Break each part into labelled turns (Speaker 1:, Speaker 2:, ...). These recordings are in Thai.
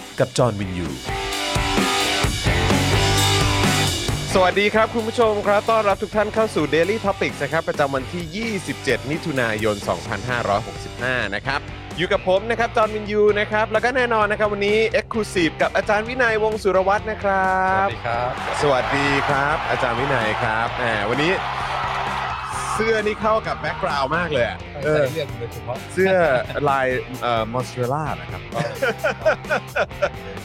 Speaker 1: กับจอห์นวินยู
Speaker 2: สวัสดีครับ คุณผู้ชมครับต้อนรับทุกท่านเข้าสู่ Daily Topics นะครับประจำวันที่ 27 มิถุนายน 2565 นะครับ อยู่กับผมนะครับจอห์นวินยูนะครับ แล้วก็แน่นอนนะครับวันนี้ Exclusive กับอาจารย์วินัยวงศ์สุรวัตรนะครับ สวัสดีครับ สวัสดีครับ อาจารย์วินัยครับแหมวันนี้เสื้อนี่เข้ากับแบ็กกราวมากเลยอะเออ
Speaker 3: เรื่องโดยเฉพาะ
Speaker 2: เสื้อลายเอ่อมอสเตอร่านะครับ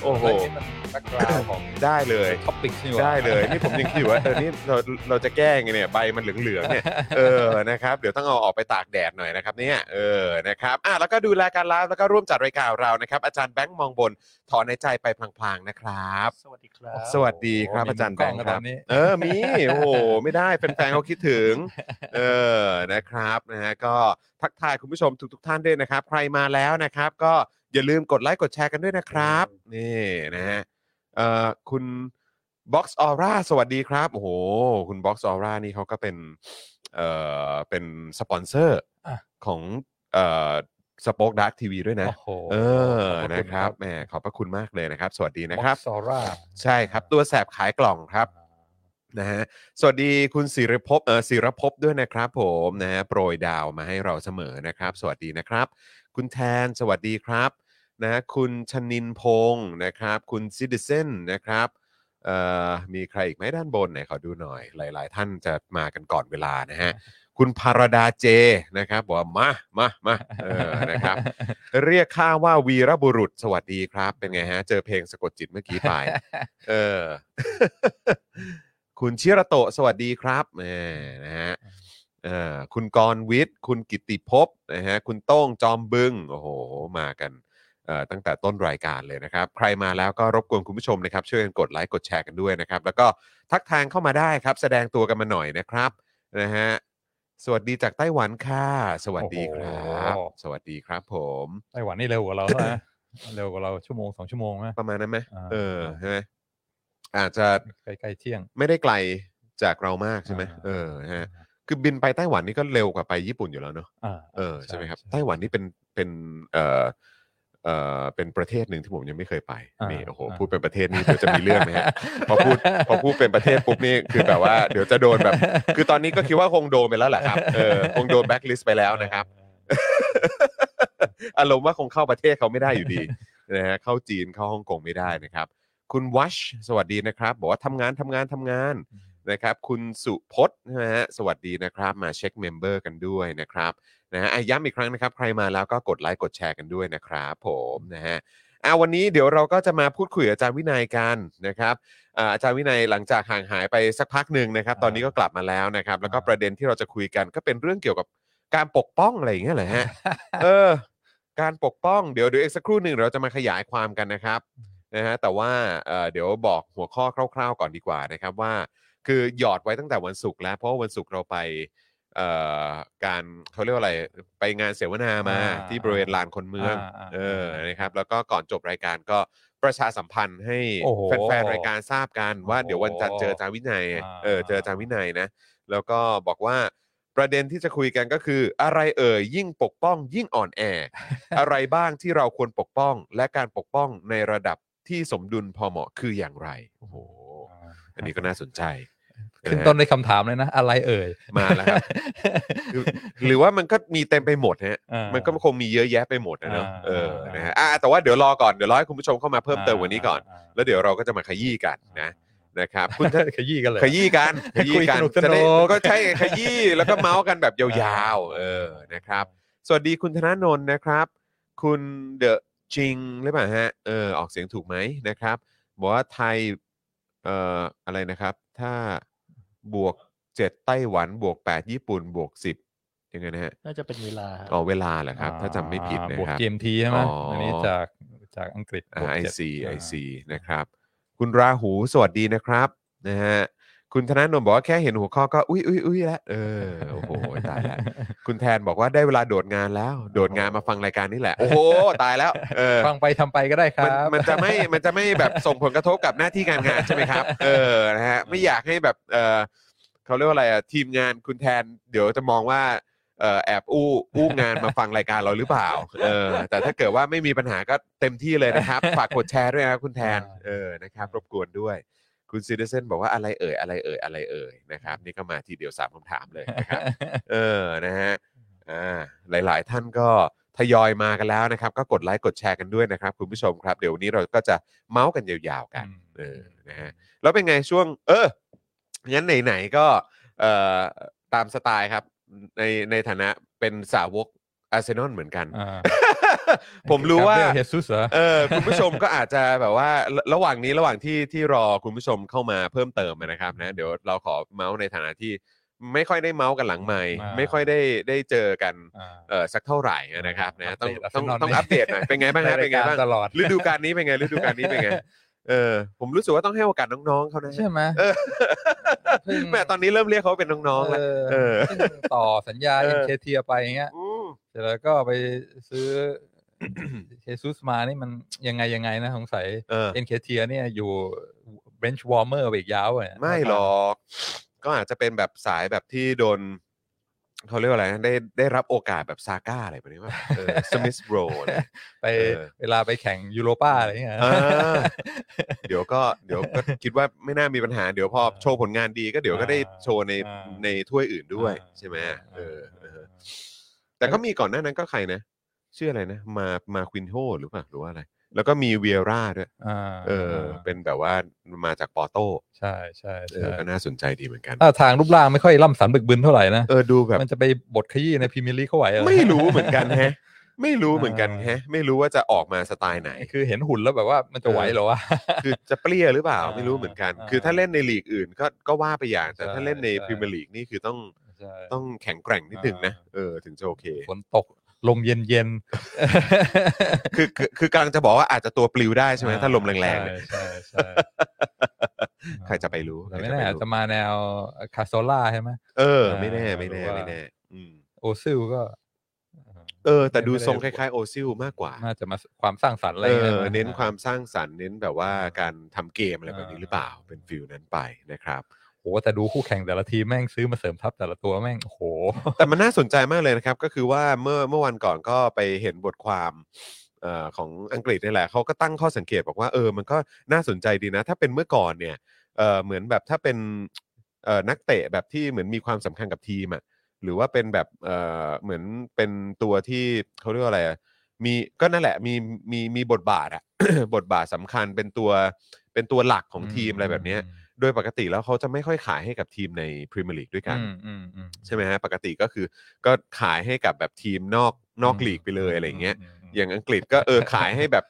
Speaker 2: โอ้โห
Speaker 3: อะไรที่มันแบ็กกราวของ
Speaker 2: ได้เลย
Speaker 3: ท็อปิกนี่หว่า
Speaker 2: ได้เลย นี่ผมยังคิดอยู่ว่าเออนี่เราเราจะแก้ไงเนี่ยใบมันเหลืองๆเนี่ยเออนะครับเดี๋ยวต้องเอาออกไปตากแดดหน่อยนะครับเนี่ยเออนะครับอ่ะแล้วก็ดูแลการไลฟ์แล้วก็ร่วมจัดรายการเรานะครับ อาจารย์แบงค์มองบนถอนในใจไปพลางๆนะครับ
Speaker 3: สวัสดีครับ
Speaker 2: สวัสดีครับอาจารย์แบงค์ครับ
Speaker 3: มีมุมกล้องนะตอนนี้
Speaker 2: เออมีโอ้โหไม่ได้แฟนๆเขาคิดถึง เออนะครับนะฮะก็ทักทายคุณผู้ชมทุกๆท่านด้วยนะครับ ใครมาแล้วนะครับ ก็อย่าลืมกดไลค์กดแชร์กันด้วยนะครับ นี่นะฮะเอ่อคุณ Box Aura สวัสดีครับโอ้โหคุณ Box Aura นี่เขาก็เป็นเอ่อเป็นสปอนเซอร์
Speaker 3: อ่ะ
Speaker 2: ของเอ่อสป็อคดักทีวีด้วยนะ
Speaker 3: โอ้โห
Speaker 2: เออ
Speaker 3: ขอณ
Speaker 2: นะครับแหมขอบพระคุณมากเลยนะครับ สวัสดีนะครับ
Speaker 3: ซอร่า
Speaker 2: ใช่ครับ ตัวแสบขายกล่องครับ นะฮะสวัสดีคุณศิรภพเออศิรภพด้วยนะครับผมนะฮะโปรยดาวมาให้เราเสมอนะครับ สวัสดีนะครับ คุณแทนสวัสดีครับนะฮะคุณชนินพงศ์นะครับ คุณซิ t ิเซนนะครับเอ่อมีใครอีกไหมด้านบนไหนขอดูหน่อย หลาย ๆ ท่านจะมากันก่อนเวลานะฮะคุณพารดาเจนะครับบอกว่ามามามาเออนะครับ เรียกข้าว่าวีรบุรุษสวัสดีครับ เป็นไงฮะ เจอเพลงสะกดจิตเมื่อกี้ไป เออ คุณชิระโตะสวัสดีครับแหมนะฮะเอ่อคุณกรณ์วิทย์ คุณกิตติภพนะฮะคุณโต้งจอมบึงโอ้โห มากันเอ่อตั้งแต่ต้นรายการเลยนะครับ ใครมาแล้วก็รบกวนคุณผู้ชมนะครับ ช่วยกันกดไลค์กดแชร์กันด้วยนะครับ แล้วก็ทักทางเข้ามาได้ครับ แสดงตัวกันมาหน่อยนะครับนะฮะสวัสดีจากไต้หวันค่ะสวัสดีครับ สวัสดีครับผม
Speaker 3: ไต้หวันนี่เร็วกว่าเราแล้วนะ เร็วกว่าเราชั่วโมงสองชั่วโมงนะ
Speaker 2: ประมาณนั้นไหม
Speaker 3: อ่า
Speaker 2: เออใช่ไหมอาจจะ
Speaker 3: ใกล้ๆเที่ยง
Speaker 2: ไม่ได้ไกลจากเรามากใช่ไหม
Speaker 3: อ่า
Speaker 2: เออฮะคือบินไปไต้หวันนี่ก็เร็วกว่าไปญี่ปุ่นอยู่แล้วเนอะ
Speaker 3: อ่า
Speaker 2: เออใช่ไหมครับไต้หวันนี่เป็นเป็นเออเออเป็นประเทศหนึ่งที่ผมยังไม่เคยไป
Speaker 3: า
Speaker 2: นี่โอ้โห
Speaker 3: อ่า
Speaker 2: พูดเป็นประเทศนี่เดี๋ยวจะมีเรื่องไหมฮะ พอพูดพอพูดเป็นประเทศปุ๊บนี่คือแบบว่าเดี๋ยวจะโดนแบบ คือตอนนี้ก็คิดว่าคงโดนไปแล้วแหละครับเออคงโดนแบล็คลิสต์ไปแล้วนะครับ อารมณ์ว่าคงเข้าประเทศเขาไม่ได้อยู่ดี นะฮะเข้าจีนเข้าฮ่องกงไม่ได้นะครับ คุณวัชสวัสดีนะครับ บอกว่าทำงานทำงานทำงานนะครับ คุณสุพจน์นะฮะสวัสดีนะครับ มาเช็คเมมเบอร์กันด้วยนะครับนะฮะอ่ะย้ำอีกครั้งนะครับ ใครมาแล้วก็กดไลค์กดแชร์กันด้วยนะครับผมนะฮะอ่ะวันนี้เดี๋ยวเราก็จะมาพูดคุยกับอาจารย์วินัยกันนะครับอ่าอาจารย์วินัยหลังจากห่างหายไปสักพักหนึ่งนะครับ ตอนนี้ก็กลับมาแล้วนะครับ แล้วก็ประเด็นที่เราจะคุยกันก็เป็นเรื่องเกี่ยวกับการปกป้องอะไรอย่างเงี้ยเหรอฮะ เออ การปกป้องเดี๋ยวเดี๋ยวอีกสักครู่หนึ่งเราจะมาขยายความกันนะครับนะฮะแต่ว่าเอ่อเดี๋ยวบอกหัวข้อคร่าวๆก่อนดีกว่านะครับว่า คือหยอดไว้ตั้งแต่วันศุกร์แล้ว เพราะว่าวันศุกร์เราไปเอ่อการเขาเรียกว่าอะไรไปงานเสวนามา
Speaker 3: อ่า
Speaker 2: ที่บริเวณลานคนเมือง
Speaker 3: อ่าอ่า
Speaker 2: เออนะครับ แล้วก็ก่อนจบรายการก็ประชาสัมพันธ์ให้
Speaker 3: โอ้โห
Speaker 2: แฟนๆรายการทราบกันว่า
Speaker 3: โอ้โห
Speaker 2: เดี๋ยววันจันทร์เจออาจารย์วินัย
Speaker 3: อ่า
Speaker 2: เออเจออาจารย์วินัยนะ แล้วก็บอกว่าประเด็นที่จะคุยกันก็คือ อะไรเอ่ยยิ่งปกป้องยิ่งอ่อนแอ อะไรบ้างที่เราควรปกป้อง และการปกป้องในระดับที่สมดุลพอเหมาะคืออย่างไรโอ้โห อันนี้ก็น่าสนใจ
Speaker 3: ขึ้นต้นด้วยคำถามเลยนะ อะไรเอ่ย
Speaker 2: มาแล้ว ครับ คือหรือว่ามันก็มีเต็มไปหมดฮะ
Speaker 3: อ่า
Speaker 2: มันก็คงมีเยอะแยะไปหมดนะเนอะ
Speaker 3: อ่า
Speaker 2: เออ
Speaker 3: อ่าน
Speaker 2: นะฮะอ่ะแต่ว่าเดี๋ยวรอก่อน เดี๋ยวรอให้คุณผู้ชมเข้ามาเพิ่มเติมวันนี้ก่อน
Speaker 3: า
Speaker 2: แล้วเดี๋ยวเราก็จะมาขยี้กันนะ นะครับ คุณ
Speaker 3: อ่า
Speaker 2: ท่าน
Speaker 3: ขยี้กันเลย
Speaker 2: ขยี้กันขยี้กัน
Speaker 3: คุยสนุก
Speaker 2: จะได้
Speaker 3: สนุก
Speaker 2: ก็ใช่ไงขยี้แล้วก็เมาส์กันแบบยาวๆ เออนะครับ สวัสดีคุณธนาโนนนะครับ คุณเดอะจิงหรือเปล่าฮะเออออกเสียงถูกไหมนะครับบอกว่าไทยเอ่ออะไรนะครับ ถ้าบวก 7 ไต้หวันบวก 8 ญี่ปุ่นบวก 10 ยังไงนะฮะ
Speaker 4: น่าจะเป็นเวลาฮะ
Speaker 2: อ๋อเวลาเหรอครับ ถ้าจำไม่ผิดนะ
Speaker 3: บวก
Speaker 2: ครับ
Speaker 3: GMT ใช่ไหม
Speaker 2: อ๋ออั
Speaker 3: อันนี้จากจากอังกฤษบวก
Speaker 2: ไอ
Speaker 3: เจ็ด
Speaker 2: ซีไอา ซีนะครับ คุณราหูสวัสดีนะครับนะฮะคุณธนาโนนบอกว่าแค่เห็นหัวข้อก็อุ้ยอุ้ยอุ้ยแล้วเออโอ้โหตายแล้ว คุณแทนบอกว่าได้เวลาโดดงานแล้ว โดดงานมาฟังรายการนี่แหละ โอ้โห ตาย แล้ว เออ
Speaker 3: ฟังไปทำไปก็ได้ค
Speaker 2: มัน
Speaker 3: รับ
Speaker 2: มันจะไม่มันจะไม่แบบส่งผลกระทบกับหน้าที่การงานใช่ไหมครับ เออนะฮะไม่อยากให้แบบเออเขาเรียกว่าอะไรอะทีมงานคุณแทนเดี๋ยวจะมองว่าเอ่อแอบอู้อู้งานมาฟังรายการเราหรือเปล่าเออแต่ถ้าเกิดว่าไม่มีปัญหาก็เต็มที่เลย นะครับ ฝากกดแชร์ด้วยนะครับคุณแทนเออนะครับรบกวนด้วย คุณซิ t ิเซนบอกว่าอะไรเอ่ยอะไรเอ่ยอะไรเอ่ยนะครับนี่ก็มาทีเดียวสามคำถามเลยนะครับ เออ นะฮะ อ่า หลาย ๆ ท่านก็ทยอยมากันแล้วนะครับ ก็กดไลค์ กดแชร์กันด้วยนะครับ คุณผู้ชมครับ เดี๋ยววันนี้เราก็จะเมาส์กันยาว ๆ กัน เออ นะฮะ แล้วเป็นไงช่วง เออ งั้นไหน ๆ ก็ เอ่อ ตามสไตล์ครับ ใน ในฐานะเป็นสาวกอาร์เซนอลเหมือนกัน
Speaker 3: อ่า
Speaker 2: ผมรู้ว่า
Speaker 3: Gabriel Jesus เหรอ
Speaker 2: เออคุณผู้ชมก็อาจจะแบบว่าระระหว่างนี้ระหว่างที่ที่รอคุณผู้ชมเข้ามาเพิ่มเติมนะครับนะเดี๋ยวเราขอเมาส์ในฐานะที่ไม่ค่อยได้เมาส์กันหลังใหม่
Speaker 3: อ่า
Speaker 2: ไม่ค่อยได้ได้เจอกัน
Speaker 3: อ่า
Speaker 2: เออสักเท่าไหร่นะครับนะต้อง
Speaker 3: อัปเดต
Speaker 2: ต้อง
Speaker 3: Arsenal
Speaker 2: ต้อง
Speaker 3: นี่
Speaker 2: อัปเดตหน่อยเป็นไงบ้างฮะ
Speaker 3: ใ
Speaker 2: เป็นไงบ้าง
Speaker 3: ตลอด
Speaker 2: ฤดูกาลนี้เป็นไงฤดูกาลนี้เป็นไงเออผมรู้สึกว่าต้องให้โอกาสน้องๆเขานะ
Speaker 3: ใช่ไหม
Speaker 2: เออ
Speaker 3: เพิ่ง
Speaker 2: แหม่ตอนนี้เริ่มเรียกเขาเป็นน้องๆแล้ว
Speaker 3: เ
Speaker 2: เออ
Speaker 3: เพิ่งต่อสัญญา
Speaker 2: เออ
Speaker 3: NKT ไปอย่างเงี้ย
Speaker 2: อืม
Speaker 3: เสร็จแล้วก็ไปซื้ อ เ e ซุสมานี่มันยังไงยังไงนะสงสัย
Speaker 2: เออ
Speaker 3: NKT เนี่ยอยู่ bench warmer ไปอีกยาวเลย
Speaker 2: ไม่หรอก ก็อาจจะเป็นแบบสายแบบที่โดน เขาเรียกว่าอะไรนะได้ได้รับโอกาสแบบซาก้าอะไรแบบนี้ป่ะสมิธโรน
Speaker 3: ไป
Speaker 2: เออ
Speaker 3: เวลาไปแข่งยูโรป้าอะไรอย่างเงี้ย
Speaker 2: เดี๋ยวก็เดี๋ยวก็คิดว่าไม่น่ามีปัญหา เดี๋ยวพอโชว์ผลงานดีก็เดี๋ยวก็ได้โชว์ใน
Speaker 3: อ่า
Speaker 2: ในถ้วยอื่นด้วย
Speaker 3: อ่า
Speaker 2: ใช่ไหม
Speaker 3: อ่า
Speaker 2: เออเออ
Speaker 3: า
Speaker 2: แต่ก็มีก่อนหน้านั้นก็ใครนะชื่ออะไรนะ มามาควินโฮหรือเปล่าหรือว่าอะไร แล้วก็มีเวียร่าด้วย
Speaker 3: อ่า
Speaker 2: เออ เป็นแบบว่ามาจากปอโต้
Speaker 3: ใช่ใช่
Speaker 2: เอ
Speaker 3: ใช่
Speaker 2: อก็น่าสนใจดีเหมือนกัน
Speaker 3: ถ้าทางรูปร่างไม่ค่อยล่ำสันบึกบึนเท่าไหร่นะ
Speaker 2: เออดูแบบ
Speaker 3: มันจะไปบทขยี้ในพรีเมียร์ลีกเขาไหวเหรอ
Speaker 2: ไม่รู้เหมือนกันแฮะ ไม่รู้เหมือนกันแฮะ ไม่รู้ว่าจะออกมาสไตล์ไหน
Speaker 3: คือเห็นหุ่นแล้วแบบว่ามันจะไหวเหรอวะ
Speaker 2: คือจะเปรี้ยหรือเปล่า
Speaker 3: อ่า
Speaker 2: ไม่รู้เหมือนกัน
Speaker 3: อ่า
Speaker 2: คือถ้าเล่นในลีกอื่นก็ก็ว่าไปอย่างแต่
Speaker 3: ใช่
Speaker 2: ถ้าเล่นใน
Speaker 3: ใช่
Speaker 2: พรีเมียร์ลีกนี่คือต้อง
Speaker 3: ใช่
Speaker 2: ต้องแข็งแกร่งนิดนึงนะเออถึงจะโอเค
Speaker 3: ฝนตกลมเย็นเย็นๆ
Speaker 2: คือคือคือกำลังจะบอกว่าอาจจะตัวปลิวได้ใช่ไหมถ้าลมแรงๆเนี่ย
Speaker 3: ใช่ใช่
Speaker 2: ใครจะไปรู้
Speaker 3: แต่ไม่แน่
Speaker 2: ใครจะไปรู้
Speaker 3: อาจจะมาแนวคาโซล่าใช่ไหม
Speaker 2: เออ
Speaker 3: อ่า
Speaker 2: ไม่แน่ไม่แน่
Speaker 3: หรือว่า
Speaker 2: ไม่แน่อืม
Speaker 3: โอซิลก็
Speaker 2: เออ แต่ดู
Speaker 3: ไม่ได้
Speaker 2: ทรงคล้ายๆโอซิลมากกว่า
Speaker 3: น่าจะมาความสร้างสรรค์อะไร
Speaker 2: เอ
Speaker 3: อย่างงี้ย
Speaker 2: อ
Speaker 3: นะ
Speaker 2: เน้นความสร้างสรรค์เน้นแบบว่าการทำเกมอะไรแบบนี้
Speaker 3: อ่า
Speaker 2: หรือเปล่าเป็นฟิลนั้นไปนะครับ
Speaker 3: โหแต่ดูคู่แข่งแต่ละทีมแม่งซื้อมาเสริมทัพแต่ละตัวแม่งโห
Speaker 2: แต่มันน่าสนใจมากเลยนะครับ ก็คือว่าเมื่อเมื่อวันก่อนก็ไปเห็นบทความเออของอังกฤษนี่แหละเขาก็ตั้งข้อสังเกตบอกว่าเออมันก็น่าสนใจดีนะ ถ้าเป็นเมื่อก่อนเนี่ยเออเหมือนแบบถ้าเป็นเออนักเตะแบบที่เหมือนมีความสำคัญกับทีมอะหรือว่าเป็นแบบเออเหมือนเป็นตัวที่เขาเรียกว่าอะไรอะมีก็นั่นแหละมีมีมีบทบาทอะ บทบาทสำคัญเป็นตัวเป็นตัวหลักของทีมอะไรแบบเนี้ยโดยปกติแล้วเขาจะไม่ค่อยขายให้กับทีมในพรีเมียร์ลีกด้วยกัน
Speaker 3: อืมอืมอืม
Speaker 2: ใช่ไหมฮะปกติก็คือก็ขายให้กับแบบทีมนอกนอกลีกไปเลยอะไรอย่างเงี้ย
Speaker 3: มม
Speaker 2: อย่างอังกฤษก็เออขายให้แบบ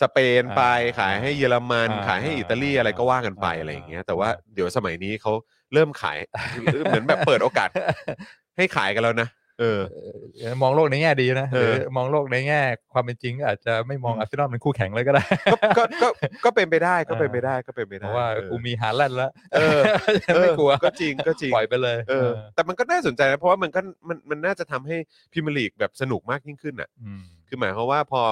Speaker 2: สเปนไป
Speaker 3: อ่า
Speaker 2: ขายให้เยอรมัน
Speaker 3: อ่า
Speaker 2: ขายให้อิตาลีอะไรก็ว่ากันไป
Speaker 3: อ่า
Speaker 2: อะไรอย่างเงี้ย แต่ว่าเดี๋ยวสมัยนี้เขาเริ่มขาย เหมือนแบบเปิดโอกาส ให้ขายกันแล้วนะเออ
Speaker 3: เออมองโลกในแง่ดีนะห
Speaker 2: เอ
Speaker 3: รือ
Speaker 2: อ
Speaker 3: มองโลกในแง่ความเป็นจริงก็อาจจะไม่มองอาร์เซนอลเป็นคู่แข่งเลยก็ได้
Speaker 2: ก็ก็ก็ก็เป็นไปได้ก็เป็นไปได้ก็เป็นไป
Speaker 3: เพ
Speaker 2: ได้
Speaker 3: ราะว่า
Speaker 2: เออ
Speaker 3: กูมีหาแลนด์แล้ว
Speaker 2: เออ
Speaker 3: ฉันไม่กลัว
Speaker 2: เออก็จริงก็จริง
Speaker 3: ปล่อยไปเลย
Speaker 2: เออ แต่มันก็น่าสนใจนะเพราะว่ามันก็มันมันน่าจะทำให้พิมยร์ลีกแบบสนุกมากยิ่งขึ้นอ่ะ
Speaker 3: อืม
Speaker 2: คือหมายความว่าพอ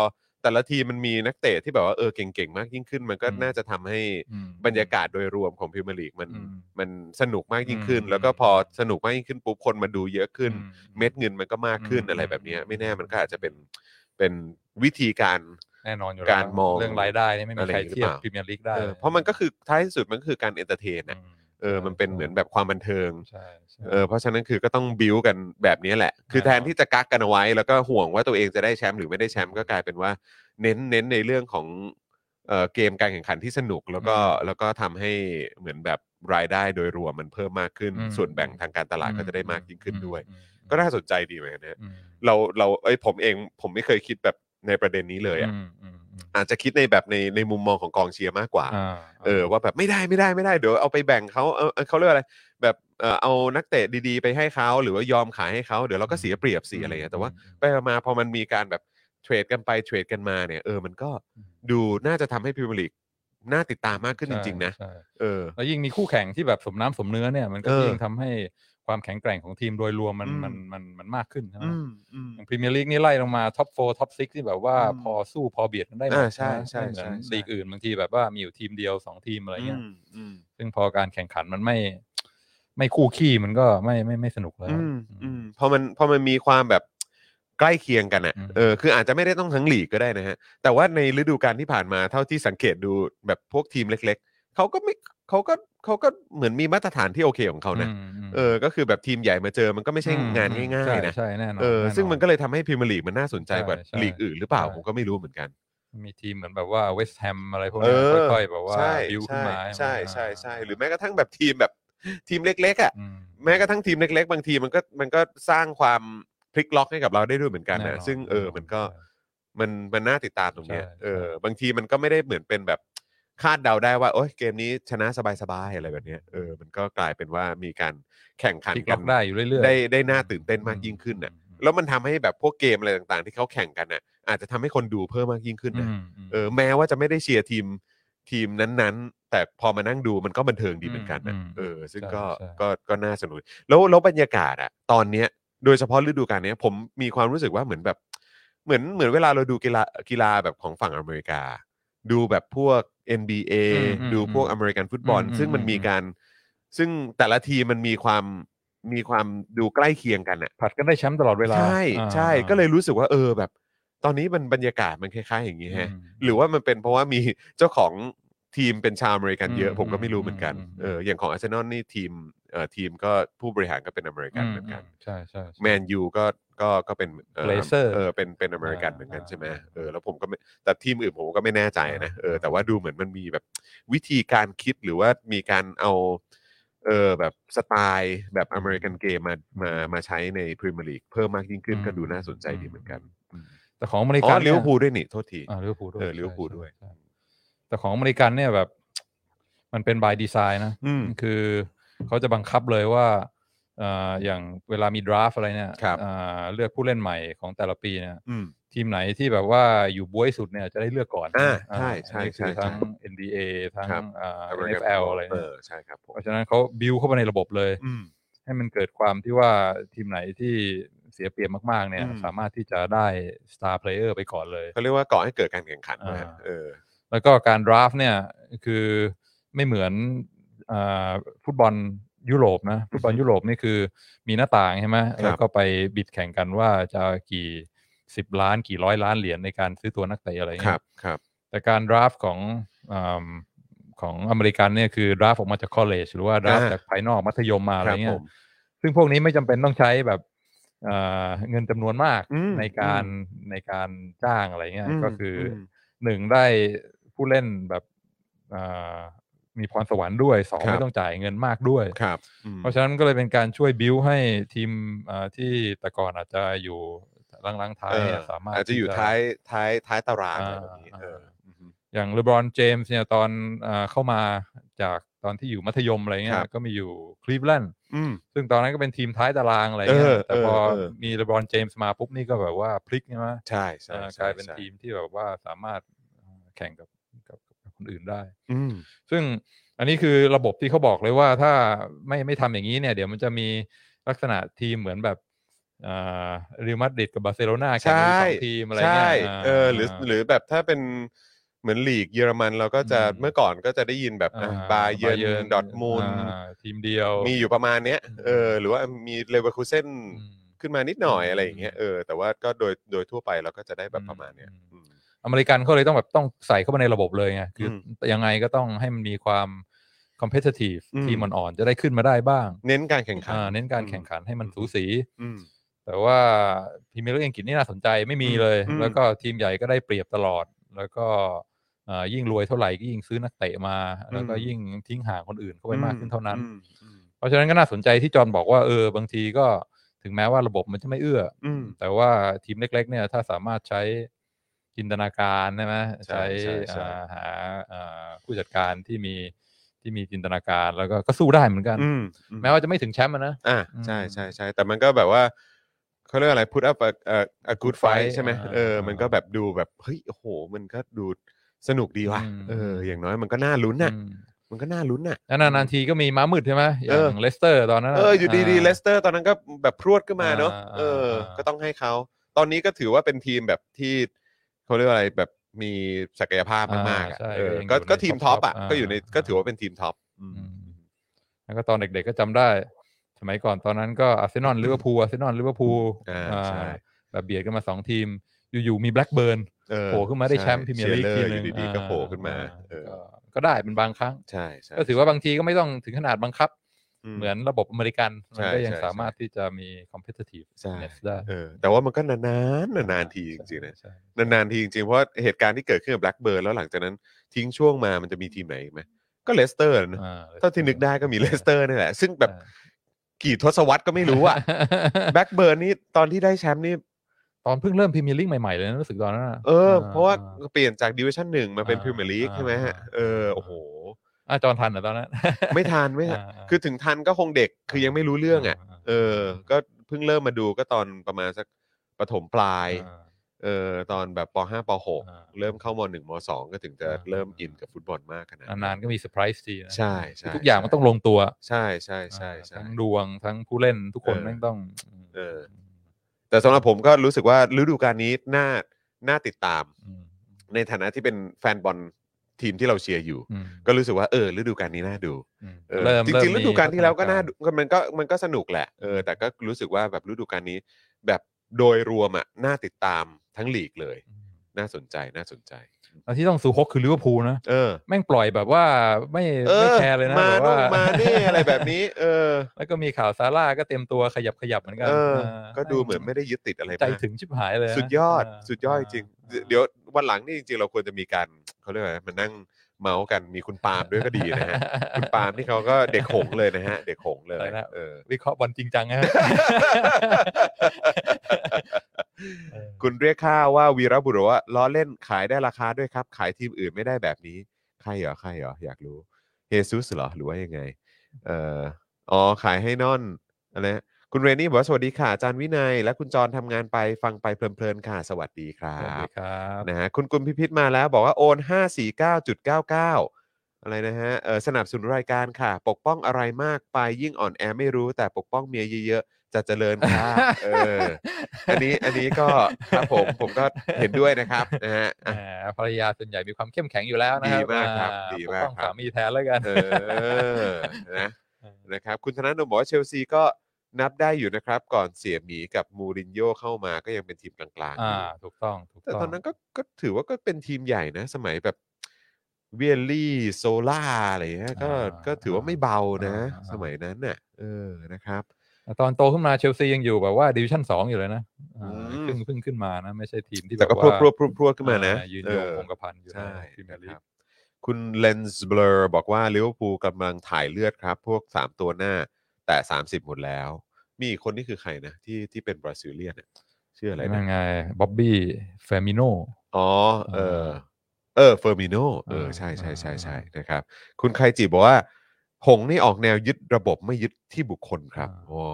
Speaker 2: แต่ละทีมมันมีนักเตะที่แบบว่าเออเก่งๆ มากยิ่งขึ้น มันก็
Speaker 3: อืม
Speaker 2: น่าจะทำให้
Speaker 3: อืม
Speaker 2: บรรยากาศโดยรวมของพรีเมียร์ลีกมัน
Speaker 3: อืม
Speaker 2: มันสนุกมากยิ่งขึ้น
Speaker 3: อืม
Speaker 2: แล้วก็พอสนุกมากยิ่งขึ้นปุ๊บคนมาดูเยอะขึ้น
Speaker 3: อื
Speaker 2: เม็ดเงินมันก็มากขึ้น
Speaker 3: อืม
Speaker 2: อะไรแบบเนี้ย
Speaker 3: อืม
Speaker 2: ไม่แน่มันก็อาจจะเป็นเป็นวิธีการ
Speaker 3: แน่นอนอยู่แล้ว
Speaker 2: การมอง
Speaker 3: เรื่องรายได้นี่ไม่มีใครเทียบ
Speaker 2: อะไรอย่างนี้หรือเปล่า
Speaker 3: พรีเมียร์ลีกได้
Speaker 2: เออเพราะมันก็คือท้ายที่สุดมันก็คือการเอนเตอร์เทน
Speaker 3: อื
Speaker 2: นะ
Speaker 3: ม
Speaker 2: เออมันเป็นเหมือนแบบความบันเทิง
Speaker 3: ใช่ใช่
Speaker 2: เออเพราะฉะนั้นคือก็ต้องบิวกันแบบนี้แหละ คือ
Speaker 3: ครับ
Speaker 2: แทนที่จะกักกันเอาไว้ แล้วก็ห่วงว่าตัวเองจะได้แชมป์หรือไม่ได้แชมป์ก็กลายเป็นว่าเน้นเน้นในเรื่องของเอ่อเกมการแข่งขันที่สนุกแล้วก็แล้วก็ทำให้เหมือนแบบรายได้โดยรวมมันเพิ่มมากขึ้น
Speaker 3: อืม
Speaker 2: ส่วนแบ่งทางการตลาดก็จะได้มากยิ่งขึ้นด้วย ก็น่าสนใจดีเหมือนกันนะ
Speaker 3: อืม
Speaker 2: เราเราเอ้ยผมเองผมไม่เคยคิดแบบในประเด็นนี้เลยอ่ะ
Speaker 3: อืมอืมอืม
Speaker 2: อาจจะคิดในแบบในในมุมมองของกองเชียร์มากกว่า
Speaker 3: อ่า
Speaker 2: เออว่าแบบไม่ได้ไม่ได้ไม่ได้เดี๋ยวเอาไปแบ่งเขาเออเออเขาเรียกว่าอะไรแบบเออเอานักเตะดีๆ ไปให้เขาหรือว่ายอมขายให้เขาเดี๋ยวเราก็เสียเปรียบเสียอะไรอย่างเงี้ยแต่ว่าไปมาพอมันมีการแบบเทรดกันไปเทรดกันมาเนี่ยเออมันก็ดูน่าจะทำให้พรีเมียร์ลีกน่าติดตามมากขึ้นจริง ๆ นะ
Speaker 3: ใช่ใช่
Speaker 2: เออ
Speaker 3: แล้วยิ่งมีคู่แข่งที่แบบสมน้ำสมเนื้อเนี่ย มันก็
Speaker 2: เออ
Speaker 3: ยิ่งทำให้ความแข็งแกร่งของทีมโดยรวมมัน
Speaker 2: อืม
Speaker 3: มันมันมันมากขึ้นใช่ไหม
Speaker 2: อืมอืม
Speaker 3: อย่างพรีเมียร์ลีกนี่ไล่ลงมาท็อปโฟท็อปซิกที่แบบว่า
Speaker 2: อืม
Speaker 3: พอสู้พอเบียดกันได้หมด
Speaker 2: อ่าใช่ใช่
Speaker 3: ไม่เหมือน
Speaker 2: ใช่ใช่
Speaker 3: ลีกอื่นบางทีแบบว่ามีอยู่ทีมเดียวสองทีมอะไรเงี้ย
Speaker 2: มอืม
Speaker 3: ซึ่งพอการแข่งขันมันไม่ ไม่คู่ขี้มันก็ไม่ไม่ไม่สนุกแล้ว
Speaker 2: อืมอืมพอมันพอมันมีความแบบใกล้เคียงกันอ่ะ
Speaker 3: อืม
Speaker 2: เออคืออาจจะไม่ได้ต้องทั้งลีกก็ได้นะฮะ แต่ว่าในฤดูกาลที่ผ่านมาเท่าที่สังเกตดูแบบพวกทีมเล็ก ๆเขาก็ไม่เขาก็เขาก็เหมือนมีมาตรฐานที่โอเคของเขานะ
Speaker 3: มม
Speaker 2: เออ ก็คือแบบทีมใหญ่มาเจอมันก็ไม่ใช่
Speaker 3: อื
Speaker 2: งานง่าย
Speaker 3: ใช่
Speaker 2: ๆนะ
Speaker 3: ใช่แน่นอน
Speaker 2: เออ
Speaker 3: แอ
Speaker 2: ซึ่งมันก็เลยทำให้พรีเมียร์ลีกมันน่าสนใจ
Speaker 3: ใช่
Speaker 2: กว่า
Speaker 3: ใช่
Speaker 2: ลีกอื่นหรือเปล่า
Speaker 3: ใช่
Speaker 2: ผมก็ไม่รู้เหมือนกัน
Speaker 3: มีทีมเหมือนแบบว่าเวสต์แฮมอะไรพวก
Speaker 2: เอ
Speaker 3: นี้
Speaker 2: อ
Speaker 3: ค่อยๆแบบว่า
Speaker 2: ใช่
Speaker 3: บิวขึ้น
Speaker 2: ใช่
Speaker 3: มา
Speaker 2: ใช่ใช่ใช่หรือแม้กระทั่งแบบทีมแบบทีมเล็กๆอ่ะ
Speaker 3: อืม
Speaker 2: แม้กระทั่งทีมเล็ก ๆ บางทีมันก็มันก็สร้างความพลิกล็อกให้กับเราได้ด้วยเหมือนกัน
Speaker 3: แน่
Speaker 2: นะ
Speaker 3: นอน
Speaker 2: ซึ่งเออ
Speaker 3: แน่นอน
Speaker 2: มันก็
Speaker 3: ใช่
Speaker 2: มันมันน่าติดตามตรงเนี้ย
Speaker 3: ใช่ใช่
Speaker 2: เออบางทีมันก็ไม่ได้เหมือนเป็นแบบคาดเดาได้ว่าโอ้ยเกมนี้ชนะสบายๆอะไรแบบเนี้ยเออมันก็กลายเป็นว่ามีการแข่งขัน
Speaker 3: พลิก
Speaker 2: กั
Speaker 3: ล็
Speaker 2: น
Speaker 3: อกได้อยู่เรื่อยๆ
Speaker 2: ได้ได้น่าตื่นเต้นมากยิ่งขึ้นน่ะ
Speaker 3: อืม
Speaker 2: แล้วมันทำให้แบบพวกเกมอะไรต่างๆ ที่เขาแข่งกันน่ะอาจจะทำให้คนดูเพิ่มมากยิ่งขึ้นนะ
Speaker 3: อืมม
Speaker 2: เออแม้ว่าจะไม่ได้เชียร์ทีมทีมนั้นๆ แต่พอมานั่งดูมันก็บันเทิงดีเหมือนกันนะ
Speaker 3: ม
Speaker 2: เออ ซึ่ง
Speaker 3: ใช่
Speaker 2: ก็
Speaker 3: ใช่
Speaker 2: ก็ก็น่าสนุกแล้วแล้วบรรยากาศอ่ะตอนเนี้ยโดยเฉพาะฤดูกาลเนี้ยผมมีความรู้สึกว่าเหมือนแบบเหมือนเหมือนเวลาเราดูกีฬากีฬาแบบของฝั่งอเมริกา ดูแบบพวก NBA
Speaker 3: อืมอืม
Speaker 2: ดูพวก
Speaker 3: อืม
Speaker 2: อเมริกันฟุตบอล
Speaker 3: อืม
Speaker 2: ซึ่งมัน
Speaker 3: อืม
Speaker 2: มีการ ซึ่งแต่ละทีมมันมีความมีความดูใกล้เคียงกันอ่ะ
Speaker 3: ผัดกันได้แชมป์ตลอดเวลา
Speaker 2: ใช่
Speaker 3: อ่า
Speaker 2: ใช่ก็เลยรู้สึกว่าเออแบบ ตอนนี้มันบรรยากาศมันคล้ายๆ อย่างนี้
Speaker 3: อืม
Speaker 2: แฮะหรือว่ามันเป็นเพราะว่ามี เจ้าของทีมเป็นชาวอเมริกันเยอะ
Speaker 3: อืม
Speaker 2: ผมก็ไม่รู้เหมือนกัน
Speaker 3: อืมอืม
Speaker 2: เอออย่างของอาร์เซนอลนี่ทีมเอ่อทีมก็ผู้บริหารก็เป็นอเมริกันเหมือนกัน
Speaker 3: ใช่ใช่ใช่
Speaker 2: แมนยูก็ก็ก็เป็นเอ่อ
Speaker 3: Blazer
Speaker 2: เออเป็นเป็นอเมริกัน
Speaker 3: อ่า
Speaker 2: เหมือนกัน
Speaker 3: อ่า
Speaker 2: ใช่ไหม
Speaker 3: อ่า
Speaker 2: เออแล้วผมก็ไม่แต่ทีมอื่นผมก็ไม่แน่ใจนะ
Speaker 3: อ่า
Speaker 2: เออแต่ว่าดูเหมือนมันมีแบบวิธีการคิดหรือว่ามีการเอาเออแบบสไตล์แบบอเมริกันเกมมามามาใช้ในพรีเมียร์ลีกเพิ่มมากยิ่งขึ้นก็ดูน่าสนใจดีเหมือนกัน
Speaker 3: แต่ของอเมริ
Speaker 2: อ๋
Speaker 3: กัน
Speaker 2: อลิ
Speaker 3: นี่ย
Speaker 2: เวอร์พูลด้วยนี่โทษที
Speaker 3: อ่าลิเวอร์พูลด้วย
Speaker 2: เออลิเวอร์
Speaker 3: ใช่
Speaker 2: พูลด้วย
Speaker 3: ใช่ใช่แต่ของอเมริกันเนี่ยแบบ มันเป็นบายดีไซน์นะ
Speaker 2: อืม
Speaker 3: คือเขาจะบังคับเลยว่าเอ่ออย่างเวลามีดราฟอะไรเนี่ย
Speaker 2: ครับ
Speaker 3: อ่าเลือกผู้เล่นใหม่ของแต่ละปีเนี่ย
Speaker 2: อืม
Speaker 3: ทีมไหนที่แบบว่าอยู่บวยสุดเนี่ยจะได้เลือกก่อน
Speaker 2: อ่า
Speaker 3: อ่า
Speaker 2: ใช่ใช่ใช่
Speaker 3: อันนี้คือทั้ง
Speaker 2: ใช่
Speaker 3: NBA ทั้ง
Speaker 2: ครับ
Speaker 3: อ่า
Speaker 2: American
Speaker 3: NFL
Speaker 2: ฟุตบ
Speaker 3: อะไร
Speaker 2: เอ
Speaker 3: เนี่ย
Speaker 2: อใช่ครับผม
Speaker 3: เพราะฉะนั้นเขาบิวเข้าไปในระบบเลย
Speaker 2: อืม
Speaker 3: ให้มันเกิดความที่ว่าทีมไหนที่เสียเปรียบมากๆ เนี่ย
Speaker 2: อืม
Speaker 3: สามารถที่จะได้ star player ไปก่อนเลย
Speaker 2: เขาเรียกว่าก่อให้เกิดการแข่งขันนะฮะ
Speaker 3: อ่า
Speaker 2: เออ
Speaker 3: แล้วก็การดราฟเนี่ยคือไม่เหมือนอาฟุตบอลยุโรปนะฟุตบอลยุโรปนี่คือมีหน้าต่างใช่ไหมแล้วก็ไปบิดแข่งกันว่าจะกี่สิบล้านกี่ร้อยล้านเหรียญในการซื้อตัวนักเตะอะไร
Speaker 2: ครั
Speaker 3: เงี้
Speaker 2: บ
Speaker 3: ย
Speaker 2: ครับ
Speaker 3: แต่การดราฟของอาของอเมริกันเนี่ยคือดราฟออกมาจากคอ l เลจหรือว่าดราฟ
Speaker 2: อ่า
Speaker 3: จากภายนอกมัธยมมาอะไร
Speaker 2: ครับผ
Speaker 3: เงี้ย
Speaker 2: ม
Speaker 3: ซึ่งพวกนี้ไม่จำเป็นต้องใช้แบบอ่าเงินจำนวนมาก
Speaker 2: อืม
Speaker 3: ในการในการจ้างอะไรเงี้ย
Speaker 2: อืม
Speaker 3: ก็คืออ
Speaker 2: ม
Speaker 3: หนึ่งได้ผู้เล่นแบบอ่ามีพรสวรรค์ด้วยสอง
Speaker 2: ครับ
Speaker 3: ไม่ต้องจ่ายเงินมากด้วย
Speaker 2: ครับอืม
Speaker 3: เพราะฉะนั้นก็เลยเป็นการช่วยบิวให้ทีมอ่าที่แต่ก่อนอาจจะอยู่ลังๆท้าย
Speaker 2: เออ
Speaker 3: เนี่ยสามารถ
Speaker 2: อาจจะอยู่
Speaker 3: ที่
Speaker 2: ท้ายท้ายท้ายตาราง
Speaker 3: อ่า
Speaker 2: อะไรแบบนี้เอออ
Speaker 3: ม
Speaker 2: อืม
Speaker 3: อย่างเลบรอนเจมส์เนี่ยตอนอาเข้ามาจากตอนที่อยู่มัธยมอะไรเงี้
Speaker 2: ค
Speaker 3: ย
Speaker 2: รับ
Speaker 3: ก็มีอยู่คลีฟแลนด์
Speaker 2: อืม
Speaker 3: ซึ่งตอนนั้นก็เป็นทีมท้ายตารางอะไรเงี้
Speaker 2: เอย อ
Speaker 3: แต่พอ
Speaker 2: เออเออ
Speaker 3: มีเลบรอนเจมส์มาปุ๊บนี่ก็แบบว่าพลิกใช่ไหม
Speaker 2: ใช่ใช่
Speaker 3: อ่า
Speaker 2: ใช่
Speaker 3: กลายเป็น
Speaker 2: ใช่
Speaker 3: ทีมที่แบบว่าสามารถอ่าแข่งกับกับกับคนอื่นได้
Speaker 2: อืม
Speaker 3: ซึ่งอันนี้คือระบบที่เขาบอกเลยว่าถ้าไม่ไม่ทำอย่างนี้เนี่ย เดี๋ยวมันจะมีลักษณะทีมเหมือนแบบเรอัลมาดริดกับบาร์เซโลนาแข่งกันสองทีมอะไรเงี้ย
Speaker 2: ใช่
Speaker 3: า
Speaker 2: เออหรือหรือแบบถ้าเป็นเหมือนลีกเยอรมันเราก็จะ
Speaker 3: อืม
Speaker 2: เมื่อก่อนก็จะได้ยินแบบ
Speaker 3: อ่
Speaker 2: บาเย r n ดอ t มูล
Speaker 3: อ่าทีมเดียว
Speaker 2: มีอยู่ประมาณเนี้ย
Speaker 3: อืม
Speaker 2: เออหรือว่ามีเลเวอร์คูเซน
Speaker 3: อืม
Speaker 2: ขึ้นมานิดหน่อย
Speaker 3: อืม
Speaker 2: อะไรอย่างเงี้ยเออแต่ว่าก็โดยโดยทั่วไปเราก็จะได้แบบประมาณเนี้ย
Speaker 3: อื
Speaker 2: อืม
Speaker 3: อเมริกันเขาเลยต้องแบบต้องใส่เข้ามาในระบบเลยไงคืออ
Speaker 2: ม
Speaker 3: ยังไงก็ต้องให้มันมีความ competitive
Speaker 2: อืม
Speaker 3: ทีมอ่อนๆจะได้ขึ้นมาได้บ้าง
Speaker 2: เน้นการแข่งขัน
Speaker 3: อ่าเน้นการแข่งขันให้มันสูสี
Speaker 2: อืม
Speaker 3: แต่ว่าพรีเมียร์ลีกอังกฤษนี่น่าสนใจไม่มีเลย
Speaker 2: อืม
Speaker 3: แล้วก็ทีมใหญ่ก็ได้เปรียบตลอด แล้วก็เอ่อยิ่งรวยเท่าไหร่ก็ยิ่งซื้อนักเตะมา แล้วก็ยิ่งทิ้งห่างคนอื่นเข้าไปมากขึ้นเท่านั้น
Speaker 2: อืมอืม
Speaker 3: เพราะฉะนั้นก็น่าสนใจที่จอห์นบอกว่าเออบางทีก็ถึงแม้ว่าระบบมันจะไม่เอื้ออ
Speaker 2: อืม
Speaker 3: แต่ว่าทีมเล็ก ๆ เนี่ยถ้าสามารถใช้จินตนาการใช่ไหม
Speaker 2: ใช่ใช่ใช่
Speaker 3: อ่าหาอ่าผู้จัดการที่มีที่มีจินตนาการแล้วก็ก็สู้ได้เหมือนกัน
Speaker 2: อืมอืม
Speaker 3: แม้ว่าจะไม่ถึงแชมป์อะนะ
Speaker 2: อ่า
Speaker 3: อืม
Speaker 2: ใช่ใช่ใช่แต่มันก็แบบว่าเขาเรียกอะไร put up a, a, a good fight
Speaker 3: fight
Speaker 2: ใช่ไหม
Speaker 3: อ่า
Speaker 2: เออมันก็แบบดูแบบเฮ้ยโอ้โห มันก็ดูสนุกดีว่ะ
Speaker 3: อืม
Speaker 2: เออ อย่างน้อยมันก็น่าลุ้นน่ะ
Speaker 3: อืม
Speaker 2: มันก็น่าลุ้นน่ะ
Speaker 3: แล้วนานๆทีก็มีม้ามืดใช่ไหมอ
Speaker 2: เอย่าง อ
Speaker 3: เลสเตอร์ตอนนั้นน่ะ
Speaker 2: เอออยู่ดีๆ
Speaker 3: า
Speaker 2: เลสเตอร์ตอนนั้นก็แบบพรวดขึ้นมาเนอะ
Speaker 3: อ่า
Speaker 2: เออ
Speaker 3: อ่า
Speaker 2: ก็ต้องให้เขา ตอนนี้ก็ถือว่าเป็นทีมแบบที่เขาเรียกว่าอะไรแบบมีศักยภาพมากๆอ่ะ
Speaker 3: อ่าใช่
Speaker 2: เออ
Speaker 3: ยังอยู่
Speaker 2: ก็
Speaker 3: ใน
Speaker 2: ก็ทีมท็อปอ่ะ
Speaker 3: top
Speaker 2: ก็อยู่ใน
Speaker 3: อ่า
Speaker 2: ก็ถือว่าเป็นทีมท็อปอืม
Speaker 3: อืมแล้วก็ตอนเด็กๆก็จำได้ สมัยก่อนตอนนั้นก็อาร์เซนอลลิเวอร์พูลอาร์เซนอลลิเวอร์พูล
Speaker 2: อ่าใช่
Speaker 3: แบบเบียดกันมาสองทีม อยู่ๆมีแบล็กเบิร์น
Speaker 2: เออ
Speaker 3: โผล่ขึ้นมาได้แชมป์พรีเมียร์ลีก
Speaker 2: ชี
Speaker 3: ที
Speaker 2: ร์เลอ
Speaker 3: นึง
Speaker 2: อยู่ดีๆก็โผล่ขึ้นมา
Speaker 3: อ่
Speaker 2: เออ
Speaker 3: ก็ก็ได้เป็นบางครั้ง
Speaker 2: ใช่ใช่
Speaker 3: ก็ถือว่าบางทีก็ไม่ต้องถึงขนาดบังคับ
Speaker 2: ม
Speaker 3: เหมือนระบบอเมริกัน มัน
Speaker 2: ใช่
Speaker 3: ก็ยัง
Speaker 2: ใช่
Speaker 3: สามารถที่จะมี competitive
Speaker 2: ใช่
Speaker 3: ได้
Speaker 2: เออแต่ว่ามันก็นานๆนานๆทีจริงๆนะ
Speaker 3: ใช่
Speaker 2: นานๆทีจริงๆเพราะว่าเหตุการณ์ที่เกิดขึ้นกับแบล็กเบิร์นแล้วหลังจากนั้นทิ้งช่วงมามันจะมีทีมไหนอีกไหมก็เลสเตอร์นะเท่าที่นึกได้ก็มีเลสเตอร์นี่แหละ ซึ่งแบบ
Speaker 3: ใช่
Speaker 2: กี่ทศวรรษก็ไม่ รู้อะ แบล็กเบิร์นนี่ตอนที่ได้แชมป์นี่
Speaker 3: ตอนเพิ่งเริ่มพรีเมียร์ลีกใหม่ๆเลยนะรู้สึกตอนนั้นน่ะ
Speaker 2: เออ
Speaker 3: อ่
Speaker 2: เพราะว่า
Speaker 3: อ่
Speaker 2: เปลี่ยนจากดิวิชั่นหนึ่งมาเป็น
Speaker 3: อ่า
Speaker 2: พรีเมียร์ลีกใช่ไหมฮะ
Speaker 3: อ่า
Speaker 2: เออโอ้โห
Speaker 3: อ่ะจอห์นทันเหรอตอนนั้น
Speaker 2: ไม่ทันไม่ทัน
Speaker 3: อ่า
Speaker 2: คือถึงทันก็คงเด็กคือยังไม่รู้เรื่องอ่ะ
Speaker 3: า
Speaker 2: เออ ก็เพิ่งเริ่มมาดูก็ตอนประมาณสักปฐมปลาย
Speaker 3: อ่า
Speaker 2: เออตอนแบบป .5 ป .6
Speaker 3: อ่า
Speaker 2: เริ่มเข้าม .1 ม .2 ก็ถึงจะ
Speaker 3: อ่า
Speaker 2: เริ่มอินกับฟุตบอลมากขนาด
Speaker 3: นานๆก็มีเซอร์ไพรส์ทีนะ
Speaker 2: ใช่ใช่
Speaker 3: ทุกอย่าง
Speaker 2: ใช่
Speaker 3: มันต้องลงตัว
Speaker 2: ใช่ใช่ใช่ใช่
Speaker 3: ทั้งดวงทั้งผู้เล่นทุกคน
Speaker 2: เออ
Speaker 3: แม่งต้อง
Speaker 2: เออ แต่สำหรับผมก็รู้สึกว่าฤดูกาลนี้น่าน่าติดตาม
Speaker 3: ม
Speaker 2: ในฐานะที่เป็นแฟนบอลทีมที่เราเชียร์อยู่
Speaker 3: อืม
Speaker 2: ก็รู้สึกว่าเออฤดูกาลนี้น่าดู
Speaker 3: อืม
Speaker 2: เออ
Speaker 3: เริ่ม
Speaker 2: จริงๆฤ
Speaker 3: เมมี
Speaker 2: ดูกาลที่แล้วก็
Speaker 3: พัฒ
Speaker 2: น่าดูก็มันก็มันก็สนุกแหละเออแต่ก็รู้สึกว่าแบบฤดูกาลนี้ แบบโดยรวมอ่ะน่าติดตามทั้งลีกเลย
Speaker 3: อืม
Speaker 2: น่าสนใจน่าสนใจ
Speaker 3: แล้วที่ต้องซูฮกคือลิเวอร์พูลนะ
Speaker 2: เออ
Speaker 3: แม่งปล่อยแบบว่าไม่
Speaker 2: เอ
Speaker 3: ไม่
Speaker 2: อ
Speaker 3: แคร์เลยนะ
Speaker 2: มา
Speaker 3: แบบ
Speaker 2: นู่
Speaker 3: ว่าน
Speaker 2: มานี่อะไรแบบนี้ เออ
Speaker 3: แล้วก็มีข่าวซาร่าก็เต็มตัวขยับขยับเหมือนกัน
Speaker 2: เออ
Speaker 3: า
Speaker 2: ก็ดูเหมือนไม่ได้ยึดติดอะไร
Speaker 3: ใจ
Speaker 2: มาก
Speaker 3: ถึงชิบหายเลยนะ
Speaker 2: สุดยอด
Speaker 3: า
Speaker 2: สุดยอดจริง
Speaker 3: อ่า
Speaker 2: ๆเดี๋ยววันหลังนี่จริงๆ เราควรจะมีการเขาเรียกว่าอะไรมานั่งเมาส์กันมีคุณปาล์มด้วยก็ดีนะฮะ คุณปาล์มนี่เขาก็เด็กหงส์เลยนะฮะ เด็กหงส์เลย
Speaker 3: ใช่นะ
Speaker 2: เออ
Speaker 3: วิเคราะห์บอลจริงจัง นะฮะ เออ
Speaker 2: คุณเรียกข้าว่าวีรบุรุษว่าล้อเล่นขายได้ราคาด้วยครับ ขายทีมอื่นไม่ได้แบบนี้ ใครเหรอใครเหรออยากรู้เฮซุสเหรอหรือว่ายังไง เอ่ออ๋อขายให้นอนอะไรนะคุณเรนนี่บอกว่าสวัสดีค่ะอาจารย์วินัย และคุณจรทำงานไปฟังไปเพลินๆค่ะ สวัสดีครั
Speaker 3: สวัส
Speaker 2: บ
Speaker 3: ดีครับ
Speaker 2: นะฮะคุณกุลพิพิธมาแล้วบอกว่าโอน 549.99 อะไรนะฮะเออสนับสนุนรายการค่ะ ปกป้องอะไรมากไปยิ่งอ่อนแอไม่รู้ แต่ปกป้องเมียเยอะๆจะเจริญค่ะเออ อันนี้อันนี้ก็ครับผมผมก็เห็นด้วยนะครับนะฮะ
Speaker 3: แห
Speaker 2: อ่ะ
Speaker 3: มภรรยาส่วนใหญ่มีความเข้มแข็งอยู่แล้วนะครับ
Speaker 2: ดีมากครับ
Speaker 3: อ่
Speaker 2: ดีมาก
Speaker 3: ปป้อง
Speaker 2: ครับ
Speaker 3: สามีแทนแล้วกัน
Speaker 2: เออนะนะครับ คุณธนาโนมบอกว่าเชลซีก็นับได้อยู่นะครับ ก่อนเสียหมีกับมูรินโญ่เข้ามาก็ยังเป็นทีมกลางๆอ
Speaker 3: อ่า
Speaker 2: ยู่
Speaker 3: ถูกต้องถูก
Speaker 2: แต่
Speaker 3: ต้อง
Speaker 2: ตอนนั้นก็ก็ถือว่าก็เป็นทีมใหญ่นะ สมัยแบบเวียลี่โซล่าอะไรเงี้ยก็ก็ถือว่าไม่เบานะ สมัยนั้นน่ะเออนะครับ
Speaker 3: ตอนโตขึ้นมาเชลซียังอยู่แบบว่าดิวิชั่นสองอยู่เลยนะอ่า
Speaker 2: อืม
Speaker 3: เพิ่งเพิ่งขึ้นมานะ ไม่ใช่ทีมที่
Speaker 2: แต่ก็
Speaker 3: บบ
Speaker 2: พรวด
Speaker 3: ว่า
Speaker 2: พรวดพรวดพรวดขึ้นมานะ
Speaker 3: อ่ยืน
Speaker 2: เอย
Speaker 3: ง
Speaker 2: อ
Speaker 3: คงกระพันอยู่
Speaker 2: ใช่
Speaker 3: ทีม
Speaker 2: นะ
Speaker 3: ลี
Speaker 2: ค
Speaker 3: ก
Speaker 2: รับคุณเลนส์เบลอบอกว่าลิเวอร์พูลกำลังถ่ายเลือดครับ พวก 3 ตัวหน้า แต่ 30 หมดแล้ว มีอีกคนนี่คือใครนะ ที่ที่เป็นบราซิเลียนน่ะชื่ออะไร
Speaker 3: นั่
Speaker 2: นะ
Speaker 3: นไงบ๊อบบี้เฟมิโน
Speaker 2: อ๋อ เออ เออเฟอร์มิโนเออ
Speaker 3: อ่า
Speaker 2: ใช่ใช่ใช่ใช่
Speaker 3: อ่าอ่า
Speaker 2: นะครับ คุณใครจีบอกว่า หงส์นี่ออกแนวยึดระบบไม่ยึดที่บุคคลครับ
Speaker 3: อ่า
Speaker 2: อ๋อ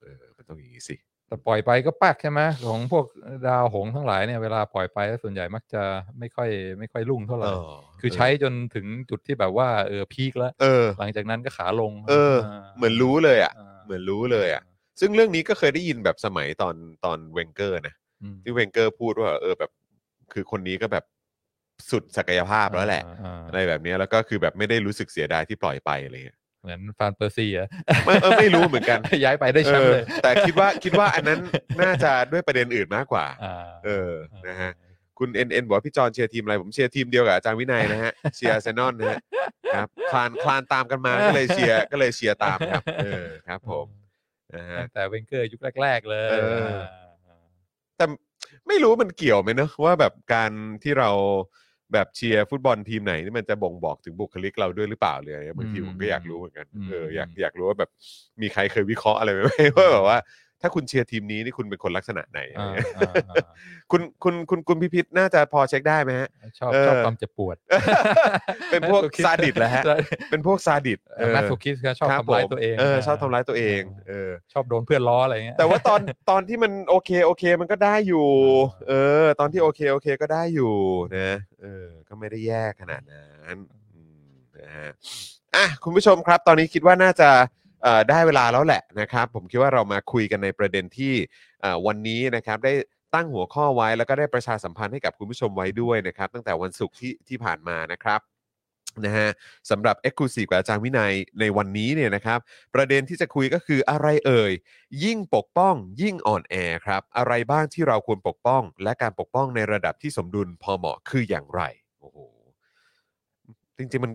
Speaker 2: เออมันต้องอย่างนี้สิ
Speaker 3: แต่ปล่อยไปก็ปักใช่ไหมของพวกดาวหงส์ทั้งหลายเนี่ยเวลาปล่อยไปส่วนใหญ่มักจะไม่ค่อยไม่ค่อยรุ่งเท่าไหร่ คือใช้จนถึงจุดที่แบบว่าเออพีคแล้ว
Speaker 2: เออ
Speaker 3: หลังจากนั้นก็ขาลง
Speaker 2: เออ เหมือนรู้เลยอ่ะ
Speaker 3: า
Speaker 2: เหมือนรู้เลยอ่ะ ซึ่งเรื่องนี้ก็เคยได้ยินแบบสมัยตอนตอนเวงเกอร์นะ
Speaker 3: อืม
Speaker 2: ที่เวนเกอร์พูดว่าเออแบบ คือคนนี้ก็แบบสุดศักยภาพแล้วแหละ
Speaker 3: อ่าอ่า
Speaker 2: อะไรแบบเนี้ยแล้วก็คือแบบไม่ได้รู้สึกเสียดายที่ปล่อยไปอะไรเงี้ย
Speaker 3: เหมือนฟานเปอร์ซีอะ
Speaker 2: ไม่เออไม่รู้เหมือนกัน
Speaker 3: ย้ายไปได้แชมป์เล ย
Speaker 2: ออแต่คิดว่าคิดว่าอันนั้นน่าจะด้วยประเด็นอื่นมากกว่า
Speaker 3: อ่า
Speaker 2: เออนะฮะ คุณเอ็นเอ็นบอกว่าพี่จอนเชียร์ทีมอะไร ผมเชียร์ทีมเดียวกับอาจารย์วินัยนะฮะ เชียร์อาร์เซนอลนะฮะครับคลานคลานตามกันมาก็เลยเชียร์ก็เลยเชียร์ตามครับเออครับผมนะฮะ
Speaker 3: ตั้งแต่เวนเกอร์ยุคแรก ๆ เลย
Speaker 2: เออ แต่ไม่รู้มันเกี่ยวไหมเนอะว่าแบบการที่เราแบบเชียร์ฟุตบอลทีมไหนนี่มันจะบ่งบอกถึงบุคลิกเราด้วยหรือเปล่าเลยอะไรเงี้ยบางทีผมก็อยากรู้เหมือนกันเอออยากอยากรู้ว่าแบบมีใครเคยวิเคราะห์อะไรไหม ว่าแบบว่า ถ้าคุณเชียร์ทีมนี้นี่คุณเป็นคนลักษณะไหนอะไร
Speaker 3: อ่า
Speaker 2: เงี้ย
Speaker 3: อ่าอ่า
Speaker 2: คุณคุณคุณคุณพิพิธน่าจะพอเช็คได้ไหมฮะ
Speaker 3: ชอบ
Speaker 2: เออ
Speaker 3: ชอบความเจ็บปวด
Speaker 2: เป็นพวกซาดิสเหรอฮะ
Speaker 3: ใช่
Speaker 2: เป็นพวกซาดิส
Speaker 3: เออแมททูคิสก็ชอบ
Speaker 2: คผม
Speaker 3: ทำร้ายตัวเอง
Speaker 2: เออชอบทำร้ายตัวเองเออ
Speaker 3: ชอบโดนเพื่อนล้ออะไรเงี้ย
Speaker 2: แต่ว่าตอน ตอนที่มันโอเคโอเคมันก็ได้อยู่ เออ ตอนที่โอเคโอเคก็ได้อยู่นะเออ ก็ไม่ได้แย่ขนาดนั้นอืมนะฮะอ่ะคุณผู้ชมครับ ตอนนี้คิดว่าน่าจะเอ่อได้เวลาแล้วแหละนะครับ ผมคิดว่าเรามาคุยกันในประเด็นที่เอ่อวันนี้นะครับได้ตั้งหัวข้อไว้แล้วก็ได้ประชาสัมพันธ์ให้กับคุณผู้ชมไว้ด้วยนะครับ ตั้งแต่วันศุกร์ที่ที่ผ่านมานะครับนะฮะสำหรับ e x c l u s i v e กับอาจารย์วินัยในวันนี้เนี่ยนะครับ ประเด็นที่จะคุยก็คืออะไรเอ่ย ยิ่งปกป้องยิ่งอ่อนแอครับ อะไรบ้างที่เราควรปกป้อง และการปกป้องในระดับที่สมดุลพอเหมาะคืออย่างไรโอ้โหจริงๆมัน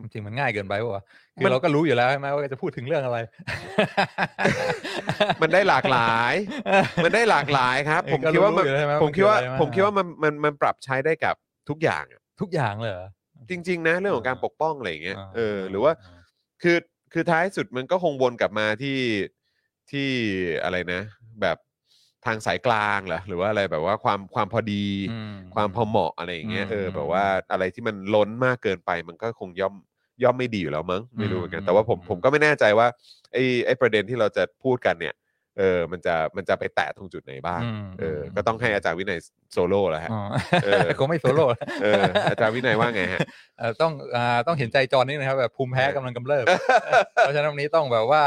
Speaker 3: จริงๆมันง่ายเกินไปปะวะคื
Speaker 2: มั
Speaker 3: อน เราก็รู้อยู่แล้วใช่ไหมว่าจะพูดถึงเรื่องอะไร
Speaker 2: มัน ได้หลากหลาย มันได้หลากหลายครับ ผม
Speaker 3: ก็
Speaker 2: คิดว่ามัน
Speaker 3: รู้อยู่แล้วใช่ไหม
Speaker 2: ผมคิดว่า
Speaker 3: มันคืออะไรบ้าง
Speaker 2: ผมคิดว่ามันมันมันปรับใช้ได้กับทุกอย่างอะ
Speaker 3: ทุกอย่างเลยเหรอ
Speaker 2: จริง ๆ นะเรื่องของการปกป้องอะไรอย่างเงี้ย
Speaker 3: อ่า
Speaker 2: เออหรือว่า คือคือท้ายสุดมันก็คงวนกลับมาที่ที่อะไรนะ แบบทางสายกลางเหรอหรือว่าอะไรแบบว่าความความพอดี
Speaker 3: อืม
Speaker 2: ความพอเหมาะอะไรอย่างเงี้ย
Speaker 3: อืม
Speaker 2: เออ
Speaker 3: อืม
Speaker 2: แบบว่าอะไรที่มันล้นมากเกินไปมันก็คงย่อมย่อมไม่ดีอยู่แล้วมั้งไม่รู้เหมือนกัน
Speaker 3: อืม
Speaker 2: แต่ว่าผม
Speaker 3: อืม
Speaker 2: ผมก็ไม่แน่ใจว่าไอ้ไอ้ประเด็นที่เราจะพูดกันเนี่ยเออมันจะมันจะไปแตะตรงจุดไหนบ้าง
Speaker 3: ม
Speaker 2: เออก็ต้องให้อาจารย์วินัยโซโล่แล้วฮะ
Speaker 3: อ๋อ
Speaker 2: เออ
Speaker 3: คงไม่โซโล่
Speaker 2: เอออาจารย์วินัยว่าไงฮะ
Speaker 3: เอ่อต้องอ่าต้องเห็นใจจอนนิดนะครับแบบภูมิแพ้กำลังกำเริบเพราะฉะนั้นวันนี้ต้องแบบว่า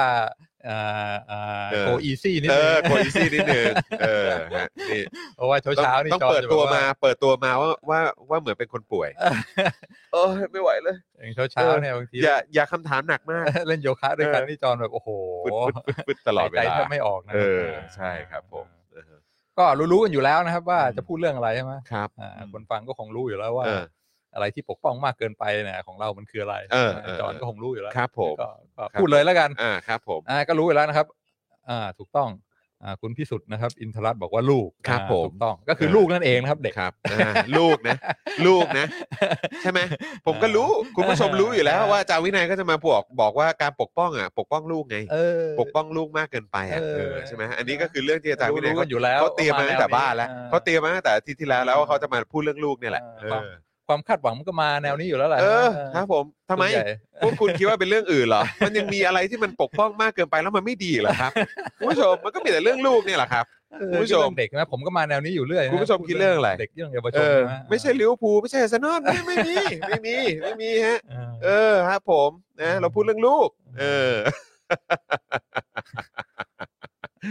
Speaker 3: อ่าอ่า
Speaker 2: เออ
Speaker 3: โกอีซี่นิด
Speaker 2: เอ
Speaker 3: นึง
Speaker 2: อโคอีซี่นิดนึงเออฮะนี่
Speaker 3: เพราะว่าเช้าเช้าๆนี่
Speaker 2: ต้อง
Speaker 3: จอน
Speaker 2: เปิด
Speaker 3: จะ
Speaker 2: ตัว
Speaker 3: แบบ
Speaker 2: มา เปิดตัวมาว่าว่าว่าเหมือนเป็นคนป่ วย เออไม่ไหวเลย
Speaker 3: อย่างเช้าเช้า
Speaker 2: เออ
Speaker 3: ๆเนี่ยบางที
Speaker 2: อย่าอย่าคำถามหนักมาก
Speaker 3: เล่นโยคะด้วยกัน
Speaker 2: เออ
Speaker 3: นี่จอนแบบโอ้โห
Speaker 2: ฟึดฟึดฟึดฟึดตลอดเว
Speaker 3: หายใจ
Speaker 2: ลา
Speaker 3: แทบไม่ออกนะ
Speaker 2: เออใช่ครับผมเออ
Speaker 3: ก็รู้ๆกันอยู่แล้วนะครับ ว่าจะพูดเรื่องอะไรใช่ไหม
Speaker 2: ครับ
Speaker 3: อ่า
Speaker 2: อืม
Speaker 3: คนฟังก็คงรู้อยู่แล้วว่า
Speaker 2: เออ
Speaker 3: อะไรที่ปกป้องมากเกินไปเนี่ยของเรามันคืออะไร
Speaker 2: เออเออ
Speaker 3: จอน
Speaker 2: เออ
Speaker 3: ก็คงรู้อยู่แล้ว
Speaker 2: ครับผม
Speaker 3: ก็ก็
Speaker 2: ครับ
Speaker 3: พูดเลยแล้วกัน
Speaker 2: อ่าครับผม
Speaker 3: อ่าก็รู้อยู่แล้วนะครับ อ่าถูกต้องอ่าคุณพิสุทธิ์นะครับ อินทรัตน์บอกว่าลูก
Speaker 2: ครับ
Speaker 3: อ่า
Speaker 2: ผม
Speaker 3: ถูกต้องก็คือลูกนั่นเองนะครับ เด็ก
Speaker 2: ครับอ่าลูกนะ ลูกนะ ใช่ ไหมผมก็รู้ คุณผู้ชมรู้อยู่แล้ว ว่าอาจารย์วินัยก็จะมาบอกบอกว่าการปกป้องอ่ะ ปกป้องลูกไง
Speaker 3: เออ
Speaker 2: ปกป้องลูกมากเกินไปอ่ะ
Speaker 3: เออ
Speaker 2: เออใช่ไหมอันนี้ก็คือเรื่องที่อาจารย์วินัย
Speaker 3: รู้
Speaker 2: เขา
Speaker 3: กันอยู่แล้ว
Speaker 2: เขาเตรียมมาตั้งแต่
Speaker 3: ว่
Speaker 2: บ้านแล้ว
Speaker 3: อ่
Speaker 2: เขาเตรียมมาตั้งแต่อาทิตย์ที่แล้วแล้วว่าเขาจะมาพูดเรื่องลูกเนี่ยแหละ
Speaker 3: เอ
Speaker 2: เอ
Speaker 3: อ
Speaker 2: อ
Speaker 3: ความคาดหวังมันก็มาแนวนี้อยู่แล้วแหละ
Speaker 2: เออ
Speaker 3: เออ
Speaker 2: ครับผมทำไม
Speaker 3: ส่วนใหญ่
Speaker 2: พวกคุณคิดว่าเป็นเรื่องอื่นเหรอ มันยังมีอะไรที่มันปกป้องมากเกินไปแล้วมันไม่ดีเหรอ ครับ คุณผู้ชมมันก็มีแต่เรื่องลูกเนี่ยแหละครับ
Speaker 3: เออ
Speaker 2: คุณผู้ชม
Speaker 3: เรื่องเด็กนะผมก็มาแนวนี้อยู่เรื่อยนะ
Speaker 2: คุณผู้ชมคิดเรื่องอะไร
Speaker 3: เด็กเรื่องเยาวช
Speaker 2: เอน อ
Speaker 3: นะ
Speaker 2: ไม่ใช่ลิเวอร์พูลไม่ใช่อาร์เซนอลไม่ไม่มี ไม่มี ไม่มีฮะ
Speaker 3: เออ
Speaker 2: เออครับผมนะ เราพูดเรื่องลูก เออ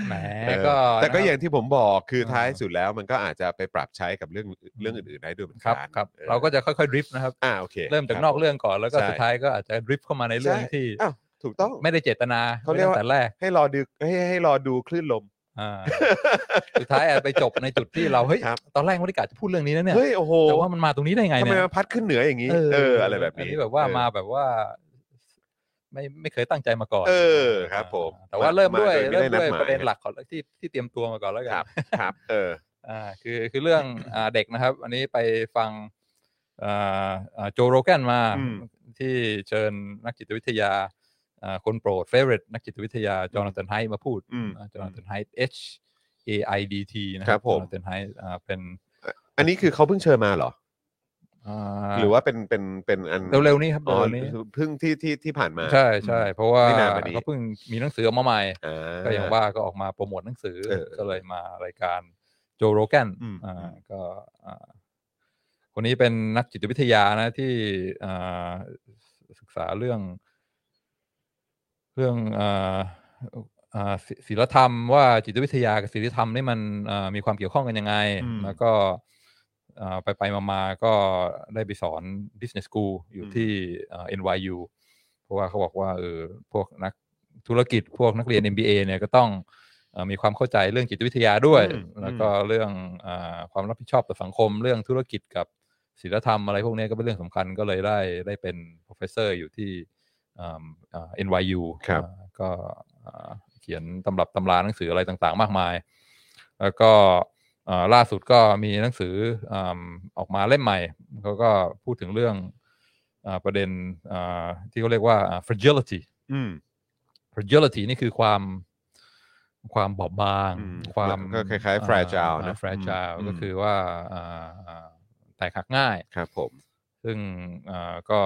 Speaker 3: แหม
Speaker 2: เออ
Speaker 3: ก็
Speaker 2: แต่ก็
Speaker 3: นะครับ
Speaker 2: อย่างที่ผมบอกคือ
Speaker 3: เออ
Speaker 2: ท้ายสุดแล้วมันก็อาจจะไปปรับใช้กับเรื่องเรื่องอื่นๆได้ด้วยเหมือน
Speaker 3: ค
Speaker 2: กั
Speaker 3: รับครับ เราก็จะค่อยๆดริฟต์นะครับ
Speaker 2: อ่าโอเค
Speaker 3: เริ่มจาก
Speaker 2: คน บอก
Speaker 3: เรื่องก่อนแล้วก็
Speaker 2: ใช่
Speaker 3: สุดท้ายก็อาจจะดริฟต์เข้ามาในเรื่อง
Speaker 2: ใช่
Speaker 3: ที่
Speaker 2: อ้าวถูกต้อง
Speaker 3: ไม่ได้เจตนา
Speaker 2: เขาเรียกว่า
Speaker 3: ตั้งแต่แรก
Speaker 2: ให้รอดูให้ให้รอดูคลื่นลม
Speaker 3: อ่าสุดท้ายอาจไปจบในจุดที่เราเฮ้ย
Speaker 2: ครับ
Speaker 3: ตอนแรกไม่ได้กะจะพูดเรื่องนี้นะเนี่ย
Speaker 2: เฮ้ยโอ้โห
Speaker 3: แต่ว่ามันมาตรงนี้ได้ไง
Speaker 2: ทำไม
Speaker 3: เนี่ย
Speaker 2: มันพัดขึ้นเหนืออย่างนี้ เออ อะไรแบบ
Speaker 3: อัน
Speaker 2: นี้
Speaker 3: นี้แบบว่า
Speaker 2: เออ
Speaker 3: มาแบบว่า ไม่ไม่เคยตั้งใจมาก่อน
Speaker 2: เออครับผม
Speaker 3: แต่ว่าเริ่มด้วย
Speaker 2: มาโดยไม่
Speaker 3: เริ่
Speaker 2: ได้นัดห
Speaker 3: มด้วย
Speaker 2: มาย
Speaker 3: ประเด็นหลักของที่ที่เตรียมตัวมาก่อนแล้วกั
Speaker 2: คน รับ ครับ เออ
Speaker 3: อ่าคือคือเรื่อง อ่าเด็กนะครับ อันนี้ไปฟังอ่าอ่าโจโรแกนมา
Speaker 2: อืม
Speaker 3: ที่เชิญนักจิตวิทยาอ่าคนโปรดเฟเวอร์นักจิตวิทยาจอห์นสันไฮมาพูด
Speaker 2: อืม
Speaker 3: จอห์นสันไฮ H A I D T นะ
Speaker 2: ค
Speaker 3: ค
Speaker 2: รั
Speaker 3: รั
Speaker 2: บบ ผม
Speaker 3: จอห์นสันไฮอ่าเป็น
Speaker 2: อันนี้คือเขาเพิ่งเชิญมาเหรอ
Speaker 3: อ่
Speaker 2: หรือว่าเป็นเป็นเป็นอัน
Speaker 3: เร็วๆนี้ครับ
Speaker 2: อ๋อ
Speaker 3: เร็วๆนี้
Speaker 2: เพิ่งที่ที่ที่ผ่านมา
Speaker 3: ใช่ใช่เพราะว่า
Speaker 2: ไม่นานมานี้
Speaker 3: ก็เพิ่งมีหนังสือออกมาใหม่
Speaker 2: อ่
Speaker 3: ก็อย่างว่าก็ออกมาโปรโมทหนังสือ
Speaker 2: เออ
Speaker 3: ก็เลยมารายการโจโรแกน
Speaker 2: อืมอื
Speaker 3: อ่าม ก็อ่าคนนี้เป็นนักจิตวิทยานะที่อ่าศึกษาเรื่อง เรื่องอ่าอ่าศิศิลธรรมว่าจิตวิทยากับศิลธรรมนี่มันอ่ามีความเกี่ยวข้องกันยังไง
Speaker 2: อืม
Speaker 3: แล้วก็อ่าไปไปมามาก็ได้ไปสอน business school อยู่
Speaker 2: อืม
Speaker 3: ที่อ่า NYU เพราะว่าเขาบอกว่าเออพวกนักธุรกิจพวกนักเรียน MBA เนี่ยก็ต้อง เอ่อมีความเข้าใจเรื่องจิตวิทยาด้วย
Speaker 2: อืม
Speaker 3: แล้วก็เรื่องอาความรับผิดชอบต่อสังคม เรื่องธุรกิจกับศิลธรรมอะไรพวกนี้ก็เป็นเรื่องสำคัญก็เลยได้ได้เป็น professor อยู่ที่อ่าอ่า NYU
Speaker 2: ครับ
Speaker 3: อ่าก็อ่าเขียนตำรับตำราหนังสืออะไรต่างๆ มากมาย แล้วก็อ่าล่าสุดก็มีหนังสืออ่าออกมาเล่มใหม่เขาก็พูดถึงเรื่องอาประเด็นอ่าที่เขาเรียกว่าอ่า fragility
Speaker 2: อืม
Speaker 3: fragility นี่คือความความบอบบาง
Speaker 2: อืม
Speaker 3: ความ
Speaker 2: ก็คล้ายๆ fragile นะ
Speaker 3: อ่า fragile
Speaker 2: อืม
Speaker 3: ก็คือว่าอ่าอ่าแตกหักง่าย
Speaker 2: ครับผม
Speaker 3: ซึ่งอ่าก็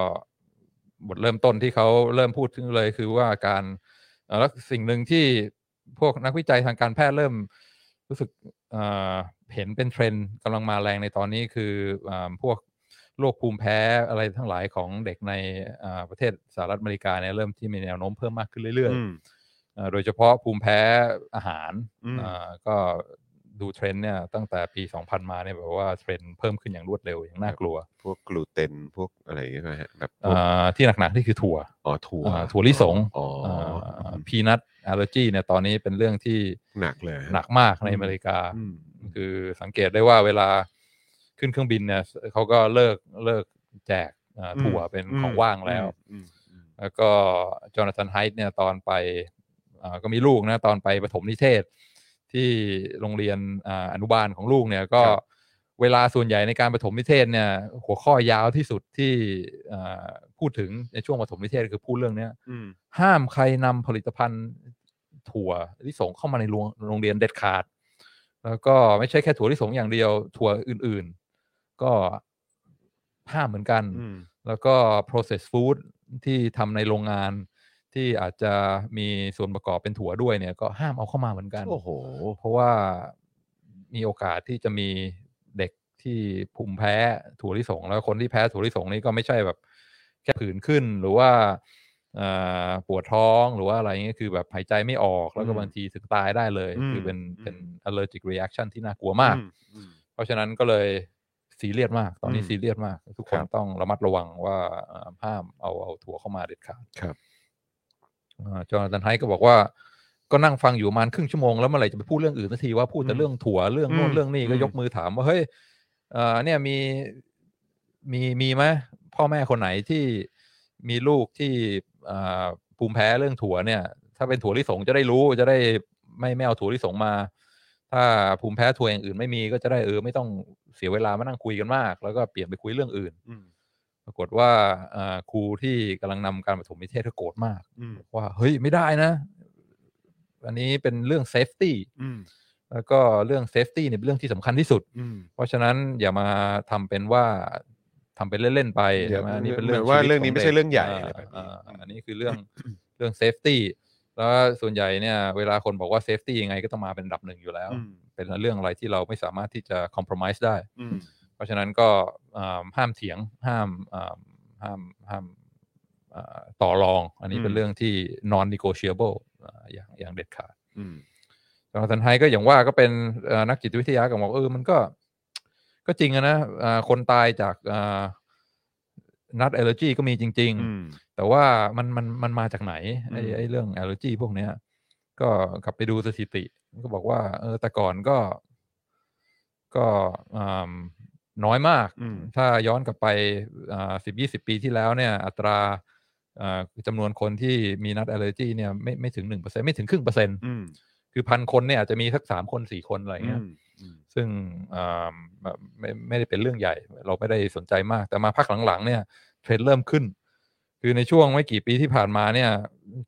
Speaker 3: บทเริ่มต้นที่เขาเริ่มพูดถึงเลยคือว่าการเอ่อแล้วสิ่งหนึ่งที่พวกนักวิจัยทางการแพทย์เริ่มรู้สึกอ่าเห็นเป็นเทรนด์กำลังมาแรงในตอนนี้คืออาพวกโรคภูมิแพ้อะไรทั้งหลายของเด็กในอ่าประเทศสหรัฐอเมริกาเนี่ยเริ่มที่มีแนวโน้มเพิ่มมากขึ้นเรื่อย
Speaker 2: อืม
Speaker 3: ๆอ่าโดยเฉพาะภูมิแพ้อาหาร
Speaker 2: อืม
Speaker 3: อ่าก็ดูเทรนด์เนี่ยตั้งแต่ปี 2000 มาเนี่ยแบบว่าเทรนด์เพิ่มขึ้นอย่างรวดเร็วอย่างน่ากลัว
Speaker 2: พวกกลูเตนพวกอะไรอย่างเงี้ยไหมฮะแบบพวก
Speaker 3: อ่าที่หนักๆ นี่คือถั่ว
Speaker 2: อ๋อถั่ว
Speaker 3: อ่าถั่วลิสง
Speaker 2: อ๋ออา
Speaker 3: พีนัทอ l ลเลอร์จีเนี่ยตอนนี้เป็นเรื่องที่
Speaker 2: หนักเลยฮะ
Speaker 3: หนักมากในอเมริกา
Speaker 2: อืม
Speaker 3: คือสังเกตได้ว่าเวลาขึ้นเครื่องบินเนี่ยเขาก็เลิกเลิกแจกอ่า
Speaker 2: อืม
Speaker 3: ถั่วเป็นของว่างแล้ว
Speaker 2: อืมอืม
Speaker 3: แล้วก็จอนาธานไฮท์เนี่ยตอนไปอ่าก็มีลูกนะตอนไปประถมนิเทศ ที่โรงเรียนอ่าอนุบาลของลูกเนี่ยก็
Speaker 2: ครับ
Speaker 3: เวลาส่วนใหญ่ในการประถมนิเทศเนี่ยหัวข้อยาวที่สุดที่อ่าพูดถึงในช่วงประถมนิเทศคือพูดเรื่องเนี้ย
Speaker 2: อืม
Speaker 3: ห้ามใครนำผลิตภัณฑ์ถั่วลิสงเข้ามาในโรงโรงเรียนเด็ดขาด แล้วก็ไม่ใช่แค่ถั่วลิสงอย่างเดียวถั่วอื่นๆ ก็ห้ามเหมือนกัน
Speaker 2: อืม
Speaker 3: แล้วก็ processed food ที่ทำในโรงงานที่อาจจะมีส่วนประกอบเป็นถั่วด้วยเนี่ยก็ห้ามเอาเข้ามาเหมือนกัน
Speaker 2: โอ้โห
Speaker 3: เพราะว่ามีโอกาสที่จะมีเด็กที่ภูมิแพ้ถั่วลิสง แล้วคนที่แพ้ถั่วลิสงนี่ก็ไม่ใช่แบบแค่ผื่นขึ้นหรือว่าเอ่อปวดท้องหรือว่าอะไรเงี้ยคือแบบหายใจไม่ออกแล้วก็
Speaker 2: อืม
Speaker 3: บางทีถึงตายได้เลย
Speaker 2: อืม
Speaker 3: คือเป็น
Speaker 2: อืม
Speaker 3: เป็น allergic reaction ที่น่ากลัวมาก
Speaker 2: อือืม
Speaker 3: เพราะฉะนั้นก็เลยซีเรียสมาก ตอนนี้
Speaker 2: อืม
Speaker 3: ซีเรียสมาก ทุกค
Speaker 2: คน รับ
Speaker 3: ต้องระมัดระวังว่าเอ่อห้ามเอาเอาถั่วเข้ามาเด็ดขาด
Speaker 2: ครับ
Speaker 3: อ่าจอห์นสันไฮท์ก็บอกว่าก็นั่งฟังอยู่ประมาณครึ่งชั่วโมงแล้วเมื่อไหร่จะไปพูดเรื่องอื่นสักทีว่าพูดแต่เรื่องถั่วเรื่องโน่น
Speaker 2: อืม
Speaker 3: เรื่องนี้ก็
Speaker 2: อืม
Speaker 3: ยกมือถามว่าเฮ้ยเอ่อเนี่ยมีมีมีไหมพ่อแม่คนไหนที่มีลูกที่อ่าภูมิแพ้เรื่องถั่วเนี่ย ถ้าเป็นถั่วลิสงจะได้รู้จะได้ไม่ไม่เอาถั่วลิสงมา ถ้าภูมิแพ้ถั่วอย่างอื่นไม่มีก็จะได้เออไม่ต้องเสียเวลามานั่งคุยกันมาก แล้วก็เปลี่ยนไปคุยเรื่องอื่น
Speaker 2: อืม
Speaker 3: ปรากฏว่าอ่าครูที่กำลังนำการปฐมนิเทศก็โกรธมาก
Speaker 2: อืม
Speaker 3: ว่าเฮ้ยไม่ได้นะ อันนี้เป็นเรื่องเซฟตี้
Speaker 2: อืม
Speaker 3: แล้วก็เรื่องเซฟตี้เนี่ยเป็นเรื่องที่สำคัญที่สุด
Speaker 2: อืม
Speaker 3: เพราะฉะนั้นอย่ามาทำเป็นว่าทำเป็นเล่น ๆ ไป
Speaker 2: เดี๋ยว
Speaker 3: ใช่ไหม
Speaker 2: เห
Speaker 3: นี่เป็น
Speaker 2: มื
Speaker 3: เรื่อ
Speaker 2: อง นว่า
Speaker 3: ชีวิต
Speaker 2: เรื่องนี้
Speaker 3: ข
Speaker 2: ไม่ใช่เรื่องใหญ่
Speaker 3: า
Speaker 2: อะไรแบบนี้
Speaker 3: อ่าอันนี้คือเรื่อง เรื่องเซฟตี้แล้วส่วนใหญ่เนี่ยเวลาคนบอกว่าเซฟตี้ยังไงก็ต้องมาเป็นอันดับหนึ่งอยู่แล้ว
Speaker 2: อืม
Speaker 3: เป็นเรื่องอะไรที่เราไม่สามารถที่จะคอม p r o m i s e ได้
Speaker 2: อืม
Speaker 3: เพราะฉะนั้นก็อ่าห้ามเถียงห้ามอ่าห้ามห้ามอ่าต่อรอง อันนี้
Speaker 2: อืม
Speaker 3: เป็นเรื่องที่ non negotiable อ่าอย่างอย่างเด็ดขาด
Speaker 2: อืม
Speaker 3: จอห์นสันไฮก็อย่างว่าก็เป็นเอ่อนักจิตวิทยาก็บอกเออมันก็ ก็จริงอะนะอ่าคนตายจากนัดแอลเลอร์จีก็มีจริง
Speaker 2: อืม
Speaker 3: ๆ แต่ว่ามันมันมันมาจากไหนไอ้
Speaker 2: อืม
Speaker 3: ไอ้เรื่องแอลเลอร์จีพวกเนี้ย ก็กลับไปดูสถิติ ก็บอกว่า เออแต่ก่อนก็ ก็อ่าน้อยมาก
Speaker 2: อืม
Speaker 3: ถ้าย้อนกลับไปสิบยี่สิบปีที่แล้วเนี่ย อัตราอ่าจำนวนคนที่มีนัดแอลเลอร์จีเนี่ยไม่ไม่ถึงหนึ่งเปอร์เซ็นไม่ถึงครึ่งเปอร์เซ็นต์
Speaker 2: อืม
Speaker 3: คือพันคนเนี่ยอาจจะมีสักสามคนสี่คนอะไร
Speaker 2: อื
Speaker 3: เงี้ย
Speaker 2: มอืม
Speaker 3: ซึ่งอ่าแบบไม่ไม่ได้เป็นเรื่องใหญ่ เราไม่ได้สนใจมาก แต่มาพักหลังๆ เนี่ยเทรนด์เริ่มขึ้น คือในช่วงไม่กี่ปีที่ผ่านมาเนี่ย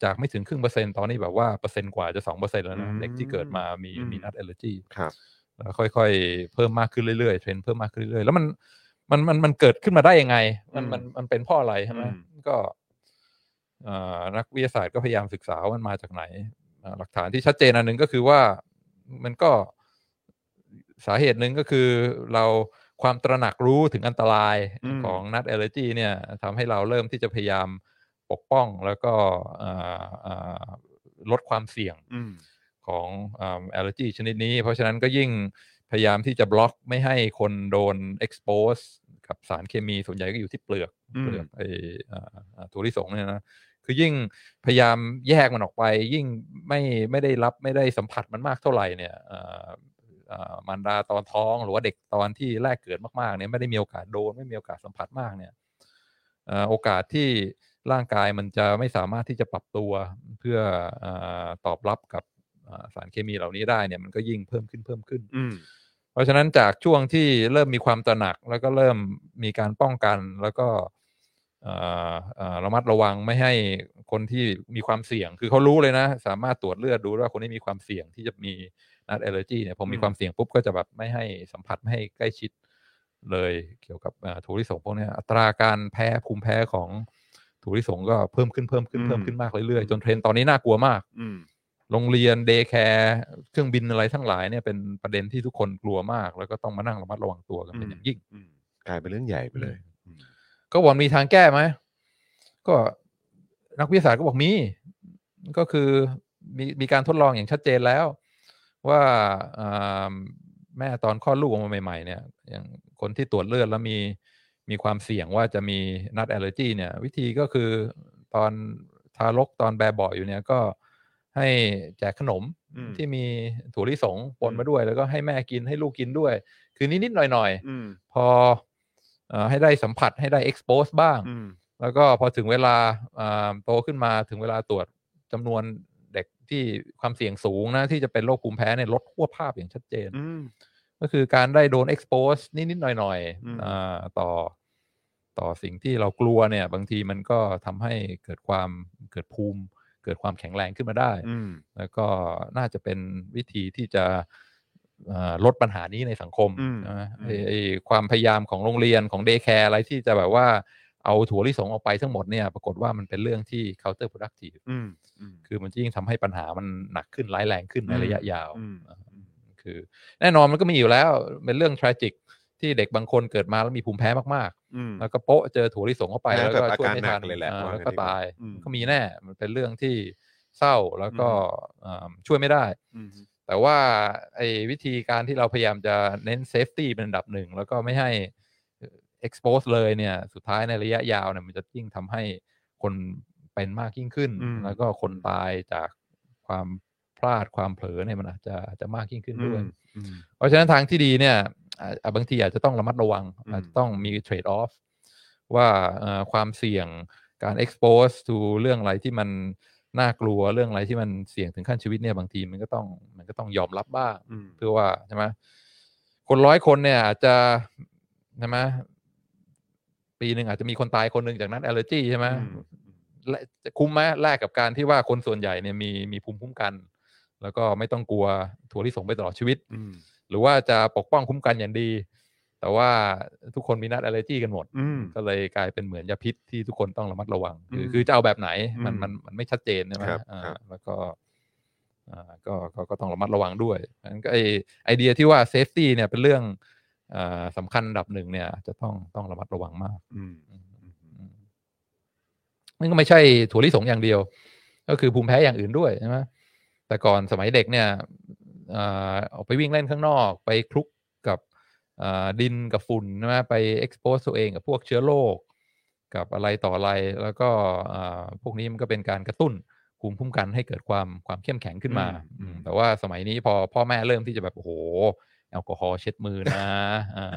Speaker 3: จากไม่ถึงครึ่งเปอร์เซ็นต์ตอนนี้แบบว่าเปอร์เซ็นต์กว่าจะสองเปอร์เซ็นต์แล้วนะ
Speaker 2: อืม
Speaker 3: เด็กที่เกิดมามี
Speaker 2: อืม
Speaker 3: มีนัดแอลเลอร์จี
Speaker 2: ครับ
Speaker 3: แล้วค่อยๆ เพิ่มมากขึ้นเรื่อยๆเทรนด์เพิ่มมากขึ้นเรื่อยๆแล้วมันมันมันมันเกิดขึ้นมาได้ยังไง มันมันมันเป็นเพราะอะไรใช่ไหม
Speaker 2: อืม
Speaker 3: ก็อ่านักวิทยาศาสตร์ก็พยายามศึกษาว่ามันมาจากไหน อ่าหลักฐานที่ชัดเจนอันหนึ่งก็คือว่ามันก็สาเหตุหนึ่งก็คือเราความตระหนักรู้ถึงอันตราย
Speaker 2: อืม
Speaker 3: ของนัดแอลเลอร์จีเนี่ยทำให้เราเริ่มที่จะพยายามปกป้องแล้วก็อ่าอ่าลดความเสี่ยง
Speaker 2: อืม
Speaker 3: ของแอลเลอร์จีชนิดนี้ เพราะฉะนั้นก็ยิ่งพยายามที่จะบล็อกไม่ให้คนโดน expose กับสารเคมีส่วนใหญ่ก็อยู่ที่เปลือก
Speaker 2: อืม
Speaker 3: เปลือกไอ้อ่าอ่าถั่วลิสงเนี่ยนะ คือยิ่งพยายามแยกมันออกไป ยิ่งไม่ไม่ได้รับไม่ได้สัมผัสมันมากเท่าไหร่เนี่ยเอ่อเอ่อมารดาตอนท้องหรือว่าเด็กตอนที่แรกเกิดมากๆเนี่ยไม่ได้มีโอกาสโดนไม่มีโอกาสสัมผัสมากเนี่ยเอ่อโอกาสที่ร่างกายมันจะไม่สามารถที่จะปรับตัวเพื่อเออตอบรับกับเอ่อสารเคมีเหล่านี้ได้เนี่ยมันก็ยิ่งเพิ่มขึ้นเพิ่มขึ้น
Speaker 2: อืม
Speaker 3: เพราะฉะนั้นจากช่วงที่เริ่มมีความตระหนัก แล้วก็เริ่มมีการป้องกันแล้วก็เอ่อเอ่อระมัดระวังไม่ให้คนที่มีความเสี่ยง คือเขารู้เลยนะ สามารถตรวจเลือดดูว่าคนที่มีความเสี่ยงที่จะมีนัดแอลเลอร์จีเนี่ยพอมี
Speaker 2: อืม
Speaker 3: ความเสี่ยงปุ๊บก็จะแบบไม่ให้สัมผัสไม่ให้ใกล้ชิดเลยเกี่ยวกับอ่าถั่วลิสงพวกเนี้ยอัตราการแพ้ภูมิแพ้ของถั่วลิสงก็เพิ่มขึ้นเพิ่มขึ้นเพิ่มขึ้นมากเรื่อยๆจนเทรนด์ตอนนี้น่ากลัวมาก
Speaker 2: อืม
Speaker 3: โรงเรียนเดย์แคร์เครื่องบินอะไรทั้งหลายเนี่ยเป็นประเด็นที่ทุกคนกลัวมาก แล้วก็ต้องมานั่งระมัดระวังตัวกันเป็น
Speaker 2: อืม
Speaker 3: อย่างยิ่ง
Speaker 2: อืมกลายเป็นเรื่องใหญ่ไปเลย
Speaker 3: ก็บอกมีทางแก้ไหมก็นักวิทยาศาสตร์ก็บอกมี ก็คือมีมีการทดลองอย่างชัดเจนแล้ว ว่าอ่าแม่ตอนคลอดลูกออกมาใหม่ ๆ เนี่ย อย่างคนที่ตรวจเลือดแล้วมีมีความเสี่ยงว่าจะมีนัดแอลเลอร์จีเนี่ย วิธีก็คือตอนทารกตอนแบบเบาะอยู่เนี่ยก็ให้แจกขนม
Speaker 2: อืม
Speaker 3: ที่มีถั่วลิสงปนมาด้วย แล้วก็ให้แม่กินให้ลูกกินด้วย คือนิดๆหน่อยๆ
Speaker 2: อืม
Speaker 3: พอเอ่อให้ได้สัมผัสให้ได้ expose บ้าง
Speaker 2: อืม
Speaker 3: แล้วก็พอถึงเวลาอ่าโตขึ้นมาถึงเวลาตรวจจำนวนเด็กที่ความเสี่ยงสูงนะ ที่จะเป็นโรคภูมิแพ้เนี่ยลดขั้วบภาพอย่างชัดเจน
Speaker 2: อืม
Speaker 3: ก็คือการได้โดน expose นิด ๆ หน่อย
Speaker 2: อืม
Speaker 3: ๆอ่าต่อต่อสิ่งที่เรากลัวเนี่ย บางทีมันก็ทำให้เกิดความเกิดภูมิ เกิดความแข็งแรงขึ้นมาได้
Speaker 2: อืม
Speaker 3: แล้วก็น่าจะเป็นวิธีที่จะเอ่อลดปัญหานี้ในสังคม
Speaker 2: อืม
Speaker 3: ใช่ไหม
Speaker 2: อืม
Speaker 3: ไอ้ไอ้ความพยายามของโรงเรียนของเดย์แคร์อะไรที่จะแบบว่าเอาถั่วลิสงออกไปทั้งหมดเนี่ย ปรากฏว่ามันเป็นเรื่องที่ counter productive
Speaker 2: อืมอืม
Speaker 3: คือมันจะยิ่งทำให้ปัญหามันหนักขึ้นร้ายแรงขึ้นใน
Speaker 2: อืม
Speaker 3: ระยะยาว
Speaker 2: อืม
Speaker 3: อ่าคือแน่นอนมันก็มีอยู่แล้ว เป็นเรื่อง tragic ที่เด็กบางคนเกิดมาแล้วมีภูมิแพ้มาก
Speaker 2: อืม
Speaker 3: ๆ แล้วก็โป๊ะเจอถั่วลิสงเข้าไป
Speaker 2: น่า
Speaker 3: แล้ว
Speaker 2: จะ
Speaker 3: ก็
Speaker 2: อา
Speaker 3: ช่วย
Speaker 2: การ
Speaker 3: ไม่
Speaker 2: หนั
Speaker 3: ทั
Speaker 2: ก
Speaker 3: น
Speaker 2: เลยแหละ
Speaker 3: อ่า
Speaker 2: ว่า
Speaker 3: แล้ว
Speaker 2: งั้น
Speaker 3: ก็
Speaker 2: ดีกว่า
Speaker 3: ตาย
Speaker 2: อืม
Speaker 3: ก็มีแน่มันเป็นเรื่องที่เศร้าแล้วก็อ่าช่วยไม่ได้
Speaker 2: อืม
Speaker 3: แต่ว่าไอ้วิธีการที่เราพยายามจะเน้นเซฟตี้เป็นอันดับหนึ่ง แล้วก็ไม่ให้ expose เลยเนี่ย สุดท้ายในระยะยาวเนี่ยมันจะยิ่งทำให้คนเป็นมากยิ่งขึ้น
Speaker 2: อืม
Speaker 3: แล้วก็คนตายจากความพลาดความเผลอเนี่ยมันอาจจะอาจจะมากยิ่งขึ้น
Speaker 2: อื
Speaker 3: ด้วย
Speaker 2: มอืม
Speaker 3: เพราะฉะนั้นทางที่ดีเนี่ยอ่ะอ่ะบางทีอาจจะต้องระมัดระวัง
Speaker 2: อืม
Speaker 3: อาจจะต้องมีเทรดออฟว่าเอ่อความเสี่ยงการ expose to เรื่องอะไรที่มันน่ากลัวเรื่องอะไรที่มันเสี่ยงถึงขั้นชีวิตเนี่ยบางทีมันก็ต้องมันก็ต้องยอมรับบ้าง
Speaker 2: อืม
Speaker 3: เพื่อว่าใช่ไหมคนร้อยคนเนี่ยอาจจะใช่ไหมปีหนึ่งอาจจะมีคนตายคนหนึ่งจากนั้นแอลเลอร์จีใช่ไหม
Speaker 2: อืม
Speaker 3: และจะคุ้มไหมแลกกับการที่ว่าคนส่วนใหญ่เนี่ยมีมีภูมิคุ้มกัน แล้วก็ไม่ต้องกลัวถั่วลิสงไปตลอดชีวิต
Speaker 2: อืม
Speaker 3: หรือว่าจะปกป้องคุ้มกันอย่างดี แต่ว่าทุกคนมีนัดอะไรจี้กันหมด
Speaker 2: อืม
Speaker 3: ก็เลยกลายเป็นเหมือนยาพิษที่ทุกคนต้องระมัดระวัง คือ
Speaker 2: อืม
Speaker 3: คือจะเอาแบบไหนมัน
Speaker 2: อืม
Speaker 3: มันมันไม่ชัดเจนใช่ไหม
Speaker 2: ครับ
Speaker 3: อ่า
Speaker 2: ครับ
Speaker 3: แล้วก็อ่าก็ก็ก็ต้องระมัดระวังด้วยงั้นก็ไอไอเดียที่ว่าเซฟตี้เนี่ยเป็นเรื่องอ่าสำคัญอันดับหนึ่งเนี่ย จะต้องต้องระมัดระวังมาก
Speaker 2: อืม
Speaker 3: อืมมันก็ไม่ใช่ถั่วลิสงอย่างเดียว ก็คือภูมิแพ้อย่างอื่นด้วยใช่ไหมแต่ก่อนสมัยเด็กเนี่ยเอ่อออกไปวิ่งเล่นข้างนอก ไปคลุกกับเอ่อดินกับฝุ่นใช่ไหมไป expose ตัวเองกับพวกเชื้อโรคกับอะไรต่ออะไร แล้วก็เอ่อพวกนี้มันก็เป็นการกระตุ้นภูมิคุ้มกันให้เกิดความความเข้มแข็งขึ้นมา
Speaker 2: อืมอืม
Speaker 3: อืมแต่ว่าสมัยนี้พอพ่อแม่เริ่มที่จะแบบโอ้โหแอลกอฮอล์เช็ดมือนะอ่า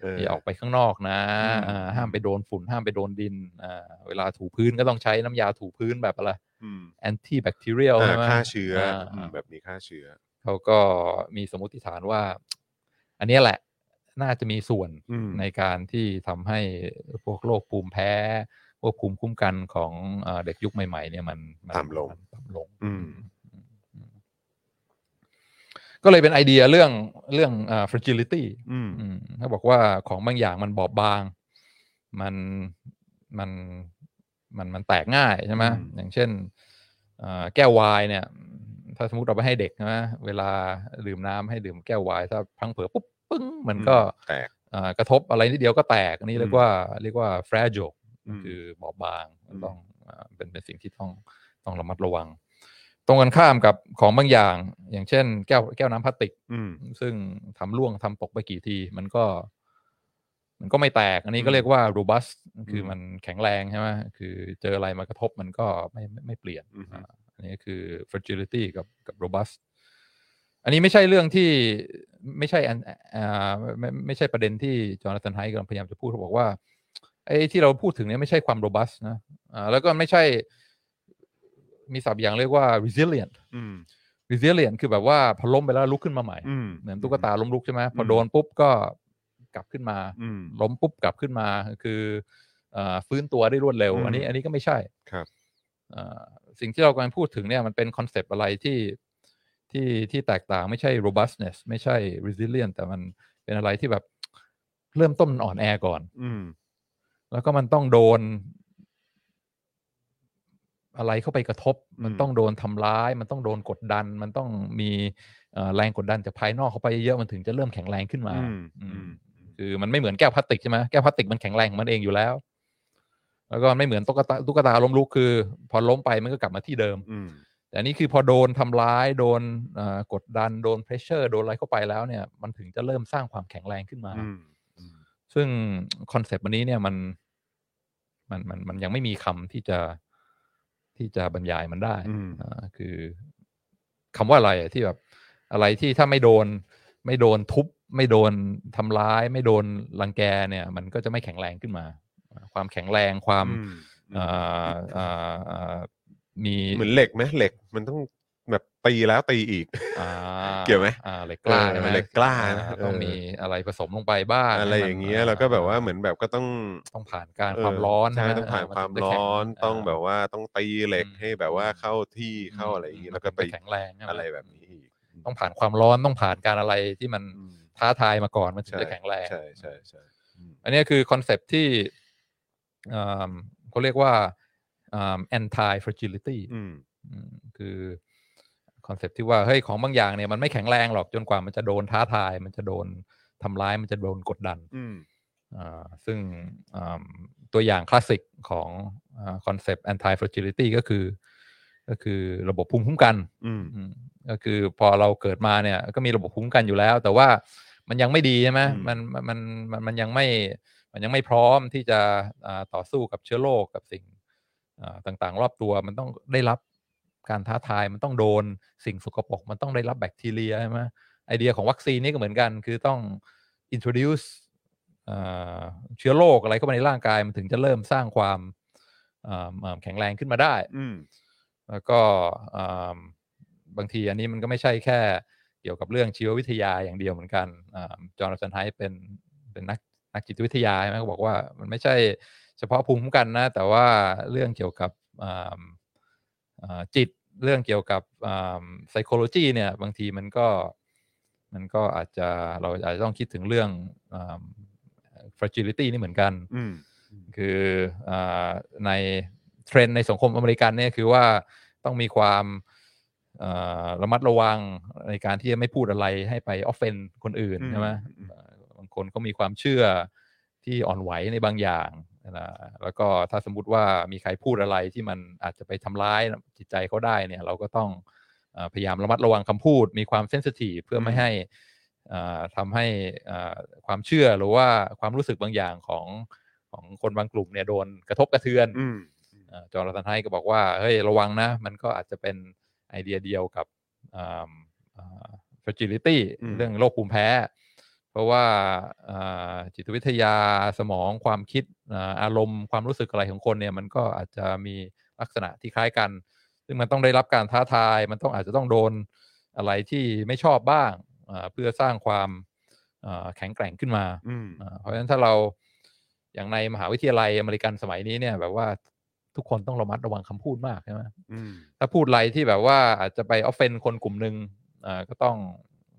Speaker 2: เออ
Speaker 3: อย่าออกไปข้างนอกนะ
Speaker 2: อืม
Speaker 3: อ่าห้ามไปโดนฝุ่น ห้ามไปโดนดินอ่าเวลาถูพื้นก็ต้องใช้น้ำยาถูพื้นแบบอะไร
Speaker 2: อืม
Speaker 3: แอนตี้แบคทีเรียล
Speaker 2: อ่า
Speaker 3: ใช่ไหม
Speaker 2: ฆ่าเชื้อ
Speaker 3: อ่า
Speaker 2: อืมแบบนี้ฆ่าเชื้อ
Speaker 3: เขาก็มีสมมติฐานว่า อันเนี้ยแหละน่าจะมีส่วน
Speaker 2: อืม
Speaker 3: ในการที่ทำให้พวกโรคภูมิแพ้ พวกภูมิคุ้มกันของอ่าเด็กยุคใหม่ ๆ เนี่ยมันมัน
Speaker 2: ต่ำลง
Speaker 3: มันต่ำลง
Speaker 2: อืม
Speaker 3: ก็เลยเป็นไอเดียเรื่องเรื่องอ่า fragility
Speaker 2: อืม
Speaker 3: อืมเขาบอกว่าของบางอย่างมันบอบบาง มันมันมันมันแตกง่ายใช่ไหม
Speaker 2: อืม
Speaker 3: อย่างเช่นเอ่อแก้ววายเนี่ย ถ้าสมมติเราไปให้เด็กใช่ไหมเวลาดื่มน้ำให้ดื่มแก้ววายถ้าพลังเผลอปุ๊บปึ้ง มันก็
Speaker 2: แตก
Speaker 3: เอ่อกระทบอะไรนิดเดียวก็แตกอันนี้เรียกว่าเรียกว่า fragile
Speaker 2: อืม
Speaker 3: คือบอบบาง
Speaker 2: อืม
Speaker 3: ต้องอ่าเป็นเป็นสิ่งที่ต้องต้องระมัดระวัง ตรงกันข้ามกับของบางอย่าง อย่างเช่น แก้วแก้วน้ำพลาสติก
Speaker 2: อืม
Speaker 3: ซึ่งทำล่วงทำตกไปกี่ที มันก็ มันก็ไม่แตก อันนี้ก็เรียกว่า robust คืออ
Speaker 2: ม
Speaker 3: มันแข็งแรงใช่ไหมคือเจออะไรมากระทบมันก็ไม่ไม่ไม่เปลี่ยน
Speaker 2: อือฮึ
Speaker 3: อ่าอันนี้คือ fragility กับกับ robust อันนี้ไม่ใช่เรื่องที่ไม่ใช่อันอ่าไม่ไม่ใช่ประเด็นที่จอห์นสันไฮกำลังพยายามจะพูดเขาบอกว่าไอ้ที่เราพูดถึงเนี่ยไม่ใช่ความ robust นะอ่าแล้วก็ไม่ใช่มีศัพท์อย่างเรียกว่า resilient
Speaker 2: อืม
Speaker 3: resilient คือแบบว่าพอล้มไปแล้วลุกขึ้นมาใหม่
Speaker 2: อืม
Speaker 3: เหมือนตุ๊กตาล้มลุกใช่ไหมพออ
Speaker 2: ม
Speaker 3: โดนปุ๊บก็กลับขึ้นมา
Speaker 2: อืม
Speaker 3: ล้มปุ๊บกลับขึ้นมาคือเอ่อฟื้นตัวได้รวดเร็ว
Speaker 2: อืม
Speaker 3: อันนี้อันนี้ก็ไม่ใช่
Speaker 2: ครับ
Speaker 3: เอ่อสิ่งที่เรากำลังพูดถึงเนี่ยมันเป็นคอนเซปต์อะไรที่ที่ที่แตกต่างไม่ใช่ robustness ไม่ใช่ resilient แต่มันเป็นอะไรที่แบบเริ่มต้นมันอ่อนแอก่อน
Speaker 2: ืม
Speaker 3: แล้วก็มันต้องโดน อะไรเข้าไปกระทบ มัน
Speaker 2: อืม
Speaker 3: ต้องโดนทำร้าย มันต้องโดนกดดัน มันต้องมีเอ่อแรงกดดันจากภายนอกเข้าไปเยอะๆมันถึงจะเริ่มแข็งแรงขึ้นมา
Speaker 2: อืม
Speaker 3: อื
Speaker 2: อื
Speaker 3: ม
Speaker 2: ม
Speaker 3: คือมันไม่เหมือนแก้วพลาสติกใช่ไหมแก้วพลาสติกมันแข็งแรงของมันเองอยู่แล้ว แล้วก็ไม่เหมือนตุ๊กตาตุ๊กตาล้มลุกคือ พอล้มไปมันก็กลับมาที่เดิม
Speaker 2: อืม
Speaker 3: แต่อันนี่คือพอโดนทำร้ายโดนเอ่อกดดันโดนเพรสเชอร์โดนอะไรเข้าไปแล้วเนี่ย มันถึงจะเริ่มสร้างความแข็งแรงขึ้นมา
Speaker 2: อืม
Speaker 3: ซึ่งคอนเซปต์วันนี้เนี่ยมันมันมันมันยังไม่มีคำที่จะที่จะบรรยายมันได้
Speaker 2: อืม
Speaker 3: อ่าคือคำว่าอะไรอะที่แบบอะไรที่ถ้าไม่โดน ไม่โดนทุบ ไม่โดนทำร้าย ไม่โดนรังแกเนี่ย มันก็จะไม่แข็งแรงขึ้นมา ความแข็งแรงความ
Speaker 2: อืม
Speaker 3: อ่าอ่าอ่ามี
Speaker 2: เหมือนเหล็กไหมเหล็กมันต้องแบบตีแล้วตีอีก
Speaker 3: อ่า
Speaker 2: เกี่ยวไหม
Speaker 3: อ่าเหล็กกล้า
Speaker 2: เออ
Speaker 3: ใช่ไหม
Speaker 2: เหล็กกล้านะ
Speaker 3: อ่ต้อง
Speaker 2: เออ
Speaker 3: มีอะไรผสมลงไปบ้าง
Speaker 2: อะไร
Speaker 3: ให้มัน
Speaker 2: อย่างเงี้ยเราก็แบบว่าเหมือนแบบก็ต้อง
Speaker 3: ต้องผ่านการ
Speaker 2: เออ
Speaker 3: ความร้อน
Speaker 2: ใช่
Speaker 3: นะ
Speaker 2: ต้องผ่าน
Speaker 3: เ
Speaker 2: ความ
Speaker 3: ถึจะแข็
Speaker 2: ร้อน
Speaker 3: า
Speaker 2: ต้องแบบว่าต้องตีเหล็ก
Speaker 3: อืม
Speaker 2: ให้แบบว่า
Speaker 3: อืม
Speaker 2: เข้าที่เข้าอะไรอย่างนี้
Speaker 3: ม
Speaker 2: แล้วก็ไป
Speaker 3: มันถึจะแข็งแรงใช่ไหม
Speaker 2: อะไรแบบนี้อีก
Speaker 3: ต้องผ่านความร้อนต้องผ่านการอะไรที่มัน
Speaker 2: อืม
Speaker 3: ท้าทายมาก่อนมันถึง
Speaker 2: ใช่
Speaker 3: จะแข็งแรง
Speaker 2: ใช่ใช่ใช่อืม
Speaker 3: อันนี้คือคอนเซปต์ที่เอิ่มเขาเรียกว่าเอิ่ม anti fragility
Speaker 2: อืม
Speaker 3: อืมคือคอนเซปต์ที่ว่าเฮ้ยของบางอย่างเนี่ยมันไม่แข็งแรงหรอกจนกว่ามันจะโดนท้าทาย มันจะโดนทำร้ายมันจะโดนกดดัน
Speaker 2: อืม
Speaker 3: อ่าซึ่งอ่าตัวอย่างคลาสสิกของคอนเซปต์ anti fragility ก็คือ ก็คือระบบภูมิคุ้มกัน
Speaker 2: อืม
Speaker 3: อืมก็คือพอเราเกิดมาเนี่ย ก็มีระบบภูมิคุ้มกันอยู่แล้ว แต่ว่ามันยังไม่ดีใช่ไหม
Speaker 2: อืม
Speaker 3: มันมันมันมันมันยังไม่มันยังไม่พร้อมที่จะอ่าต่อสู้กับเชื้อโรคกับสิ่งอ่าต่างๆ รอบตัวมันต้องได้รับการท้าทายมันต้องโดนสิ่งสกปรกมันต้องได้รับแบคทีเรียใช่ไหม ไอเดียของวัคซีนนี่ก็เหมือนกัน คือต้อง introduce เอ่อเชื้อโรคอะไรเข้ามาในร่างกาย มันถึงจะเริ่มสร้างความเอิ่มเอิ่มแข็งแรงขึ้นมาได้
Speaker 2: อืม
Speaker 3: แล้วก็เอิ่มบางทีอันนี้มันก็ไม่ใช่แค่เกี่ยวกับเรื่องชีววิทยาอย่างเดียวเหมือนกันจอร์นสันไฮเป็นเป็นนักนักจิตวิทยาใช่ไหมก็บอกว่ามันไม่ใช่เฉพาะภูมิคุ้มกันนะ แต่ว่าเรื่องเกี่ยวกับเอิ่มเอ่อจิตเรื่องเกี่ยวกับเอิ่ม psychology เนี่ยบางทีมันก็มันก็อาจจะเราอาจจะต้องคิดถึงเรื่องเอิ่ม fragility นี่เหมือนกัน
Speaker 2: อืม
Speaker 3: คืออาในเทรนด์ในสังคมอเมริกันเนี่ยคือว่าต้องมีความเอ่อระมัดระวังในการที่จะไม่พูดอะไรให้ไปออฟเฟนคนอื่น
Speaker 2: อืม
Speaker 3: ใช่ไหม
Speaker 2: อืม
Speaker 3: เอ่อบางคนก็มีความเชื่อที่อ่อนไหวในบางอย่างนะแล้วก็ถ้าสมมติว่ามีใครพูดอะไรที่มันอาจจะไปทำร้ายจิตใจเขาได้เนี่ยเราก็ต้องเอ่อพยายามระมัดระวังคำพูด มีความเซนซิทีฟเพื่อไม่ให้ อ่าทำาให้อ่าความเชื่อหรือว่าความรู้สึกบางอย่างของของคนบางกลุ่มเนี่ยโดนกระทบกระเทือน
Speaker 2: อืม
Speaker 3: อ่าจอร์แดนไฮก็บอกว่าเฮ้ยระวังนะ มันก็อาจจะเป็นไอเดียเดียวกับอ่าอ่า fragility
Speaker 2: อืม
Speaker 3: เรื่องโรคภูมิแพ้ เพราะว่าอ่าจิตวิทยาสมองความคิดอ่าอารมณ์ความรู้สึกอะไรของคนเนี่ยมันก็อาจจะมีลักษณะที่คล้ายกัน ซึ่งมันต้องได้รับการท้าทาย มันต้องอาจจะต้องโดนอะไรที่ไม่ชอบบ้างอ่าเพื่อสร้างความอ่าแข็งแกร่งขึ้นมา
Speaker 2: อืม
Speaker 3: อ่าเพราะฉะนั้นถ้าเราอย่างในมหาวิทยาลัยอเมริกันสมัยนี้เนี่ยแบบว่าทุกคนต้องระมัดระวังคำพูดมากใช่ไหม
Speaker 2: อืม
Speaker 3: ถ้าพูดอะไรที่แบบว่าอาจจะไปออฟเฟนคนกลุ่มหนึ่งอ่าก็ต้อง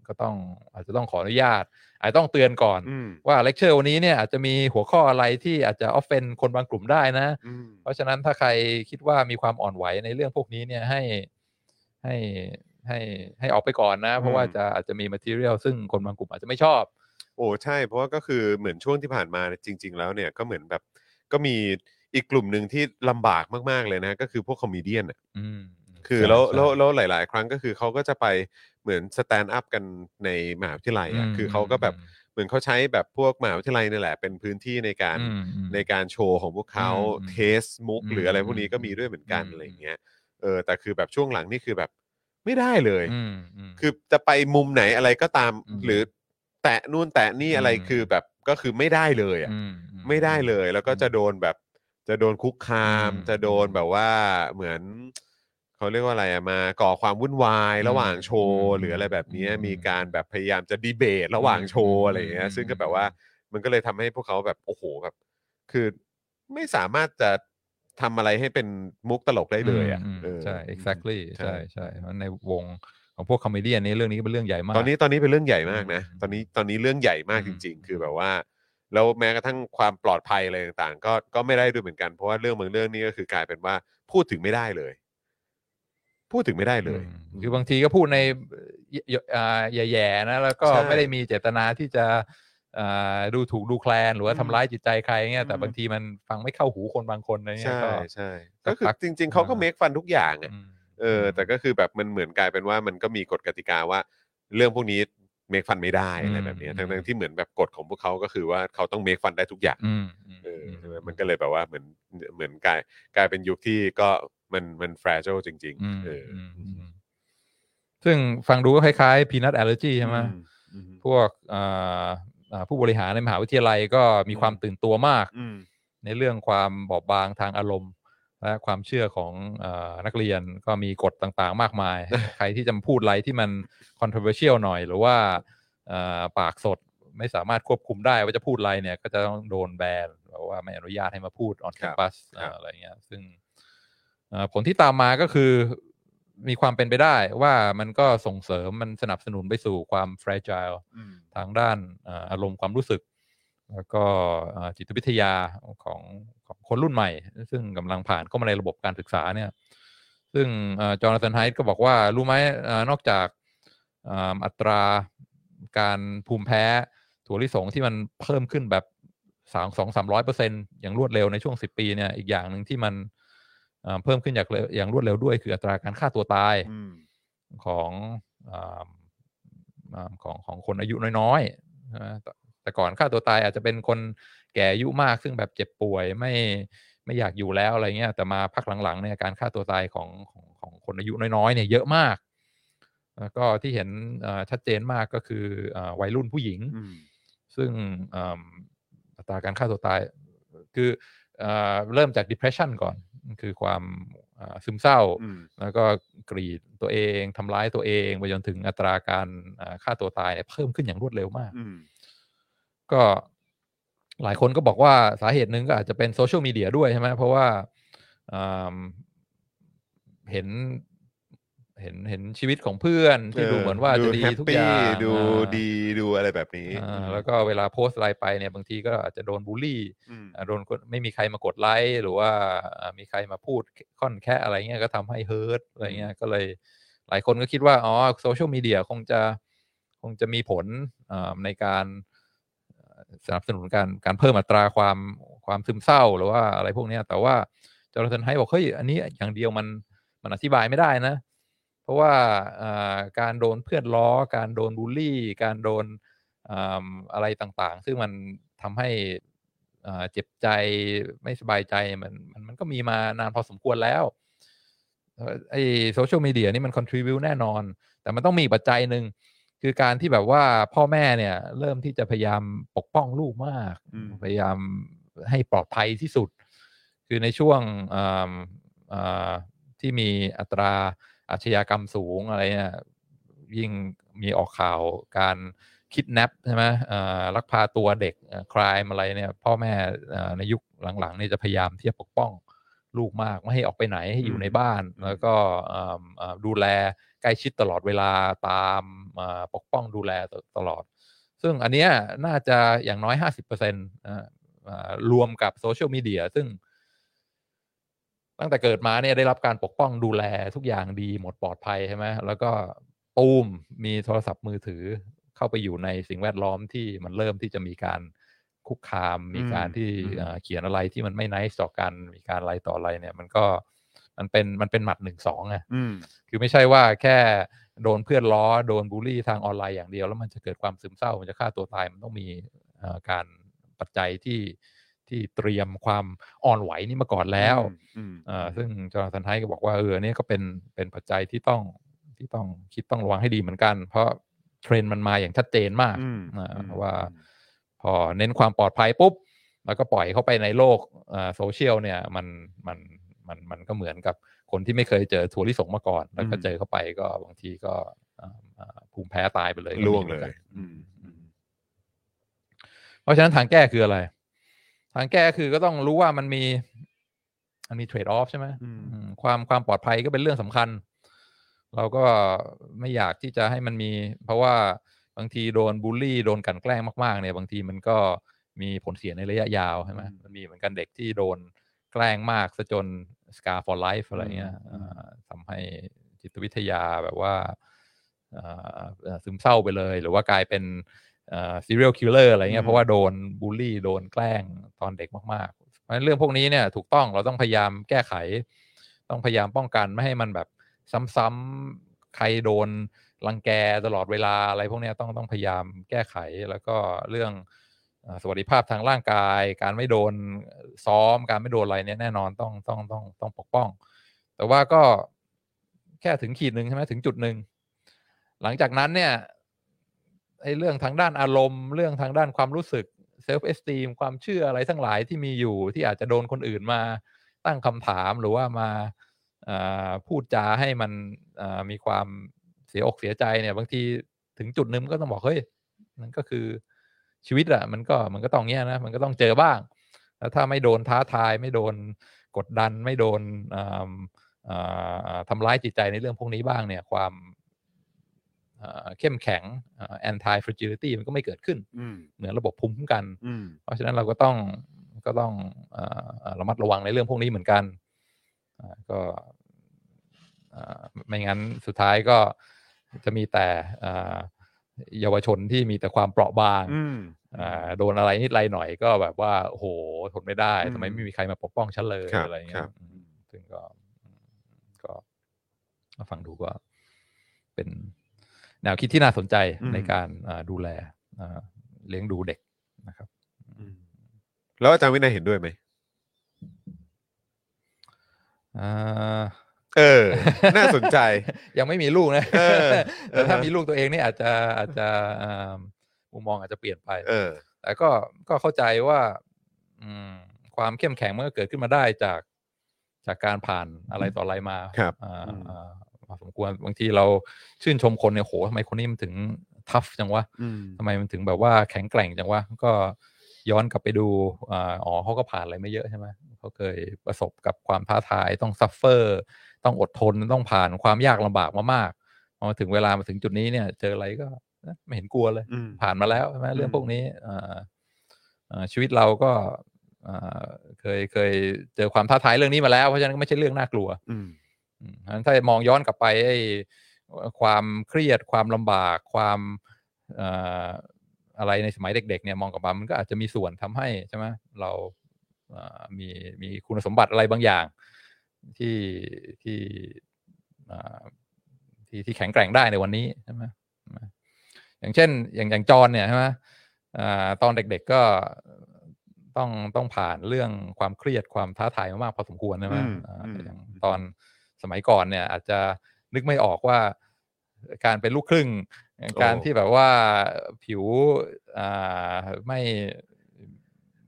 Speaker 3: ก็ต้องอาจจะต้องขออนุญาต อาจจะต้องเตือนก่อน
Speaker 2: อืม
Speaker 3: ว่าเลคเชอร์วันนี้เนี่ยอาจจะมีหัวข้ออะไรที่อาจจะออฟเฟนคนบางกลุ่มได้นะ
Speaker 2: อืม
Speaker 3: เพราะฉะนั้นถ้าใครคิดว่ามีความอ่อนไหวในเรื่องพวกนี้เนี่ยให้ให้ให้ให้ออกไปก่อนนะ เพราะว่า
Speaker 2: อืม
Speaker 3: จะอาจจะมี material ซึ่งคนบางกลุ่มอาจจะไม่ชอบ
Speaker 2: โอ้ใช่ เพราะว่าก็คือเหมือนช่วงที่ผ่านมาเนี่ยจริง ๆ แล้วเนี่ยก็เหมือนแบบก็มีอีกกลุ่มหนึ่งที่ลำบากมาก ๆ เลยนะ ก็คือพวกคอมเมเดี้นอ่ะ
Speaker 3: อืม
Speaker 2: คือ
Speaker 3: ใช่
Speaker 2: แล้ว
Speaker 3: ใช่
Speaker 2: แล้วแล้วหลาย ๆ ครั้งก็คือเขาก็จะไปเหมือนสแตนด์อัพกันในมหาวิทยาลัยอ่ะ
Speaker 3: อืม
Speaker 2: คือเขาก็แบบ
Speaker 3: อืม
Speaker 2: เหมือนเขาใช้แบบพวกมหาวิทยาลัยนี่แหละ เป็นพื้นที่ในการ
Speaker 3: อืมอืม
Speaker 2: ในการโชว์ของพวกเขา
Speaker 3: อืม
Speaker 2: เทสมุก
Speaker 3: อืม
Speaker 2: หรืออะไรพวกนี้ก็มีด้วยเหมือนกัน
Speaker 3: อืม
Speaker 2: อะไรอย่างเงี้ยเออแต่คือแบบช่วงหลังนี่คือแบบไม่ได้เลย
Speaker 3: อืมอืม
Speaker 2: คือจะไปมุมไหนอะไรก็ตาม
Speaker 3: อืม
Speaker 2: หรือแตะนู่นแตะนี่อะไร
Speaker 3: อืม
Speaker 2: คือแบบก็คือไม่ได้เลยอ่ะ
Speaker 3: อืมอื
Speaker 2: ไม่ได้เลยแล้วก็จะโดนแบบจะโดนคุกคาม
Speaker 3: อืม
Speaker 2: จะโดนแบบว่าเหมือนเขาเรียกว่าอะไรอะมาก่อความวุ่นวาย
Speaker 3: อืม
Speaker 2: ระหว่างโชว์
Speaker 3: อืม
Speaker 2: หรืออะไรแบบเนี้ย
Speaker 3: อืม
Speaker 2: มีการแบบพยายามจะดีเบต ระหว่างโชว์อะไรอย่างเงี้ย
Speaker 3: อืม
Speaker 2: ซึ่งก็แบบว่า มันก็เลยทำให้พวกเขาแบบโอ้โหแบบคือไม่สามารถจะทำอะไรให้เป็นมุกตลกได้เลยอ่ะ
Speaker 3: ม
Speaker 2: เออ
Speaker 3: ใช่ exactly
Speaker 2: ใช่
Speaker 3: ใช่ใช่เพราะในวงของพวกคอมเมดี้นี้เรื่องนี้ก็เป็นเรื่องใหญ่มาก
Speaker 2: ตอนนี้ตอนนี้เป็นเรื่องใหญ่มากนะ
Speaker 3: อืม
Speaker 2: ตอนนี้ตอนนี้เรื่องใหญ่มากจ
Speaker 3: อืม
Speaker 2: ริง ๆ คือแบบว่า แล้วแม้กระทั่งความปลอดภัยอะไรต่างๆ ก็ก็ไม่ได้ด้วยเหมือนกันเพราะว่าเรื่องบางเรื่องนี่ก็คือกลายเป็นว่าพูดถึงไม่ได้เลย พูดถึงไม่ได้เลย
Speaker 3: อืมคือบางทีก็พูดในเอ่ออ่าแย่ๆนะแล้วก็
Speaker 2: ใช่
Speaker 3: ไม่ได้มีเจตนาที่จะอ่าดูถูกดูแคลนหรือว่า
Speaker 2: อืม
Speaker 3: ทำร้ายจิตใจใครเงี้ยแต่
Speaker 2: อืม
Speaker 3: บางทีมันฟังไม่เข้าหูคนบางคนอะไรเงี้ย
Speaker 2: ใช่
Speaker 3: ก็
Speaker 2: ใช่
Speaker 3: สั
Speaker 2: ก็
Speaker 3: ก
Speaker 2: คือ
Speaker 3: พัก
Speaker 2: จริง ๆเขาก็
Speaker 3: อ่า
Speaker 2: เมคฟันทุกอย่างอะ
Speaker 3: อืม
Speaker 2: เออแต่ก็คือแบบมันเหมือนกลายเป็นว่ามันก็มีกฎกติกาว่า เรื่องพวกนี้เมคฟันไม่ได้อะไรแบบเนี้ย
Speaker 3: อืม
Speaker 2: ทั้งทั้งที่เหมือนแบบกฎของพวกเขาก็คือว่าเขาต้องเมคฟันได้ทุกอย่าง
Speaker 3: อืมอืม
Speaker 2: เออ
Speaker 3: อืม
Speaker 2: ใช่ไหมมันก็เลยแบบว่าเหมือนเหมือนกลายกลายเป็นยุคที่ก็มันมันฟร a จ l จริง
Speaker 3: อืม
Speaker 2: ๆ เอออ
Speaker 3: มมซึ่งฟังดูก็คล้ายๆพีนัทแอลเลอร์จีใช่ไหม
Speaker 2: อืม
Speaker 3: พวกอ่าอ่าผู้บริหารในมหาวิทยาลัยก็มี
Speaker 2: อืม
Speaker 3: ความตื่นตัวมาก
Speaker 2: อืม
Speaker 3: ในเรื่องความบอบบางทางอารมณ์ และความเชื่อของเออนักเรียนก็มีกฎต่างๆ มาก มาย ใครที่จะพูดอะไรที่มัน controversial หน่อย หรือว่าเอ่อปากสดไม่สามารถควบคุมได้ว่าจะพูดอะไรเนี่ย ก็จะต้องโดนแบนหรือว่าไม่อนุญาตให้มาพูดออน
Speaker 2: ครั
Speaker 3: แ a
Speaker 2: บ
Speaker 3: มปัส
Speaker 2: ครับ
Speaker 3: อะไรเงี้ยซึ่งเอ่อผลที่ตามมาก็คือมีความเป็นไปได้ว่ามันก็ส่งเสริมมันสนับสนุนไปสู่ความ fragile
Speaker 2: อืม
Speaker 3: ทางด้านเอ่ออารมณ์ความรู้สึก แล้วก็เอ่อจิตวิทยาของของคนรุ่นใหม่ ซึ่งกำลังผ่านเข้ามาในระบบการศึกษาเนี่ยซึ่งจอร์แดนไฮท์ก็บอกว่า รู้ไหมเอ่อนอกจากเอ่ออัตราการภูมิแพ้ ถั่วลิสงที่มันเพิ่มขึ้นแบบสามสองสามร้อยเปอร์เซ็นอย่างรวดเร็วในช่วงสิบปีเนี่ยอีกอย่างหนึ่งที่มันเอ่อเพิ่มขึ้นอย่างเร็วอย่างรวดเร็วด้วย คืออัตราการฆ่าตัวตาย
Speaker 2: อืม
Speaker 3: ของอ่าอ่าของของคนอายุน้อยๆใช่ไหมแต่แต่ก่อนฆ่าตัวตายอาจจะเป็นคนแก่อายุมากซึ่งแบบเจ็บป่วยไม่ไม่อยากอยู่แล้วอะไรเงี้ยแต่มาพักหลังๆเนี่ยการฆ่าตัวตายของของของคนอายุน้อยๆเนี่ยเยอะมาก แล้วก็ที่เห็นอ่าชัดเจนมากก็คืออาวัยรุ่นผู้หญิง
Speaker 2: อืม
Speaker 3: ซึ่งอืมอัตราการฆ่าตัวตายคืออาเริ่มจาก depression ก่อนคือความอ่าซึมเศร้า
Speaker 2: อืม
Speaker 3: แล้วก็กรีดตัวเองทำร้ายตัวเองไปจนถึงอัตราการอ่าฆ่าตัวตายเนี่ยเพิ่มขึ้นอย่างรวดเร็วมาก
Speaker 2: อืม
Speaker 3: ก็หลายคนก็บอกว่าสาเหตุหนึ่งก็อาจจะเป็นโซเชียลมีเดียด้วยใช่ไหมเพราะว่าอืมเห็นเห็นเห็นชีวิตของเพื่อนที่ดูเหมือนว่าจะดีทุกอย่าง
Speaker 2: ดู
Speaker 3: อ่า
Speaker 2: ดีดูอะไรแบบนี้
Speaker 3: อ่าแล้วก็เวลาโพสต์อะไรไปเนี่ยบางทีก็อาจจะโดนบูลลี่
Speaker 2: อืม
Speaker 3: อ่าโดนคนไม่มีใครมากดไลค์หรือว่าอ่ามีใครมาพูดค่อนแค่อะไรเงี้ยก็ทำให้เฮิร์ตอะไรเงี้ยก็เลยหลายคนก็คิดว่าอ๋อโซเชียลมีเดียคงจะคงจะมีผลอ่าในการเอ่อสนับสนุนการการเพิ่มอัตราความความซึมเศร้าหรือว่าอะไรพวกเนี้ยแต่ว่าจอร์แดนไฮบอกเฮ้ยอันนี้อย่างเดียวมัน มันอธิบายไม่ได้นะ เพราะว่าอ่าการโดนเพื่อนล้อ การโดนบูลลี่ การโดนอ่าอะไรต่างๆ ซึ่งมันทำให้อ่าเจ็บใจไม่สบายใจมันมันมันก็มีมานานพอสมควรแล้วเอ่อไอโซเชียลมีเดียนี่มัน contribu แน่นอน แต่มันต้องมีปัจจัยหนึ่ง คือการที่แบบว่าพ่อแม่เนี่ย เริ่มที่จะพยายามปกป้องลูกมาก
Speaker 2: อืม
Speaker 3: พยายามให้ปลอดภัยที่สุด คือในช่วงอ่าอ่าที่มีอัตราอาชญากรรมสูงอะไรเนี่ยยิ่งมีออกข่าวการคิดแนปใช่ไหมอ่าลักพาตัวเด็กคลายอะไรเนี่ยพ่อแม่อ่าในยุคหลังๆเนี่ยจะพยายามที่จะปกป้องลูกมาก ไม่ให้ออกไปไหนให้อยู่ในบ้าน
Speaker 2: อืม
Speaker 3: แล้วก็อ่าอ่าดูแลใกล้ชิดตลอดเวลาตามอ่าปกป้องดูแลตลอด ซึ่งอันเนี้ยน่าจะอย่างน้อย 50%อ่าอ่ารวมกับโซเชียลมีเดียซึ่ง ตั้งแต่เกิดมาเนี่ยได้รับการปกป้องดูแลทุกอย่างดีหมดปลอดภัยใช่ไหมแล้วก็ตูมมีโทรศัพท์มือถือเข้าไปอยู่ในสิ่งแวดล้อมที่มันเริ่มที่จะมีการคุกคาม มีการที่
Speaker 2: อืม
Speaker 3: เอ่อเขียนอะไรที่มันไม่ไนส์ต่อกันมีการอะไรต่ออะไรเนี่ย มันก็มันเป็นมันเป็นหมัดหนึ่งสองไง
Speaker 2: อืม
Speaker 3: คือไม่ใช่ว่าแค่ โดนเพื่อนล้อโดนบูลลี่ทางออนไลน์อย่างเดียว แล้วมันจะเกิดความซึมเศร้ามันจะฆ่าตัวตายมันต้องมีเอ่อการปัจจัยที่ที่เตรียมความอ่อนไหวนี่มาก่อนแล้ว
Speaker 2: อืม
Speaker 3: อ่าซึ่งจอห์นสันไฮก็บอกว่าเออเนี่ยก็เป็นเป็นปัจจัยที่ต้องที่ต้องคิดต้องระวังให้ดีเหมือนกัน เพราะเทรนด์มันมาอย่างชัดเจนมาก
Speaker 2: อืม
Speaker 3: อ่า
Speaker 2: อืม
Speaker 3: ว่าพอเน้นความปลอดภัยปุ๊บ แล้วก็ปล่อยเข้าไปในโลกอ่าโซเชียลเนี่ยมันมันมันมันก็เหมือนกับคนที่ไม่เคยเจอถั่วลิสงมาก่อน แล้วก็เจอเข้าไปก็บางทีก็อ่าอ่าภูมิแพ้ตายไปเลยก็มี
Speaker 2: ล่วง
Speaker 3: ห
Speaker 2: เล
Speaker 3: มือนกัน
Speaker 2: ยอืม
Speaker 3: อืม เพราะฉะนั้นทางแก้คืออะไร ทางแก้คือก็ต้องรู้ว่ามันมีมันมีเทรดออฟใช่ไหมอืมความความปลอดภัยก็เป็นเรื่องสำคัญ เราก็ไม่อยากที่จะให้มันมี เพราะว่าบางทีโดนบูลลี่โดนกลันแกล้งมากๆเนี่ย บางทีมันก็มีผลเสียในระยะยาวใช่ไหมมันมีเหมือนกันเด็กที่โดนแกล้งมากซะจน scar for life อะไรเงี้ยอ่าทำให้จิตวิทยาแบบว่าอ่าเอ่อซึมเศร้าไปเลย หรือว่ากลายเป็น ซีเรียลคิลเลอร์อะไรเงี้ยเพราะว่าโดนบูลลี่โดนแกล้งตอนเด็กมากๆ เพราะฉะนั้นเรื่องพวกนี้เนี่ยถูกต้องเราต้องพยายามแก้ไข ต้องพยายามป้องกันไม่ให้มันแบบซ้ำๆใครโดนรังแกตลอดเวลาอะไรพวกเนี้ยต้องต้องพยายามแก้ไขแล้วก็เรื่องเอ่อสวัสดิภาพทางร่างกาย การไม่โดนซ้อมการไม่โดนอะไรเนี่ยแน่นอนต้องต้องต้องต้องปกป้อง แต่ว่าก็แค่ถึงขีดหนึ่งใช่ไหมถึงจุดหนึ่ง หลังจากนั้นเนี่ยไอ้เรื่องทางด้านอารมณ์ เรื่องทางด้านความรู้สึกเซลฟ์เอสตีมความเชื่ออะไรทั้งหลายที่มีอยู่ที่อาจจะโดนคนอื่นมาตั้งคำถามหรือว่ามาอ่าพูดจาให้มันอ่ามีความเสียอกเสียใจเนี่ย บางทีถึงจุดหนึงมันก็ต้องบอกเฮ้ยมันก็คือชีวิตอะมันก็มันก็ต้องเงี้ยนะมันก็ต้องเจอบ้าง แล้วถ้าไม่โดนท้าทาย ไม่โดนกดดันไม่โดนอ่า อ่าทำร้ายจิตใจในเรื่องพวกนี้บ้างเนี่ยความอ่าเข้มแข็งอ่า anti fragility มันก็ไม่เกิดขึ้น
Speaker 2: อืม
Speaker 3: เหมือนระบบภูมิคุ้มกัน
Speaker 2: อืม
Speaker 3: เพราะฉะนั้นเราก็ต้องก็ต้องอ่าอ่าระมัดระวังในเรื่องพวกนี้เหมือนกันอ่าก็อ่าไม่งั้นสุดท้ายก็จะมีแต่อ่าเยาวชนที่มีแต่ความเปราะบาง
Speaker 2: อืม
Speaker 3: อ่าโดนอะไรนิดไรหน่อยก็แบบว่าโอ้โหทนไม่ได้
Speaker 2: อืม
Speaker 3: ทำไมไม่มีใครมาปกป้องฉันเลย
Speaker 2: ครับ
Speaker 3: อะไร
Speaker 2: ค
Speaker 3: เงี้
Speaker 2: รั
Speaker 3: ย
Speaker 2: บ
Speaker 3: อืมซึ่งก็ก็ก็ฟังดูก็เป็นแนวคิดที่น่าสนใจในการอ่าดูแลอ่าเลี้ยงดูเด็กนะครับ
Speaker 2: แล้วอาจารย์วินัยเห็นด้วยไหม
Speaker 3: อ่า
Speaker 2: เออ น่าสนใจ
Speaker 3: ยังไม่มีลูกนะ
Speaker 2: เออ
Speaker 3: แต่ถ้า
Speaker 2: เออฮะ
Speaker 3: มีลูกตัวเองนี่อาจจะอาจจะอ่ามุมมองอาจจะเปลี่ยนไป
Speaker 2: เออ
Speaker 3: แต่ก็ก็เข้าใจว่าอืมความเข้มแข็งมันก็เกิดขึ้นมาได้จากจากการผ่านอะไรต่ออะไรมา
Speaker 2: ครับ
Speaker 3: อ่า
Speaker 2: อืม
Speaker 3: อ่าพอสมควรบางทีเราชื่นชมคนเนี่ยโหทำไมคนนี้มันถึงทัฟจังวะ
Speaker 2: อืม
Speaker 3: ทำไมมันถึงแบบว่าแข็งแกร่งจังวะก็ย้อนกลับไปดูอ่าอ๋อเขาก็ผ่านอะไรไม่เยอะใช่ไหมเขาเคยประสบกับความท้าทายต้องซัฟเฟอร์ ต้องอดทนต้องผ่านความยากลำบากมามากพอมาถึงเวลามาถึงจุดนี้เนี่ย เจออะไรก็เอ๊ะไม่เห็นกลัวเลย
Speaker 2: อืม
Speaker 3: ผ่านมาแล้วใช่ไหมเรื่อง
Speaker 2: อืม
Speaker 3: พวกนี้เอ่อเอ่อชีวิตเราก็เอ่อเคยเคยเจอความท้าทายเรื่องนี้มาแล้ว เพราะฉะนั้นก็ไม่ใช่เรื่องน่ากลัว
Speaker 2: อืม
Speaker 3: อืมเพราะฉะนั้นถ้ามองย้อนกลับไปไอ้ความเครียดความลำบากความเอ่ออะไรในสมัยเด็ก ๆ เนี่ยมองกลับมามันก็อาจจะมีส่วนทำให้ใช่ไหมเราเอ่อมีมีคุณสมบัติอะไรบางอย่าง ที่ที่เอ่อที่ที่แข็งแกร่งได้ในวันนี้ใช่ไหม อย่างเช่น อย่างอย่างจรเนี่ยใช่ไหมอ่าตอนเด็กๆก็ต้องต้องผ่านเรื่องความเครียดความท้าทายมามากพอสมควรใช่ไหม
Speaker 2: อืม
Speaker 3: อ่า
Speaker 2: อืม
Speaker 3: อย่างตอนสมัยก่อนเนี่ย อาจจะนึกไม่ออกว่าการเป็นลูกครึ่ง การที่แบบว่าผิวอ่าไม่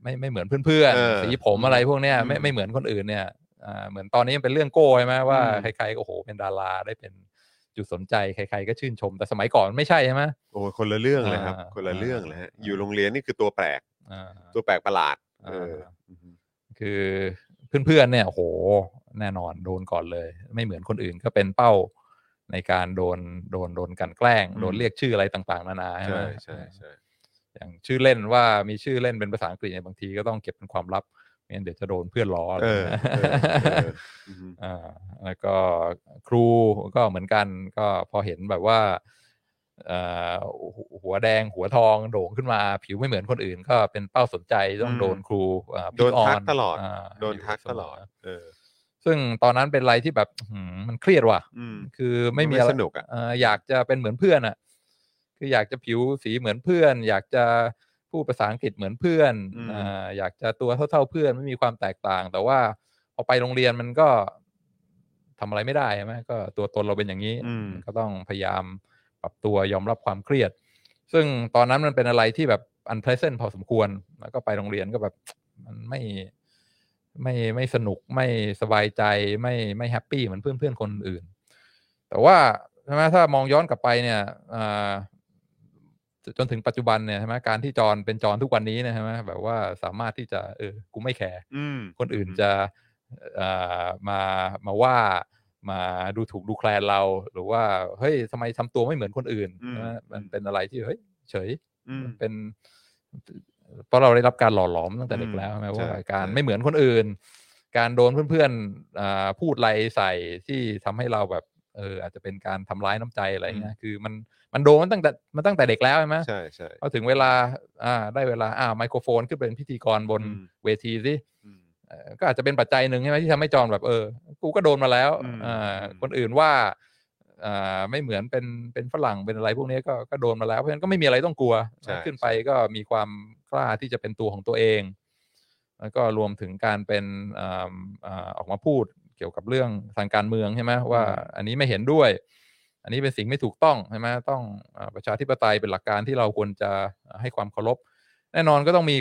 Speaker 3: ไม่ไม่เหมือนเพื่อน
Speaker 2: เออ
Speaker 3: ๆสีผมอะไรพวกเนี้ยไม่
Speaker 2: อืม
Speaker 3: ไม่เหมือนคนอื่นเนี่ยอ่าเหมือนตอนนี้มันเป็นเรื่องโก้ใช่ไหมว่า
Speaker 2: อืม
Speaker 3: ใครๆก็โอ้โหเป็นดาราได้เป็น จุดสนใจใคร ๆ ก็ชื่นชม แต่สมัยก่อนมันไม่ใช่ใช่ไหม
Speaker 2: โอ้ยคนละเรื่องเลยครับ
Speaker 3: อ่า
Speaker 2: คนละเรื่องเลยฮะ
Speaker 3: อ่า
Speaker 2: อยู่โรงเรียนนี่คือตัวแปลก
Speaker 3: อ่า
Speaker 2: ตัวแปลกประหลาด เออ
Speaker 3: คือเพื่อนๆเนี่ยโอ้โห แน่นอนโดนก่อนเลย ไม่เหมือนคนอื่นก็เป็นเป้าในการโดนโดนโดนกลันแกล้ง
Speaker 2: อืม
Speaker 3: โดนเรียกชื่ออะไรต่างๆ นานาใช่ไหม
Speaker 2: ใช่ใช่ใช่
Speaker 3: อย่างชื่อเล่นว่ามีชื่อเล่นเป็นภาษาอังกฤษเนี่ยบางทีก็ต้องเก็บเป็นความลับไม่งั้นเดี๋ยวจะโดนเพื่อนล้ออะไร
Speaker 2: เออ
Speaker 3: นะ
Speaker 2: เออเอออืม
Speaker 3: อ่ าแล้วก็ครูก็เหมือนกันก็พอเห็นแบบว่าเอ่อหัวหัวแดงหัวทองโด่งขึ้นมา ผิวไม่เหมือนคนอื่น ก็เป็นเป้าสนใจต้อง
Speaker 2: อืม
Speaker 3: โดนครูอ่า pick
Speaker 2: โดนทัก
Speaker 3: on
Speaker 2: ตลอด
Speaker 3: า
Speaker 2: โดนทัก
Speaker 3: ยู่เสม
Speaker 2: ตลอด เออ
Speaker 3: ซึ่งตอนนั้นเป็นอะไรที่แบบอื้อหือ มันเครียดว่ะ
Speaker 2: อืม
Speaker 3: คือไม่มี
Speaker 2: มันไม่
Speaker 3: อะไร
Speaker 2: สนุกอะ
Speaker 3: เอยากจะเป็นเหมือนเพื่อนอ่ะ คืออยากจะผิวสีเหมือนเพื่อน อยากจะพูดภาษาอังกฤษเหมือนเพื่อน
Speaker 2: อืม
Speaker 3: เอ่ออยากจะตัวเท่าๆเพื่อนไม่มีความแตกต่าง แต่ว่าพอไปโรงเรียนมันก็ทำอะไรไม่ได้ใช่ไหมก็ตัวตนเราเป็นอย่างนี้
Speaker 2: อืม
Speaker 3: ก็ต้องพยายามปรับตัวยอมรับความเครียด ซึ่งตอนนั้นมันเป็นอะไรที่แบบ unpleasant พอสมควร แล้วก็ไปโรงเรียนก็แบบ มันไม่ไม่ไม่สนุกไม่สบายใจไม่ไม่แฮปปี้เหมือนเพื่อนเพื่อนๆคนอื่น แต่ว่าใช่ไหมถ้ามองย้อนกลับไปเนี่ยอ่าจจนถึงปัจจุบันเนี่ยใช่ไหมการที่จรเป็นจรทุกวันนี้เนยใช่ไหมแบบว่าสามารถที่จะเออกูไม่แคร์
Speaker 2: อืม
Speaker 3: คนอื่น
Speaker 2: อืม
Speaker 3: จะเอ่อมามาว่ามาดูถูกดูแคลนเรา หรือว่าเฮ้ยทำไมทำตัวไม่เหมือนคนอื่น
Speaker 2: อืม
Speaker 3: นะมัน
Speaker 2: อืม
Speaker 3: เป็นอะไรที่เฮ้ยเฉย
Speaker 2: อืม
Speaker 3: มันเป็น เพราะเราได้รับการหล่อหลอมตั้งแต่เด็ก
Speaker 2: อืม
Speaker 3: แล้วใช่ไหม
Speaker 2: ใช่
Speaker 3: ว่าการ
Speaker 2: ใช่
Speaker 3: ไม่เหมือนคนอื่น การโดนเพื่อนๆอ่าพูดอะไรใส่ที่ทำให้เราแบบเอออาจจะเป็นการทำร้ายน้ำใจอะไรเงี้ยคือมันมันโดนมันตั้งแต่มันตั้งแต่เด็กแล้วใช่ไหม
Speaker 2: ใช่ใช่
Speaker 3: พอถึงเวลาอ่าได้เวลาอ่าไมโครโฟนขึ้นเป็นพิธีกรบน
Speaker 2: อืม
Speaker 3: เวทีสิ
Speaker 2: อืม
Speaker 3: เอ่อก็อาจจะเป็นปัจจัยหนึ่งใช่ไหมที่ทำให้จอนแบบเออ กูก็โดนมาแล้ว
Speaker 2: อืม
Speaker 3: อ่า
Speaker 2: อืม
Speaker 3: คนอื่นว่าอ่าไม่เหมือนเป็นเป็นฝรั่งเป็นอะไรพวกนี้ก็ก็โดนมาแล้วเพราะฉะนั้นก็ไม่มีอะไรต้องกลัว
Speaker 2: ใช่
Speaker 3: ขึ้นไปก็มีความกล้าที่จะเป็นตัวของตัวเอง แล้วก็รวมถึงการเป็นอ่าอ่าออกมาพูดเกี่ยวกับเรื่องทางการเมืองใช่ไหมว่าอันนี้ไม่เห็นด้วย อันนี้เป็นสิ่งไม่ถูกต้องใช่ไหมต้องอาประชาธิปไตยเป็นหลักการที่เราควรจะให้ความเคารพ แน่นอนก็ต้องมี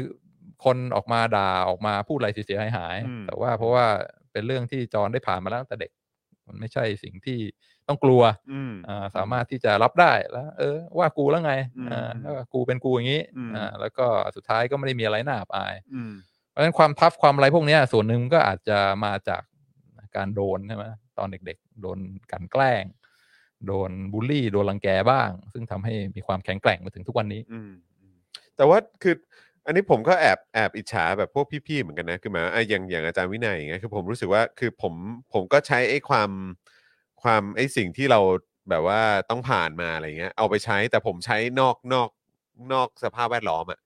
Speaker 3: คนออกมาด่าออกมาพูดอะไรเสียหายหายๆ
Speaker 2: อืม
Speaker 3: แต่ว่าเพราะว่าเป็นเรื่องที่จอนได้ผ่านมาแล้วตั้งแต่เด็ก มันไม่ใช่สิ่งที่ต้องกลัว
Speaker 2: อืม
Speaker 3: อ่าสามารถที่จะรับได้แล้ว เออ ว่ากูแล้วไง
Speaker 2: อืม
Speaker 3: อ่าแล้วก็กูเป็นกูอย่างนี้
Speaker 2: อืม
Speaker 3: อ่าแล้วก็สุดท้ายก็ไม่ได้มีอะไรน่าอับอาย
Speaker 2: อืม
Speaker 3: เพราะฉะนั้นความทัฟความอะไรพวกเนี้ยส่วนหนึ่งก็อาจจะมาจากการโดนใช่ไหมตอนเด็กๆ โดนกลันแกล้ง โดนบูลลี่ โดนรังแกบ้าง ซึ่งทำให้มีความแข็งแกร่งมาถึงทุกวันนี้
Speaker 2: อืมอืมแต่ว่าคืออันนี้ผมก็แอบแอบอิจฉาแบบพวกพี่ๆเหมือนกันนะคือหมายว่าอ่ะอย่างอย่างอาจารย์วินัยอย่างเงี้ยคือผมรู้สึกว่าคือผมผมก็ใช้ไอ้ความความไอ้สิ่งที่เราแบบว่าต้องผ่านมาอะไรเงี้ยเอาไปใช้แต่ผมใช้นอกนอกนอกสภาพแวดล้อมอะ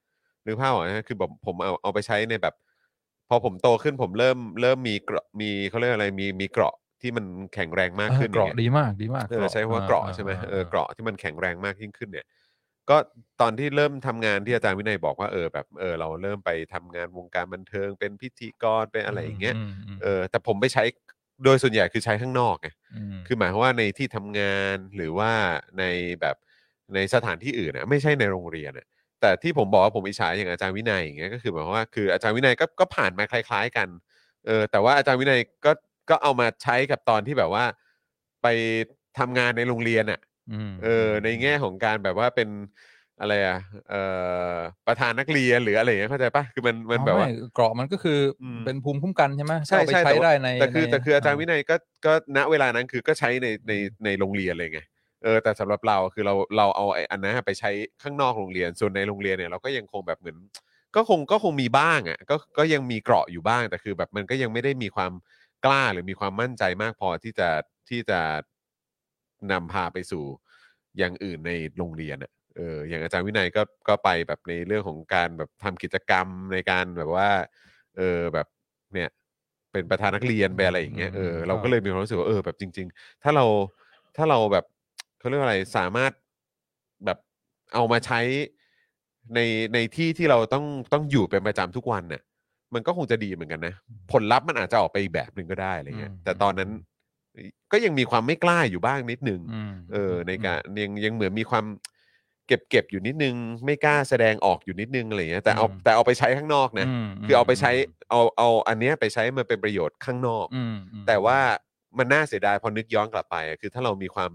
Speaker 2: นึกภาพออกนะคือแบบผมเอาเอาไปใช้ในแบบ พอผมโตขึ้นผมเริ่มเริ่มมีเกราะมีเขาเรียกอะไรมีมีเกราะที่มันแข็งแรงมากขึ้น
Speaker 3: เอ
Speaker 2: อ
Speaker 3: อ
Speaker 2: ย่ง
Speaker 3: เกราะ
Speaker 2: งี้ย
Speaker 3: ดีมากดีมาก
Speaker 2: เออใช้คำว่าเกราะใช่ไหมเออเกราะที่มันแข็งแรงมากยิ่งขึ้นเนี่ย ก็ตอนที่เริ่มทำงานที่อาจารย์วินัยบอกว่าเออแบบเออเราเริ่มไปทำงานวงการบันเทิงเป็นพิธีกรเป็นอะไรอย่างเงี้ย
Speaker 3: มม
Speaker 2: เออแต่ผมไปใช้โดยส่วนใหญ่คือใช้ข้างนอกไง
Speaker 3: ม
Speaker 2: คือหมายความว่าในที่ทำงานหรือว่าในแบบในสถานที่อื่นนะไม่ใช่ในโรงเรียนนะแต่ที่ผมบอกว่าผมอิจฉาอย่างอาจารย์วินัยอย่างเงี้ยก็คือหมายความว่าคืออาจารย์วินัยก็ก็ผ่านมาคล้าย ๆ กัน เออแต่ว่าอาจารย์วินัยก็ก็เอามาใช้กับตอนที่แบบว่า ไปทำงานในโรงเรียนอ่ะ
Speaker 3: ม
Speaker 2: เออในแง่ของการแบบว่าเป็นอะไรอ่ะเอ่อประธานนักเรียนหรืออะไรอย่างเงี้ยเข้าใจปะคือมันมันแบบว่า
Speaker 3: อ๋อไเกราะมันก็คืออ
Speaker 2: ม
Speaker 3: เป็นภูมิคุ้มกันใช่ไหม
Speaker 2: ใช่
Speaker 3: ก็เอาไป
Speaker 2: ใช่
Speaker 3: ใช้
Speaker 2: แต่ว่า
Speaker 3: ได้ใน
Speaker 2: แต่คือ
Speaker 3: ใน
Speaker 2: แต่คืออาจารย์วินัยก็ก็ณเวลานั้นคือก็ใช้ในในในโรงเรียนเลยไงเออแต่สำหรับเราคือเราเราเอาไอ้อันนั้นไปใช้ข้างนอกโรงเรียน ส่วนในโรงเรียนเนี่ยเราก็ยังคงแบบเหมือน ก็คงก็คงมีบ้างอ่ะก็ก็ยังมีเกราะอยู่บ้าง แต่คือแบบมันก็ยังไม่ได้มีความกล้าหรือมีความมั่นใจมากพอที่จะที่จะนำพาไปสู่อย่างอื่นในโรงเรียนอ่ะเอออย่างอาจารย์วินัยก็ก็ไปแบบในเรื่องของการแบบทำกิจกรรมในการแบบว่า เออแบบเนี่ย เป็นประธานนักเรียนไปอะไรอย่างเงี้ยเออเราก็เลยมีความรู้สึกว่าเออแบบจริง ๆ ถ้าเราถ้าเราแบบเขาเรียกว่าอะไรสามารถแบบเอามาใช้ในในที่ที่เราต้องต้องอยู่เป็นประจำทุกวันเนี่ยมันก็คงจะดีเหมือนกันนะ ผลลัพธ์มันอาจจะออกไปอีกแบบหนึ่งก็ได้อะไรเงี้ยแต่ตอนนั้นก็ยังมีความไม่กล้าอยู่บ้างนิดนึง
Speaker 3: อืม
Speaker 2: เออในการยังยังเหมือนมีความเก็บเก็บอยู่นิดนึง ไม่กล้าแสดงออกอยู่นิดนึงอะไรเงี้ยแต่เอาแต่เอาไปใช้ข้างนอกนะ
Speaker 3: ม
Speaker 2: คือเอาไปใช้เอาเอาอันเนี้ยไปใช้มันเป็นประโยชน์ข้างนอก
Speaker 3: อืมอืม
Speaker 2: แต่ว่ามันน่าเสียดายพอนึกย้อนกลับไปอะคือถ้าเรามีความ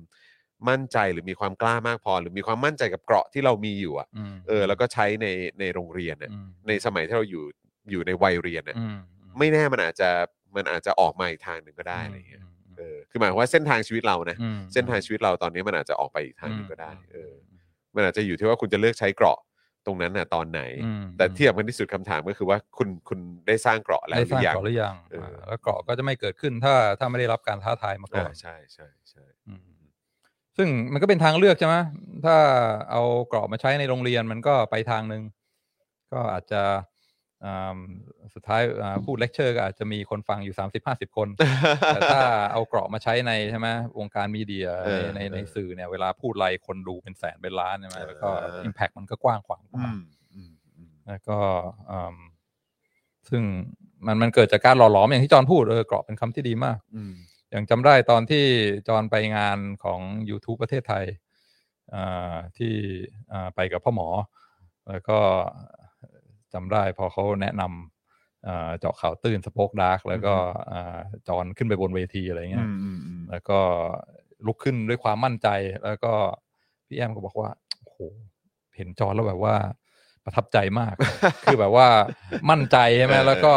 Speaker 2: มั่นใจหรือมีความกล้ามากพอ หรือมีความมั่นใจกับเกราะที่เรามีอยู่อะ
Speaker 3: อืม
Speaker 2: เออแล้วก็ใช้ในในโรงเรียนอะ
Speaker 3: อืม
Speaker 2: ในสมัยที่เราอยู่อยู่ในวัยเรียนอะ
Speaker 3: อืม
Speaker 2: ไม่แน่มันอาจจะมันอาจจะออกมาอีกทางหนึ่งก็ได้อะไรเงี้ยเออคือหมายความว่าเส้นทางชีวิตเรานะ
Speaker 3: อืม
Speaker 2: เส้นทางชีวิตเราตอนนี้มันอาจจะออกไปอีกทางหนึงก็ได้ เออ
Speaker 3: ม
Speaker 2: มันอาจจะอยู่ที่ว่าคุณจะเลือกใช้เกราะตรงนั้นน่ะตอนไหน
Speaker 3: อืม
Speaker 2: แต่ที่สำคัญที่สุดคำถามก็คือว่าคุณคุณได้สร้างเกราะแล้ว
Speaker 3: ได้
Speaker 2: ห
Speaker 3: ส
Speaker 2: รื
Speaker 3: ร้าง
Speaker 2: อยัง
Speaker 3: เกราะหรือยัง
Speaker 2: เอออ่
Speaker 3: าแล้วเกราะก็จะไม่เกิดขึ้นถ้าถ้าไม่ได้รับการท้าทายมาก่
Speaker 2: อ่า
Speaker 3: อน
Speaker 2: ใช่ใช่ใช่
Speaker 3: อืมซึ่งมันก็เป็นทางเลือกใช่ไหมถ้าเอาเกราะมาใช้ในโรงเรียนมันก็ไปทางหนึ่งก็อาจจะ อ่าสุดท้ายอ่าพูดเลคเชอร์ก็อาจจะมีคนฟังอยู่ 30-50 คน แต่ถ้าเอาเกราะมาใช้ในใช่ไหมวงการมีเดีย
Speaker 2: เออ
Speaker 3: ในในในสื่อเนี่ยเวลาพูดไรคนดูเป็นแสนเป็นล้านใช่ไหมแล้วก็
Speaker 2: เออ
Speaker 3: Impact มันก็กว้างขวางก
Speaker 2: อื
Speaker 3: ว่าม
Speaker 2: อืมอืม
Speaker 3: แล้วก็อืมซึ่งมันมันเกิดจากการหล่อหลอมอย่างที่จอห์นพูดเออเกราะเป็นคำที่ดีมาก
Speaker 2: อืม
Speaker 3: อย่างจำได้ตอนที่จอห์นไปงานของ YouTube ประเทศไทยอ่าที่อ่าไปกับพ่อหมอ แล้วก็จำได้พอเขาแนะนำอ่าเจาะข่าวตื้นสป o อกดาร์กแล้วก็อ่าจอห์นขึ้นไปบนเวทีอะไรเงี้ย แล้วก็ลุกขึ้นด้วยความมั่นใจ แล้วก็พี่แอมก็บอกว่าโอ้โหเห็นจอแล้วแบบว่าประทับใจมาก คือแบบว่ามั่นใจใช่ไหม
Speaker 2: เออ
Speaker 3: แล้วก็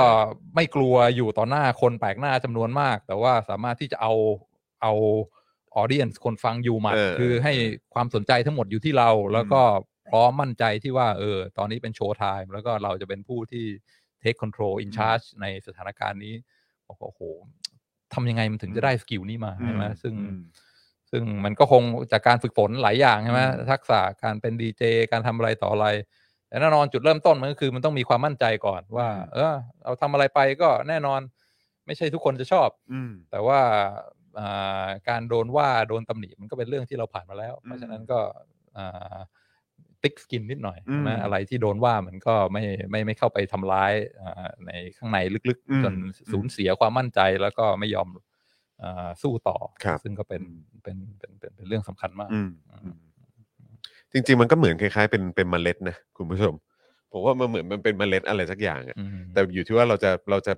Speaker 3: ไม่กลัวอยู่ต่อหน้าคนแปลกหน้าจำนวนมาก แต่ว่าสามารถที่จะเอาเอาออเดียนคนฟังอยู่หมัด
Speaker 2: เออ
Speaker 3: คือให้ความสนใจทั้งหมดอยู่ที่เรา แล้วก็พร้อมมั่นใจที่ว่าเออตอนนี้เป็นโชว์ไทม์แล้วก็เราจะเป็นผู้ที่ take control in charge ในสถานการณ์นี้บอกว่าโอ้โหทำยังไงมันถึงจะได้สกิลนี้มา ใช่ไหม
Speaker 2: อืม
Speaker 3: ซึ่ง
Speaker 2: อืม
Speaker 3: ซึ่งมันก็คงจากการฝึกฝนหลายอย่างใช่ไหม
Speaker 2: อืม
Speaker 3: ทักษะการเป็นดีเจการทำอะไรต่ออะไรแต่แน่นอนจุดเริ่มต้นมันก็คือมันต้องมีความมั่นใจก่อนว่า
Speaker 2: อืม
Speaker 3: เออเราทำอะไรไปก็แน่นอน ไม่ใช่ทุกคนจะชอบ
Speaker 2: อืม
Speaker 3: แต่ว่าอ่าการโดนว่าโดนตำหนิมันก็เป็นเรื่องที่เราผ่านมาแล้ว เพราะฉะนั้นก็อ่าติ๊กสกินนิดหน่อย
Speaker 2: อืม
Speaker 3: นะอะไรที่โดนว่ามันก็ไม่ไม่ไม่เข้าไปทำร้ายอ่าในข้างในลึก
Speaker 2: อืม
Speaker 3: ๆ จนสูญเสียความมั่นใจแล้วก็ไม่ยอมอ่าสู้ต่อ
Speaker 2: ครับ
Speaker 3: ซึ่งก็เป็นเป็นเป็นเป็นเป็นเรื่องสำคัญมาก
Speaker 2: อืมอืมจริง ๆ มันก็เหมือนคล้ายๆ เป็นเป็นเมล็ดนะคุณผู้ชม ผมว่ามันเหมือนมันเป็นเมล็ดอะไรสักอย่างอะ
Speaker 3: อืม
Speaker 2: แต่อยู่ที่ว่าเราจะเราจะ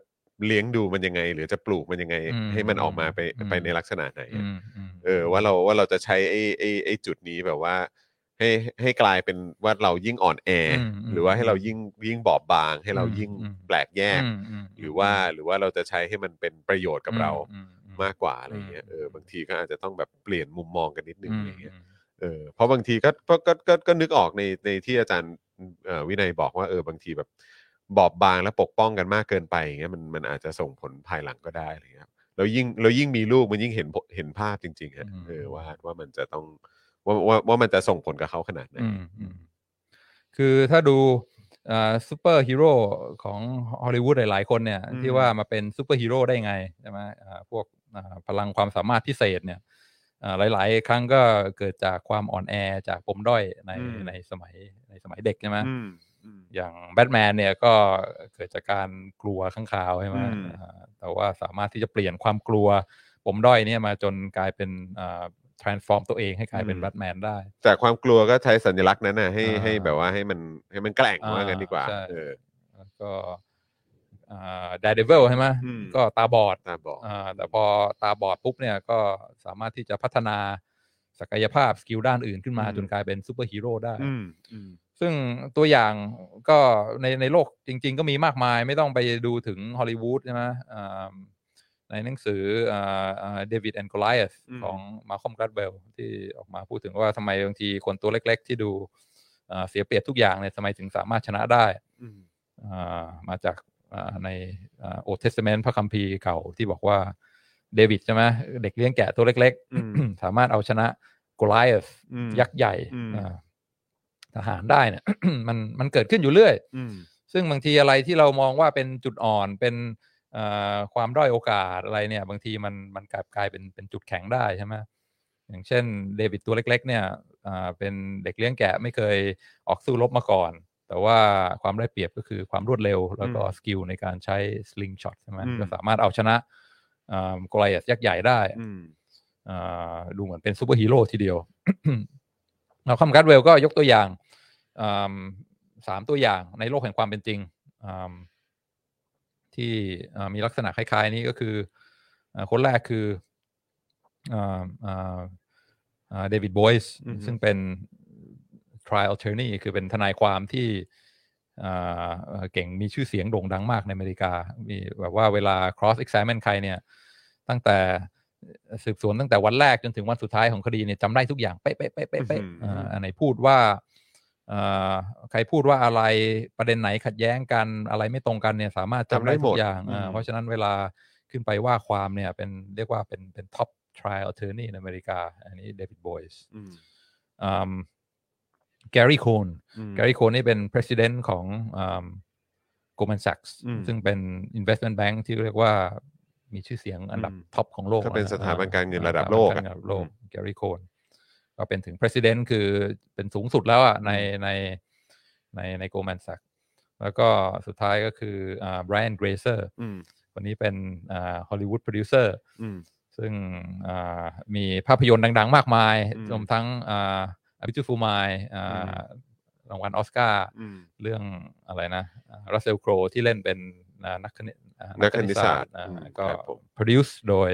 Speaker 2: เลี้ยงดูมันยังไง หรือจะปลูกมันยังไง
Speaker 3: อืม
Speaker 2: ให้มันออกมาไป
Speaker 3: อืม
Speaker 2: ไปในลักษณะไหน
Speaker 3: อื
Speaker 2: อะ
Speaker 3: มอืม
Speaker 2: เออว่าเราว่าเราจะใช้ไอ้ไอ้ไอ้จุดนี้แบบว่า ให้ให้กลายเป็นว่าเรายิ่งอ่อนแออ
Speaker 3: มอืม
Speaker 2: หรือว่าให้เรายิ่งยิ่งบอบบาง ให้เรายิ่ง
Speaker 3: อืมอืม
Speaker 2: แปลกแยก
Speaker 3: อืมมม
Speaker 2: หรือว่าหรือว่าเราจะใช้ให้มันเป็นประโยชน์กับเรา
Speaker 3: อือือื
Speaker 2: มากกว่าอะไรเงี้ย
Speaker 3: อืม
Speaker 2: เออบางทีก็อาจจะต้องแบบเปลี่ยนมุมมองกันนิดนึง
Speaker 3: อืม
Speaker 2: อะไรเงี้ยเออเพราะบางทีก็ก็ก็ก็ก็นึกออกในในที่อาจารย์เอ่อวินัยบอกว่าเออบางทีแบบบอบบางและปกป้องกันมากเกินไปอย่างเงี้ยมันมันอาจจะส่งผลภายหลังก็ได้อะไรเงี้ยแล้วยิ่งแล้วยิ่งมีลูกมันยิ่งเห็นผลเห็นภาพจริงๆฮะเออว่าว่ามันจะต้องว่าว่าว่ามันจะส่งผลกับเขาขนาดไหน
Speaker 3: อืมอืมคือถ้าดูซูเปอร์ฮีโร่ของฮอลลีวูดหลาย ๆ คนเนี่ย ที่ว่ามาเป็นซูเปอร์ฮีโร่ได้ไงใช่ไหมอ่าพวกอ่าพลังความสามารถพิเศษเนี่ยอ่าหลาย ๆ ครั้งก็เกิดจากความอ่อนแอจากปมด้อยในในสมัยในสมัยเด็กใช่ไหม
Speaker 2: อืมอืม
Speaker 3: อย่างแบทแมนเนี่ยก็เกิดจากการกลัวข้างคาวใช่ไหม
Speaker 2: อืม
Speaker 3: อ่าแต่ว่าสามารถที่จะเปลี่ยนความกลัวปมด้อยเนี่ยมาจนกลายเป็นอ่า transform ตัวเองให้กลายเป็น
Speaker 2: อืม
Speaker 3: แบทแมนได้
Speaker 2: จากความกลัวก็ใช้สัญลักษณ์นั้นนะให้
Speaker 3: อ่า
Speaker 2: ให้แบบว่าให้มันให้มันแกล่ง
Speaker 3: อ่า
Speaker 2: ว่างั้นดีกว่า
Speaker 3: ใช่
Speaker 2: เออ
Speaker 3: แล้วก็ดเดวิลใช่ไหม
Speaker 2: อืม
Speaker 3: ก็ตาบอด
Speaker 2: ตามบอก
Speaker 3: อ่าแต่พอตาบอดปุ๊บเนี่ยก็สามารถที่จะพัฒนาศักยภาพสกิลด้านอื่นขึ้นมา
Speaker 2: อืม
Speaker 3: จนกลายเป็นซูเปอร์ฮีโร่ได้
Speaker 2: อืมอืม
Speaker 3: ซึ่งตัวอย่างก็ในในโลกจริง ๆ ก็มีมากมาย ไม่ต้องไปดูถึงฮอลลีวูดใช่ไหมอ่าในหนังสือเดวิดแอน d ก o l ไล t
Speaker 2: อืม
Speaker 3: ของมาคอมกัตเวลที่ออกมาพูดถึงว่าทำไมบางทีคนตัวเล็ก ๆ ที่ดูอ่าเสียเปรียบทุกอย่างเนี่ยทำไมถึงสามารถชนะได้
Speaker 2: อืม
Speaker 3: อ่ามาจากอ่าในโอเทสเมนต์พระคัมภีร์เก่าที่บอกว่าเดวิดใช่ไหมเด็กเลี้ยงแกะตัวเล็ก
Speaker 2: อืม
Speaker 3: ๆ สามารถเอาชนะโกล i อ h
Speaker 2: อืม
Speaker 3: ยักษ์ใหญ่
Speaker 2: อืม
Speaker 3: อ่าทหารได้เนี่ย มันมันเกิดขึ้นอยู่เรื่อย
Speaker 2: อืม
Speaker 3: ซึ่งบางทีอะไรที่เรามองว่าเป็นจุดอ่อนเป็นเอ่อความด้อยโอกาสอะไรเนี่ย บางทีมันมันกลับกลายเป็นเป็นจุดแข็งได้ใช่ไหมอย่างเช่นเดวิดตัวเล็ก ๆ เนี่ยอ่าเป็นเด็กเลี้ยงแกะไม่เคยออกสู้รบมาก่อน แต่ว่าความได้เปรียบก็คือความรวดเร็ว แล้วก็
Speaker 2: อืม
Speaker 3: สกิลในการใช้สลิงช็อตใช่ไหม
Speaker 2: อืม
Speaker 3: ก็สามารถเอาชนะอ่าโกลยัสยักษ์ใหญ่ได้
Speaker 2: อืม
Speaker 3: อ่าดูเหมือนเป็นซูเปอร์ฮีโร่ทีเดียว เราคัมการ์ดเวลก็ยกตัวอย่างอืมสามตัวอย่างในโลกแห่งความเป็นจริงอืมที่อ่ามีลักษณะคล้าย ๆ นี้ก็คืออ่าคนแรกคืออ่าอ่าอ่าเดวิดบอยส์
Speaker 2: อือฮึ
Speaker 3: ซึ่งเป็น trial attorney คือเป็นทนายความที่อ่าเอ่อเก่งมีชื่อเสียงโด่งดังมากในอเมริกา มีแบบว่าเวลา cross examine ใครเนี่ย ตั้งแต่สืบสวนตั้งแต่วันแรกจนถึงวันสุดท้ายของคดีเนี่ยจำได้ทุกอย่างเป๊ะเป๊ะเป๊ะเป๊ะเป๊ะ
Speaker 2: อืม
Speaker 3: อ่าอันไหนพูดว่าอ่าใครพูดว่าอะไรประเด็นไหนขัดแย้งกันอะไรไม่ตรงกันเนี่ยสามารถจำได้ทุกอย่างอ่าเพราะฉะนั้นเวลาขึ้นไปว่าความเนี่ยเป็นเรียกว่าเป็นเป็น top trial attorney ในอเมริกา อันนี้เดวิดบอยส์
Speaker 2: อืม
Speaker 3: แกรี่โคน
Speaker 2: อืม
Speaker 3: แกรี่โคนนี่เป็น president ของ Goldman Sachs
Speaker 2: อืม
Speaker 3: ซึ่งเป็น investment bank ที่เรียกว่ามีชื่อเสียงอันดับ
Speaker 2: อืม
Speaker 3: ท็อปของโลก
Speaker 2: ก็เป็นะสถาบันการเงินระดับ
Speaker 3: สถ
Speaker 2: โลกอะ
Speaker 3: บันารเงินระดับโลกแกรี่โคนก็เป็นถึง president คือเป็นสูงสุดแล้วอ่ะในในในใน Goldman Sachs แล้วก็สุดท้ายก็คืออ่า Brian Grazer
Speaker 2: อืม
Speaker 3: คนนี้เป็นอ่า Hollywood producer
Speaker 2: อืม
Speaker 3: ซึ่งอ่ามีภาพยนตร์ดัง ๆ มากมาย
Speaker 2: อืม
Speaker 3: รวมทั้งอ่า A Beautiful Mind อ่า
Speaker 2: อืม
Speaker 3: รางวัลออสการ์
Speaker 2: อืม
Speaker 3: เรื่องอะไรนะรัสเซลโครที่เล่นเป็นอ่านักคณิตอ่า
Speaker 2: นักคณิตศาสตร์
Speaker 3: นักคณิ
Speaker 2: อืม
Speaker 3: ตศาสตร์อ่าก็
Speaker 2: ครับผม
Speaker 3: produce โดย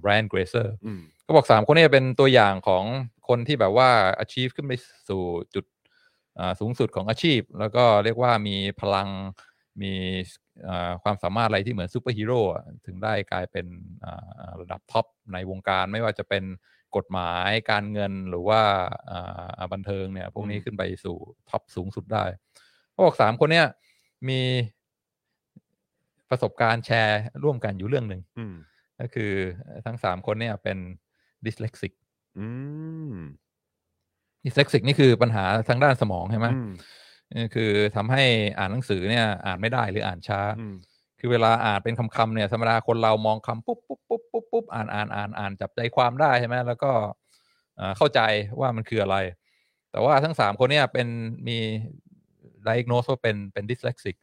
Speaker 3: แบรนด์เกรเซอร์
Speaker 2: อืม
Speaker 3: ก็บอกสามคนเนี้เป็นตัวอย่างของคนที่แบบว่า achieve ขึ้นไปสู่จุดอ่าสูงสุดของอาชีพ แล้วก็เรียกว่ามีพลังมีอ่าความสามารถอะไรที่เหมือนซูเปอร์ฮีโร่อะถึงได้กลายเป็นอ่าระดับท็อปในวงการไม่ว่าจะเป็นกฎหมายการเงินหรือว่าอ่าบันเทิงเนี่ยพวกนี้
Speaker 2: อืม
Speaker 3: ขึ้นไปสู่ท็อปสูงสุดได้ เขาบอกสามคนเนี่ยมีประสบการณ์แชร์ร่วมกันอยู่เรื่องหนึ่ง
Speaker 2: อืม
Speaker 3: ก็คือทั้งสามคนเนี่ยเป็นดิสเล x ซิก
Speaker 2: อืม
Speaker 3: ดิสเล x ซิกนี่คือปัญหาทางด้านสมองใช่ไหม
Speaker 2: อืม
Speaker 3: เออคือทำให้อ่านหนังสือเนี่ยอ่านไม่ได้หรืออ่านช้า
Speaker 2: อืม
Speaker 3: คือเวลาอ่านเป็นคำๆเนี่ยธรรมดาคนเรามองคำปุ๊บปุ๊บปุ๊บปุ๊บปุ๊บอ่านอ่านอ่านอ่านจับใจความได้ใช่ไหมแล้วก็เอ่อเข้าใจว่ามันคืออะไร แต่ว่าทั้งสามคนเนี่ยเป็นมี diagnose ว่าเป็นเป็น dyslexic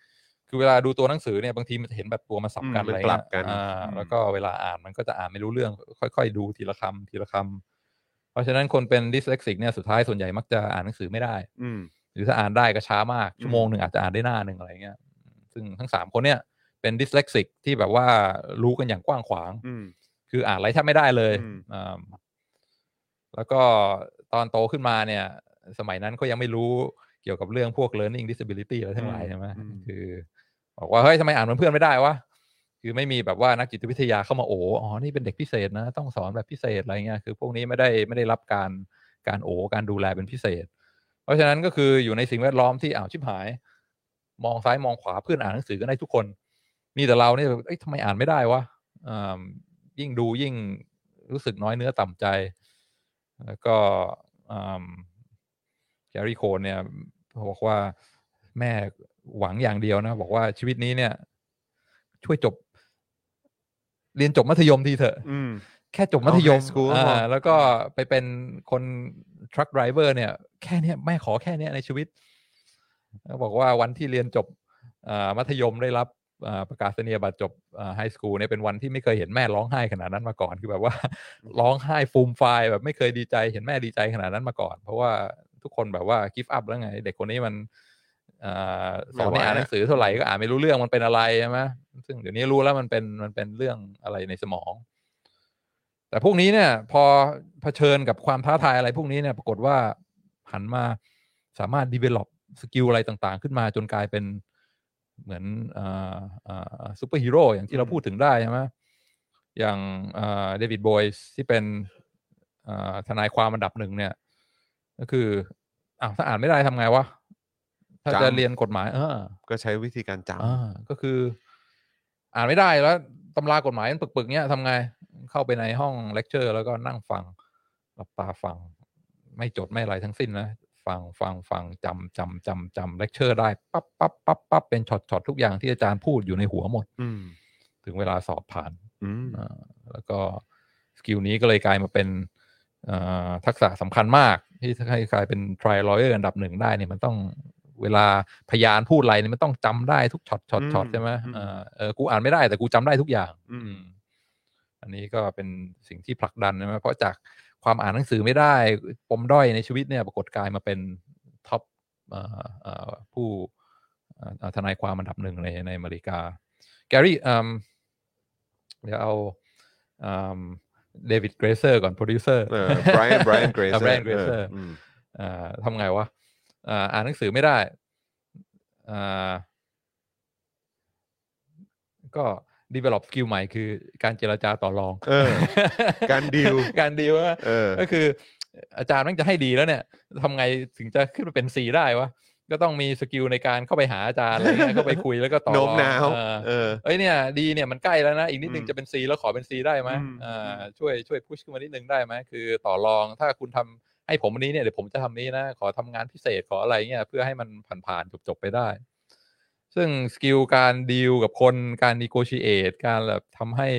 Speaker 3: คือเวลาดูตัวหนังสือเนี่ยบางทีมันจะเห็นแบบตัวมาสับกัน
Speaker 2: อืม
Speaker 3: อะไร
Speaker 2: มันปรั
Speaker 3: เงี้
Speaker 2: บ
Speaker 3: ย
Speaker 2: กัน
Speaker 3: อ่า
Speaker 2: อืม
Speaker 3: แล้วก็เวลาอ่านมันก็จะอ่านไม่รู้เรื่อง ค่อยๆ ดูทีละคำทีละคำเพราะฉะนั้นคนเป็น dyslexic เนี่ยสุดท้ายส่วนใหญ่มักจะอ่านหนังสือไม่ได้
Speaker 2: อืม
Speaker 3: หรือถ้าอ่านได้ก็ช้ามาก
Speaker 2: อืม
Speaker 3: ชั่วโมงหนึ่งอาจจะอ่านได้หน้าหนึ่งอะไรเงี้ยซึ่งทั้งสามคนเนี่ยเป็นดิสเล x ซิกที่แบบว่ารู้กันอย่างกว้างขวาง
Speaker 2: อืม
Speaker 3: คืออ่านอะไรแทบไม่ได้เลย
Speaker 2: อืม
Speaker 3: อ่าแล้วก็ตอนโตขึ้นมาเนี่ย สมัยนั้นก็ยังไม่รู้เกี่ยวกับเรื่องพวก learning disability อะไรทั้งหลายใช่ไหมคือบอกว่า เฮ้ยทำไมอ่านเหมือนเพื่อนไม่ได้วะ คือไม่มีแบบว่านักจิตวิทยาเข้ามาโอ้อ๋อ นี่เป็นเด็กพิเศษนะ ต้องสอนแบบพิเศษอะไรเงี้ย คือพวกนี้ไม่ได้ไม่ได้รับการการโอ้การดูแลเป็นพิเศษ เพราะฉะนั้นก็คืออยู่ในสิ่งแวดล้อมที่อ้าวชิบหาย มองซ้ายมองขวาเพื่อนอ่านหนังสือกันได้ทุกคน มีแต่เราเนี่ยแบบเอ้ยทำไมอ่านไม่ได้วะอ่ายิ่งดูยิ่งรู้สึกน้อยเนื้อต่ำใจ แล้วก็แกรี่โคนเนี่ยบอกว่าแม่หวังอย่างเดียวนะ บอกว่าชีวิตนี้เนี่ย ช่วยจบ เรียนจบมัธยมทีเถอะ
Speaker 2: อืม
Speaker 3: แค่จบมัธยม
Speaker 2: เอา high school
Speaker 3: อ่า
Speaker 2: พอ
Speaker 3: แล้วก็ไปเป็นคนทรัคไดรเวอร์เนี่ย แค่เนี้ยแม่ขอแค่เนี้ยในชีวิตแล้วบอกว่าวันที่เรียนจบอ่ามัธยมได้รับอ่าประกาศนียบัตรจบไฮสคูลเนี่ยเป็นวันที่ไม่เคยเห็นแม่ร้องไห้ขนาดนั้นมาก่อน คือแบบว่า ร้องไห้ฟูมไฟายแบบไม่เคยดีใจเห็นแม่ดีใจขนาดนั้นมาก่อน เพราะว่าทุกคนแบบว่ากิฟต์อัพแล้วไง เด็กคนนี้มันอ่าสอน
Speaker 2: ไม่ไหว
Speaker 3: ให้อ่านหนั
Speaker 2: อะ
Speaker 3: งสือเท่าไหร่ก็อ่านไม่รู้เรื่องมันเป็นอะไรใช่ไหมซึ่งเดี๋ยวนี้รู้แล้วมันเป็นมันเป็นเรื่องอะไรในสมอง แต่พวกนี้เนี่ย พอเผชิญกับความท้าทายอะไรพวกนี้เนี่ย ปรากฏว่าหันมาสามารถ develop สกิลอะไรต่างๆ ขึ้นมาจนกลายเป็นเหมือนซูเปอร์ฮีโร่า superhero อย่างที่เราพูดถึงได้ใช่ไหมอย่างเดวิดบอยส์ที่เป็นอ่าทนายความอันดับหนึ่งเนี่ย ก็คืออ้าวถ้าอ่านไม่ได้ทำไงวะ ถ้าจะ
Speaker 2: จำ
Speaker 3: เรียนกฎหมาย เออ
Speaker 2: ก็ใช้วิธีการจำ
Speaker 3: อ่าก็คือ อ่านไม่ได้แล้วตำรากฎหมายมันปึกๆเนี้ยทำไงเข้าไปในห้องเลคเชอร์ แล้วก็นั่งฟังหลับตาฟัง ไม่จดไม่อะไรทั้งสิ้นนะ ฟังฟังฟังจำจำจำจำเลคเชอร์ได้ปั๊บปั๊บปั๊บปั๊บเป็นช็อตช็อตทุกอย่างที่อาจารย์พูดอยู่ในหัวหมด
Speaker 2: อืม
Speaker 3: ถึงเวลาสอบผ่าน
Speaker 2: อืม
Speaker 3: อ่าแล้วก็สกิลนี้ก็เลยกลายมาเป็นอ่าทักษะสำคัญมาก ที่ให้กลายเป็น trial lawyer อันดับหนึ่งได้เนี่ยมันต้องเวลาพยานพูดอะไรเนี่ยมันต้องจำได้ทุกช็อตช็อตช็อต
Speaker 2: อืม
Speaker 3: ใช่ไหม
Speaker 2: อืม
Speaker 3: อ่าเออกูอ่านไม่ได้แต่กูจำได้ทุกอย่าง
Speaker 2: อืม
Speaker 3: อืมอันนี้ก็เป็นสิ่งที่ผลักดันใช่ไหมเพราะจากความอ่านหนังสือไม่ได้ปมด้อยในชีวิตเนี่ยปรากฏกลายมาเป็นท็อป เอ่อเอ่อผู้เอ่อทนายความอันดับหนึ่งในในอเมริกา แกรี่อืมเดี๋ยวเอาเดวิดเกรเซอร์ก่อน โปรดิวเซอร์
Speaker 2: เออ Brian Brian Grazer
Speaker 3: ไบรอั นเกรเซอ
Speaker 2: เอ
Speaker 3: ร์
Speaker 2: ออืม
Speaker 3: ทำไงวะอ่าอ่านหนังสือไม่ได้อ่าก็ develop skill ใหม่คือการเจรจาต่อรอง
Speaker 2: เออ การดีล
Speaker 3: การดีลว่า
Speaker 2: เออ
Speaker 3: ก็คืออาจารย์แมันจะให้ดีแล้วเนี่ยทำไงถึงจะขึ้นมาเป็นซีได้วะ ก็ต้องมีสกิลในการเข้าไปหาอาจารย์อะไรเงี้ยเข้าไปคุยแล้วก็ต่อรอง
Speaker 2: โน้มน้าว
Speaker 3: เออ
Speaker 2: เออ
Speaker 3: เอ้ยเนี่ย ดีเนี่ยมันใกล้แล้วนะ อีกนิดนึ
Speaker 2: อื
Speaker 3: ง
Speaker 2: ม
Speaker 3: จะเป็นซีแล้วขอเป็นซีได้ไหม
Speaker 2: อืม
Speaker 3: อ่
Speaker 2: อื
Speaker 3: าม ช่วยช่วยพุชขึ้นมานิดนึงได้ไหมคือต่อรองถ้าคุณทำให้ผมวันนี้เนี่ยเดี๋ยวผมจะทำนี้นะ ขอทำงานพิเศษขออะไรเงี้ยเพื่อให้มันผ่านๆจบๆไปได้ ซึ่งสกิลการดีลกับคนการน e โกชิเอตการแบบทำให้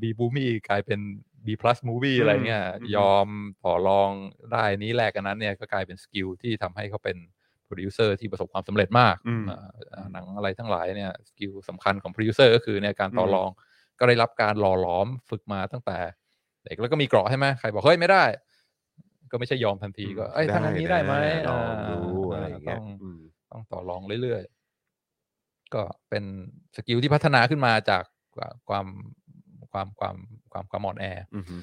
Speaker 3: บีบูมี่อกลายเป็น B plus movie
Speaker 2: อืม
Speaker 3: อะไรเงี้ย
Speaker 2: อืม
Speaker 3: ยอมต่อรองได้นี้แลกกันนั้นเนี่ยก็กลายเป็นสกิลที่ทำให้เขาเป็นโปรดิวเซอร์ที่ประสบความสำเร็จมาก
Speaker 2: อืม
Speaker 3: อ่าอ่าหนังอะไรทั้งหลายเนี่ยสกิลสำคัญของโปรดิวเซอร์ก็คือเนี่ยการต่อ
Speaker 2: ม
Speaker 3: อรองก็ได้รับการหล่อหลอมฝึกมาตั้งแต่ เด็กแล้วก็มีเกราะใช่ไหมใครบอกเฮ้ยไม่ได้ ก็ไม่ใช่ยอมทันทีก็เอ้ยทางอันนี้ได้ไหม
Speaker 2: ลอง
Speaker 3: า
Speaker 2: ดูอะไรอย่างเงี้ย
Speaker 3: ต้อง
Speaker 2: อืม
Speaker 3: ต้องต่อรองเรื่อยๆ ก็เป็นสกิลที่พัฒนาขึ้นมาจากความความความความความอ่อนแออ
Speaker 2: อฮึ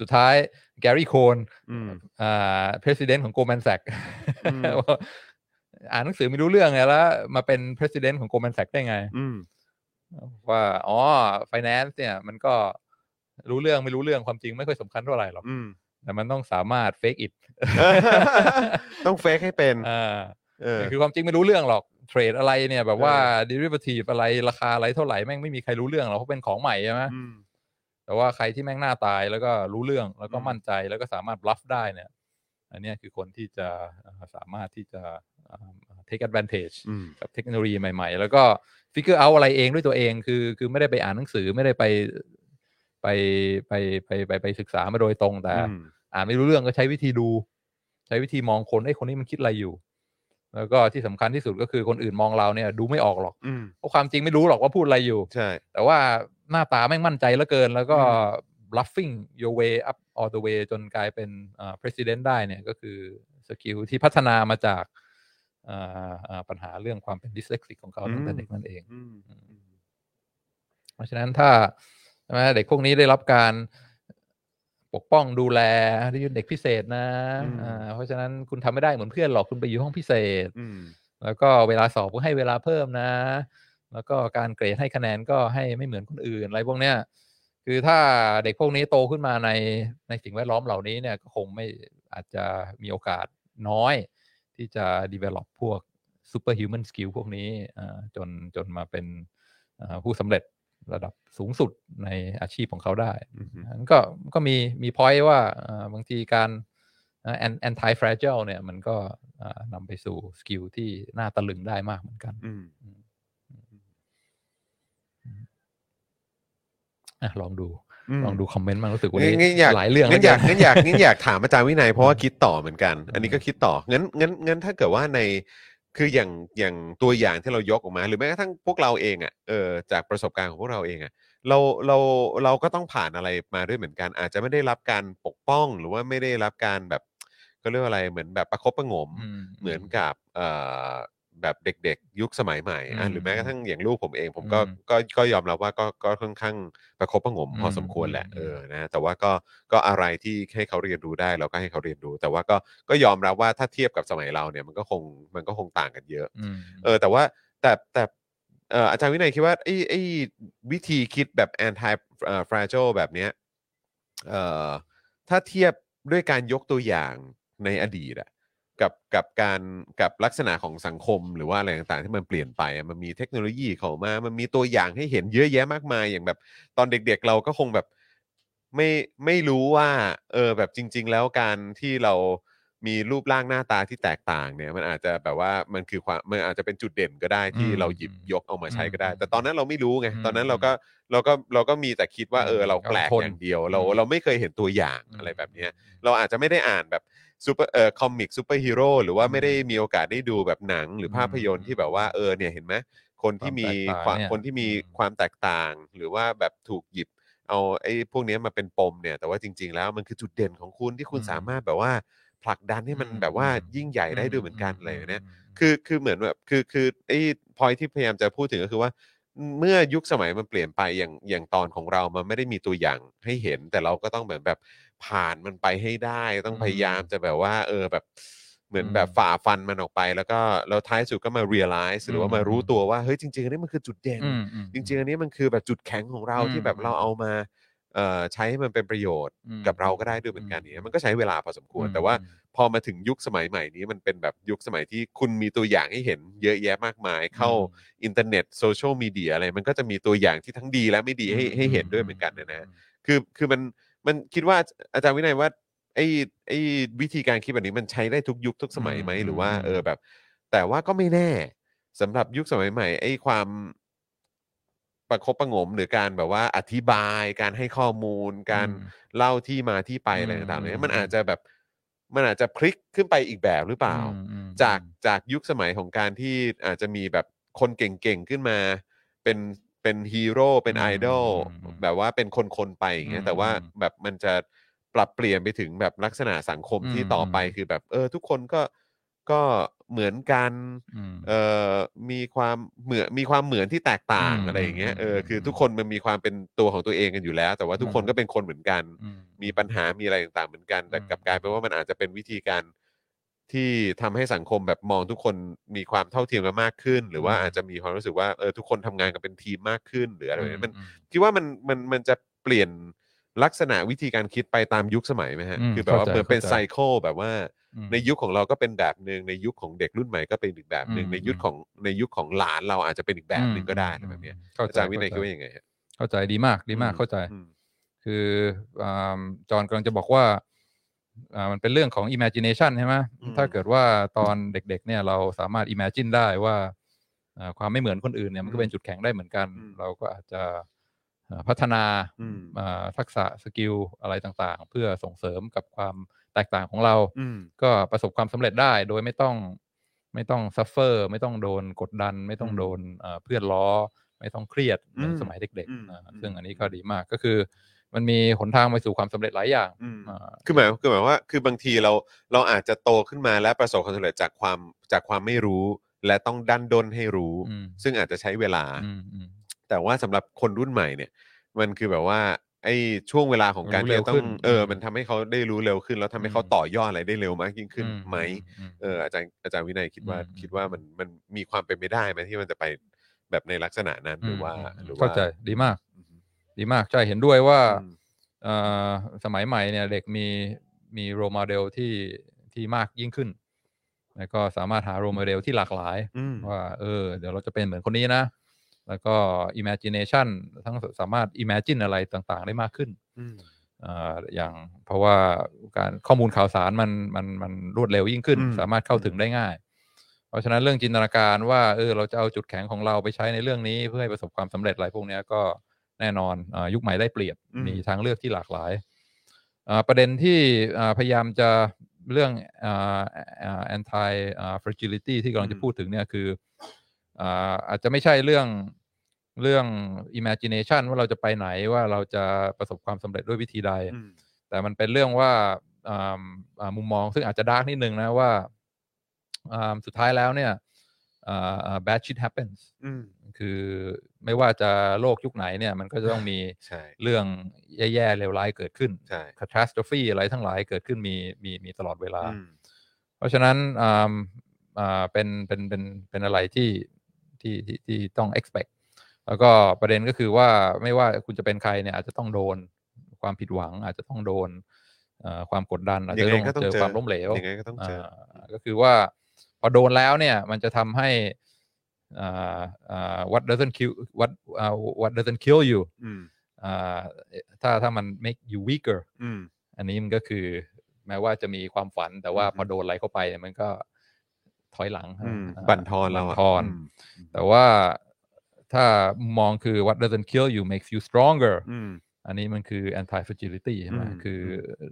Speaker 3: สุดท้ายแกรี่โคน
Speaker 2: อืม
Speaker 3: อ่าประธานของโกลแมนแซก
Speaker 2: อืม
Speaker 3: อ่านหนังสือไม่รู้เรื่องไงแล้ว มาเป็นประธานของโกลแมนแซกได้ไง
Speaker 2: อืม
Speaker 3: ว่าอ๋อ finance เนี่ย มันก็รู้เรื่องไม่รู้เรื่องความจริงไม่ค่อยสำคัญเท่าไหร่หรอก
Speaker 2: อืม
Speaker 3: แต่มันต้องสามารถ fake it
Speaker 2: ต้องเฟกให้เป็น
Speaker 3: อ่า
Speaker 2: เออ
Speaker 3: คือความจริงไม่รู้เรื่องหรอกเทรดอะไรเนี่ยแบบว่า
Speaker 2: เ
Speaker 3: ดิริ a t ทีฟอะไรราคาอะไรเท่าไหร่แม่งไม่มีใครรู้เรื่องหรอกเพราะเป็นของใหม่ใช่ไหม
Speaker 2: อืม
Speaker 3: แต่ว่าใครที่แม่งหน้าตายแล้วก็รู้เรื่องแล้วก็
Speaker 2: อืม
Speaker 3: มั่นใจแล้วก็สามารถรับได้เนี่ย อันเนี้ยคือคนที่จะเอ่อสามารถที่จะเอ่อ take advantage
Speaker 2: อืม
Speaker 3: กับเทคโนโลยีใหม่ ๆ แล้วก็ฟิกเกอร์เอาอะไรเองด้วยตัวเองคือ คือไม่ได้ไปอ่านหนังสือไม่ได้ไปไปไปไปไปไปศึกษามาโดยตรงแต่
Speaker 2: อืม
Speaker 3: อ่านไม่รู้เรื่องก็ใช้วิธีดู ใช้วิธีมองคนไอ้ยคนนี้มันคิดอะไรอยู่ แล้วก็ที่สำคัญที่สุดก็คือคนอื่นมองเราเนี่ย ดูไม่ออกหรอก
Speaker 2: อืม
Speaker 3: เพราะความจริงไม่รู้หรอกว่าพูดอะไรอยู่
Speaker 2: ใช่
Speaker 3: แต่ว่าหน้าตาไม่งมั่นใจเหลือเกิน แล้วก็ bluffing your way up all the way จนกลายเป็นอ่า president ได้เนี่ยก็คือสกิลที่พัฒนามาจากอ่าอ่าปัญหาเรื่องความเป็น dyslexic ของเขาตั้งแต่
Speaker 2: อืม
Speaker 3: เด็กนั่นเอง
Speaker 2: อืม
Speaker 3: เพราะฉะนั้นถ้าใช่ไหมเด็กพวกนี้ได้รับการปกป้องดูแลที่เป็นเด็กพิเศษนะ
Speaker 2: อืม
Speaker 3: อ่าเพราะฉะนั้นคุณทำไม่ได้เหมือนเพื่อนหรอกคุณไปอยู่ห้องพิเศษ
Speaker 2: อืม
Speaker 3: แล้วก็เวลาสอบก็ให้เวลาเพิ่มนะ แล้วก็การเกรดให้คะแนนก็ให้ไม่เหมือนคนอื่นอะไรพวกเนี้ยคือถ้าเด็กพวกนี้โตขึ้นมาในในสิ่งแวดล้อมเหล่านี้เนี่ยก็คงไม่อาจจะมีโอกาสน้อย ที่จะ develop พวก superhuman skill พวกนี้อ่าจนจนมาเป็นอ่าผู้สำเร็จระดับสูงสุดในอาชีพของเขาได้
Speaker 2: อืม
Speaker 3: นั้นก็ก็มีมีพอยต์ว่าเอ่อบางทีการแอนแอนตี้ฟรเจลเนี่ย มันก็เอ่อนำไปสู่สกิลที่น่าตะลึงได้มากเหมือนกัน
Speaker 2: อืม
Speaker 3: อ่ะลองดู
Speaker 2: อืม
Speaker 3: ลองดูคอมเมนต์มางรู้สึกวัน
Speaker 2: งั้
Speaker 3: นี้
Speaker 2: นงั้นอยาก
Speaker 3: หลายเรื่อง
Speaker 2: งั้น
Speaker 3: แล้ว
Speaker 2: อยาก
Speaker 3: กั
Speaker 2: งั้นอยากงั้น อยากถามอาจารย์วินัยเพราะว่าคิดต่อเหมือนกัน อันนี้ก็คิดต่องั้นงั้นงั้นถ้าเกิดว่าในคืออย่างอย่างตัวอย่างที่เรายกออกมา หรือแม้กระทั่งพวกเราเองอ่ะเออจากประสบการณ์ของพวกเราเองอ่ะเราเราเราก็ต้องผ่านอะไรมาด้วยเหมือนกัน อาจจะไม่ได้รับการปกป้องหรือว่าไม่ได้รับการแบบก็เรียกว่าอะไรเหมือนแบบประคบประหงม เหมือนกับเอ่อแบบเด็กๆ ยุคสมัยใหม่อ่ะ
Speaker 3: อืม
Speaker 2: หรือแม้กระทั่งอย่างลูกผมเอง ผม
Speaker 3: อืม
Speaker 2: ก็ก็ก็ยอมรับว่าก็ก็ค่อนข้างประคบประหงม
Speaker 3: อืม
Speaker 2: พอสมควรแหละ
Speaker 3: อืม
Speaker 2: เออนะแต่ว่าก็ก็อะไรที่ให้เขาเรียนรู้ได้เราก็ให้เขาเรียนรู้ แต่ว่าก็ก็ยอมรับว่าถ้าเทียบกับสมัยเราเนี่ยมันก็คงมันก็คงต่างกันเยอะ
Speaker 3: อืม
Speaker 2: เออแต่ว่าแต่แต่เอ่ออาจารย์วินัยคิดว่าไอ้ไอ้วิธีคิดแบบ anti fragile แบบเนี้ยเอ่อถ้าเทียบด้วยการยกตัวอย่างในอดีตอะกับกับการกับลักษณะของสังคมหรือว่าอะไรต่างๆ ที่มันเปลี่ยนไปอะมันมีเทคโนโลยีเข้ามา มันมีตัวอย่างให้เห็นเยอะแยะมากมาย อย่างแบบตอนเด็กๆเราก็คงแบบไม่ไม่รู้ว่าเออแบบจริง ๆ แล้วการที่เรา มีรูปร่างหน้าตาที่แตกต่างเนี่ยมันอาจจะแบบว่ามันคือความมันอาจจะเป็นจุดเด่นก็ได้ที่
Speaker 3: อืม
Speaker 2: เราหยิบยกเอามาใช้ก็ได้
Speaker 3: อืม
Speaker 2: แต่ตอนนั้นเราไม่รู้ไง
Speaker 3: อืม
Speaker 2: ตอนนั้นเราก็เราก็เราก็มีแต่คิดว่า
Speaker 3: อืม
Speaker 2: เออเราแปลก
Speaker 3: เราทน
Speaker 2: อย่างเดียวเรา
Speaker 3: อืม
Speaker 2: เราไม่เคยเห็นตัวอย่างอะไรแบบเนี้ยเราอาจจะไม่ได้อ่านแบบซูเปอร์เอ่อคอมิกซูเปอร์ฮีโร่หรือว่าไม่ได้มีโอกาสได้ดูแบบหนังหรือภาพยนตร์ที่แบบว่าเออเนี่ยเห็นไหมคนที่มีค
Speaker 3: ค
Speaker 2: าว
Speaker 3: วาม มแตกต่างเนี่ย
Speaker 2: คนที่มี
Speaker 3: อืม
Speaker 2: ความแตกต่าง หรือว่าแบบถูกหยิบ เอาไอ้พวกเนี้ยมาเป็นปมเนี่ยแต่ว่าจริง ๆ แล้วมันคือจุดเด่นของคุณที่คุณ
Speaker 3: อืม
Speaker 2: สามารถแบบว่าผลักดันให้มัน
Speaker 3: อืม
Speaker 2: แบบว่า
Speaker 3: อืม
Speaker 2: ยิ่งใหญ่ได้ด้วยเหมือนกันอะไรอย่างเนี้ย
Speaker 3: ม
Speaker 2: คือคือเหมือนแบบคือคือไอ้พอยที่พยายามจะพูดถึงก็คือว่า เมื่อยุคสมัยมันเปลี่ยนไปอย่างอย่างตอนของเรามันไม่ได้มีตัวอย่างให้เห็น แต่เราก็ต้องเหมือนแบบผ่านมันไปให้ได้ต้อง
Speaker 3: อืม
Speaker 2: พยายามจะแบบว่า เออแบบเหมือน
Speaker 3: อืม
Speaker 2: แบบฝ่าฟันมันออกไปแล้วก็แล้วท้ายสุดก็มา realize หรือว่ามา
Speaker 3: อืม
Speaker 2: รู้ตัวว่าเฮ้ยจริงๆอันนี้มันคือจุดเด่น
Speaker 3: อืมอืม
Speaker 2: จริงๆ อันนี้มันคือแบบจุดแข็งของเรา
Speaker 3: อืม
Speaker 2: ที่แบบเราเอามาเอ่อใช้ให้มันเป็นประโยชน์
Speaker 3: อืม
Speaker 2: กับเราก็ได้ด้วยเหมือนกัน
Speaker 3: อืม
Speaker 2: เนี่ยมันก็ใช้เวลาพอสมควร
Speaker 3: อืม
Speaker 2: แต่ว่า
Speaker 3: อืม
Speaker 2: พอมาถึงยุคสมัยใหม่นี้มันเป็นแบบยุคสมัยที่คุณมีตัวอย่างให้เห็นเยอะแยะมากมาย เข้าอินเทอร์เน็ตโซเชียลมีเดียอะไรมันก็จะมีตัวอย่างที่ทั้งดีและไม่ดีให้ให้เห็นด้วยเหมือนกันนะนะ คือคือมันมันคิดว่าอาจารย์วินัยว่าไอ้ไอ้วิธีการคิดแบบนี้มันใช้ได้ทุกยุคทุกสมัยไหม
Speaker 3: อืม
Speaker 2: หรือว่า
Speaker 3: อืม
Speaker 2: เออแบบ แต่ว่าก็ไม่แน่ สำหรับยุคสมัยใหม่ไอ้ความประคบประหงมหรือการแบบว่าอธิบายการให้ข้อมูล การ
Speaker 3: อืม
Speaker 2: เล่าที่มาที่ไปอะไร
Speaker 3: อืม
Speaker 2: ต่างๆเนี่
Speaker 3: อื
Speaker 2: ย
Speaker 3: ม
Speaker 2: มันอาจจะแบบมันอาจจะพลิกขึ้นไปอีกแบบหรือเปล่า
Speaker 3: อืมอืม
Speaker 2: จากจากยุคสมัยของการที่อาจจะมีแบบคนเก่งๆ ขึ้นมา เป็นเป็นฮีโร่เป็นไอดอล
Speaker 3: อืม
Speaker 2: แบบว่าเป็นคนๆไปอย่างเงี้ยแต่ว่า
Speaker 3: อืม
Speaker 2: แบบมันจะปรับเปลี่ยนไปถึงแบบลักษณะสังคมที่
Speaker 3: อืม
Speaker 2: ต่อไป
Speaker 3: อืม
Speaker 2: คือแบบเออทุกคนก็ก็เหมือนกัน
Speaker 3: อืม
Speaker 2: เอ่อมีความเหมือนมีความเหมือนที่แตกต่าง
Speaker 3: อืม
Speaker 2: อะไรอย่างเงี้ยเอออ
Speaker 3: ม
Speaker 2: คือทุกคนมันมีความเป็นตัวของตัวเองกันอยู่แล้ว แต่ว่าทุกคน
Speaker 3: อืม
Speaker 2: ก็เป็นคนเหมือนกัน
Speaker 3: อืม
Speaker 2: มีปัญหามีอะไรต่างๆเหมือนกัน แต่
Speaker 3: อืม
Speaker 2: กลับกลายเป็นว่ามันอาจจะเป็นวิธีการที่ทำให้สังคมแบบมองทุกคนมีความเท่าเทียมกันมากขึ้น หรือว่าอาจจะมีความรู้สึกว่าเออทุกคนทำงานกันเป็นทีมมากขึ้น หรืออะไรแบบนี้มัน
Speaker 3: อื
Speaker 2: คิดว่ามันมันมันจะเปลี่ยนลักษณะวิธีการคิดไปตามยุคสมัยไหมฮะ
Speaker 3: อืม
Speaker 2: คือแบบว่า
Speaker 3: เข้าใจ
Speaker 2: เหมือนเป็น
Speaker 3: เข้าใจ
Speaker 2: ไซเคิลแบบว่า
Speaker 3: อืม
Speaker 2: ในยุคของเราก็เป็นแบบหนึ่งในยุคของเด็กรุ่นใหม่ก็เป็นอีกแบบหนึ่ง
Speaker 3: อืม
Speaker 2: ในยุคของในยุคของหลานเราอาจจะเป็นอีกแบบหนึ่งก็ได้อะไร
Speaker 3: อืม
Speaker 2: แบบเนี้ย
Speaker 3: เข้
Speaker 2: อาจารย์วินัย
Speaker 3: เข้
Speaker 2: คิดว่ายังไงฮะ
Speaker 3: เข้าใจดีมากดีมาก
Speaker 2: อืม
Speaker 3: เข้าใจ
Speaker 2: อืม
Speaker 3: คืออ่าจอห์นกำลังจะบอกว่าอ่า มันเป็นเรื่องของ imagination ใช่ไหม
Speaker 2: อืม
Speaker 3: ถ้าเกิดว่าตอนเด็ก ๆ เนี่ยเราสามารถ imagine ได้ว่าอ่าความไม่เหมือนคนอื่นเนี่ยมันก็เป็นจุดแข็งได้เหมือนกัน เราก็อาจจะอ่าพัฒนา
Speaker 2: อืม
Speaker 3: อ่าทักษะสกิลอะไรต่างๆ เพื่อส่งเสริมกับความแตกต่างของเรา
Speaker 2: อืม
Speaker 3: ก็ประสบความสำเร็จได้โดยไม่ต้องไม่ต้องซัฟเฟอร์ ไม่ต้องโดนกดดัน ไม่ต้องโดนเอ่อเพื่อนล้อ ไม่ต้องเครียดเหมือน
Speaker 2: อืม
Speaker 3: สมัยเด็ก
Speaker 2: อืม
Speaker 3: ๆอ่า
Speaker 2: อืม
Speaker 3: ซึ่งอันนี้ก็ดีมากก็คือ มันมีหนทางไปสู่ความสำเร็จหลายอย่าง
Speaker 2: อืม
Speaker 3: อ่า
Speaker 2: คือหมายคือหมายว่าคือบางทีเราเราอาจจะโตขึ้นมาและประสบความสำเร็จจากความจากความไม่รู้ และต้องดันด้นให้รู้
Speaker 3: อืม
Speaker 2: ซึ่งอาจจะใช้เวลา
Speaker 3: อืมอืม
Speaker 2: แต่ว่าสำหรับคนรุ่นใหม่เนี่ย มันคือแบบว่า ไอ้ช่วงเวลาของการที่
Speaker 3: รู้เร็ว
Speaker 2: จะต้อ
Speaker 3: ขึ้
Speaker 2: ง
Speaker 3: น
Speaker 2: เอออ
Speaker 3: ม
Speaker 2: มันทำให้เขาได้รู้เร็วขึ้น แล้วทำให้เขา
Speaker 3: อืม
Speaker 2: ต่อยอดอะไรได้เร็วมากยิ่งขึ้น
Speaker 3: อื
Speaker 2: ไหม
Speaker 3: อืม
Speaker 2: เอออาจารย์อาจารย์วินัยคิดว่า
Speaker 3: อืม
Speaker 2: คิดว่ามันมันมีความเป็นไปได้ไหมที่มันจะไปแบบในลักษณะนั้นหรือว่า
Speaker 3: อืม
Speaker 2: หรือว่า
Speaker 3: เข้าใจดีมาก
Speaker 2: อืม
Speaker 3: ดีมากใช่เห็นด้วยว่า
Speaker 2: อืม
Speaker 3: เอ่อสมัยใหม่เนี่ยเด็กมีมีโรมาเดลที่ที่มากยิ่งขึ้น แล้วก็สามารถหาโรมาเดลที่หลากหลาย
Speaker 2: อืม
Speaker 3: ว่าเออเดี๋ยวเราจะเป็นเหมือนคนนี้นะ แล้วก็ imagination ทั้งสามารถ imagine อะไรต่างๆ ได้มากขึ้น
Speaker 2: อืม
Speaker 3: อ่าอย่างเพราะว่าการข้อมูลข่าวสารมันมันมันรวดเร็วยิ่งขึ้น
Speaker 2: อืม
Speaker 3: สามารถเข้าถึงได้ง่าย เพราะฉะนั้นเรื่องจินตนาการว่าเออเราจะเอาจุดแข็งของเราไปใช้ในเรื่องนี้ เพื่อให้ประสบความสำเร็จอะไรพวกเนี้ยก็แน่นอนอายุคใหม่ได้เปรียบ
Speaker 2: อืม
Speaker 3: มีทางเลือกที่หลากหลายอ่าประเด็นที่อ่าพยายามจะเรื่องอ่าอ่า anti อ่า fragility ที่กำลังจะพูดถึงเนี่ยคืออ่าอาจจะไม่ใช่เรื่องเรื่อง imagination ว่าเราจะไปไหนว่าเราจะประสบความสำเร็จด้วยวิธีใด
Speaker 2: อืม
Speaker 3: แต่มันเป็นเรื่องว่าอ่าอ่ามุมมองซึ่งอาจจะดาร์กนิดนึงนะว่าอ่าสุดท้ายแล้วเนี่ยอ่าอ่า bad shit happens
Speaker 2: อืม
Speaker 3: คือไม่ว่าจะโลกยุคไหนเนี่ยมันก็จะต้องมี
Speaker 2: ใช่
Speaker 3: เรื่องแย่ๆเลวร้ายเกิดขึ้น
Speaker 2: ใช่
Speaker 3: catastrophe อะไรทั้งหลายเกิดขึ้นมีมีมีตลอดเวลา
Speaker 2: อืม
Speaker 3: เพราะฉะนั้นอ่าอ่าเป็นเป็นเป็นเป็นอะไรที่ที่ที่ที่ต้อง expect แล้วก็ประเด็นก็คือว่าไม่ว่าคุณจะเป็นใครเนี่ยอาจจะต้องโดนความผิดหวัง อาจจะต้องโดนเอ่อความกดดันอาจจะ
Speaker 2: ยังไงก็ต้อง
Speaker 3: เจอ
Speaker 2: เจอ
Speaker 3: ความล้มเหลว
Speaker 2: ยังไงก็ต้องเจอ
Speaker 3: าก็คือว่าพอโดนแล้วเนี่ยมันจะทำให้อ่าอ่า what doesn't kill what อ่า what doesn't kill you
Speaker 2: อืม
Speaker 3: อ่าถ้าถ้ามัน make you weaker
Speaker 2: อืม
Speaker 3: อันนี้มันก็คือแม้ว่าจะมีความฝันแต่ว่า
Speaker 2: อือฮึ
Speaker 3: พอโดนอะไรเข้าไปเนี่ยมันก็ถอยหลัง
Speaker 2: อืม
Speaker 3: อ่า
Speaker 2: บั่นทอนเรา
Speaker 3: บั่
Speaker 2: อะ
Speaker 3: นทอน
Speaker 2: ม
Speaker 3: แต่ว่าถ้ามองคือ what doesn't kill you makes you stronger
Speaker 2: อืม
Speaker 3: อันนี้มันคือ anti fragility ใช่ไหม
Speaker 2: อืม
Speaker 3: คือ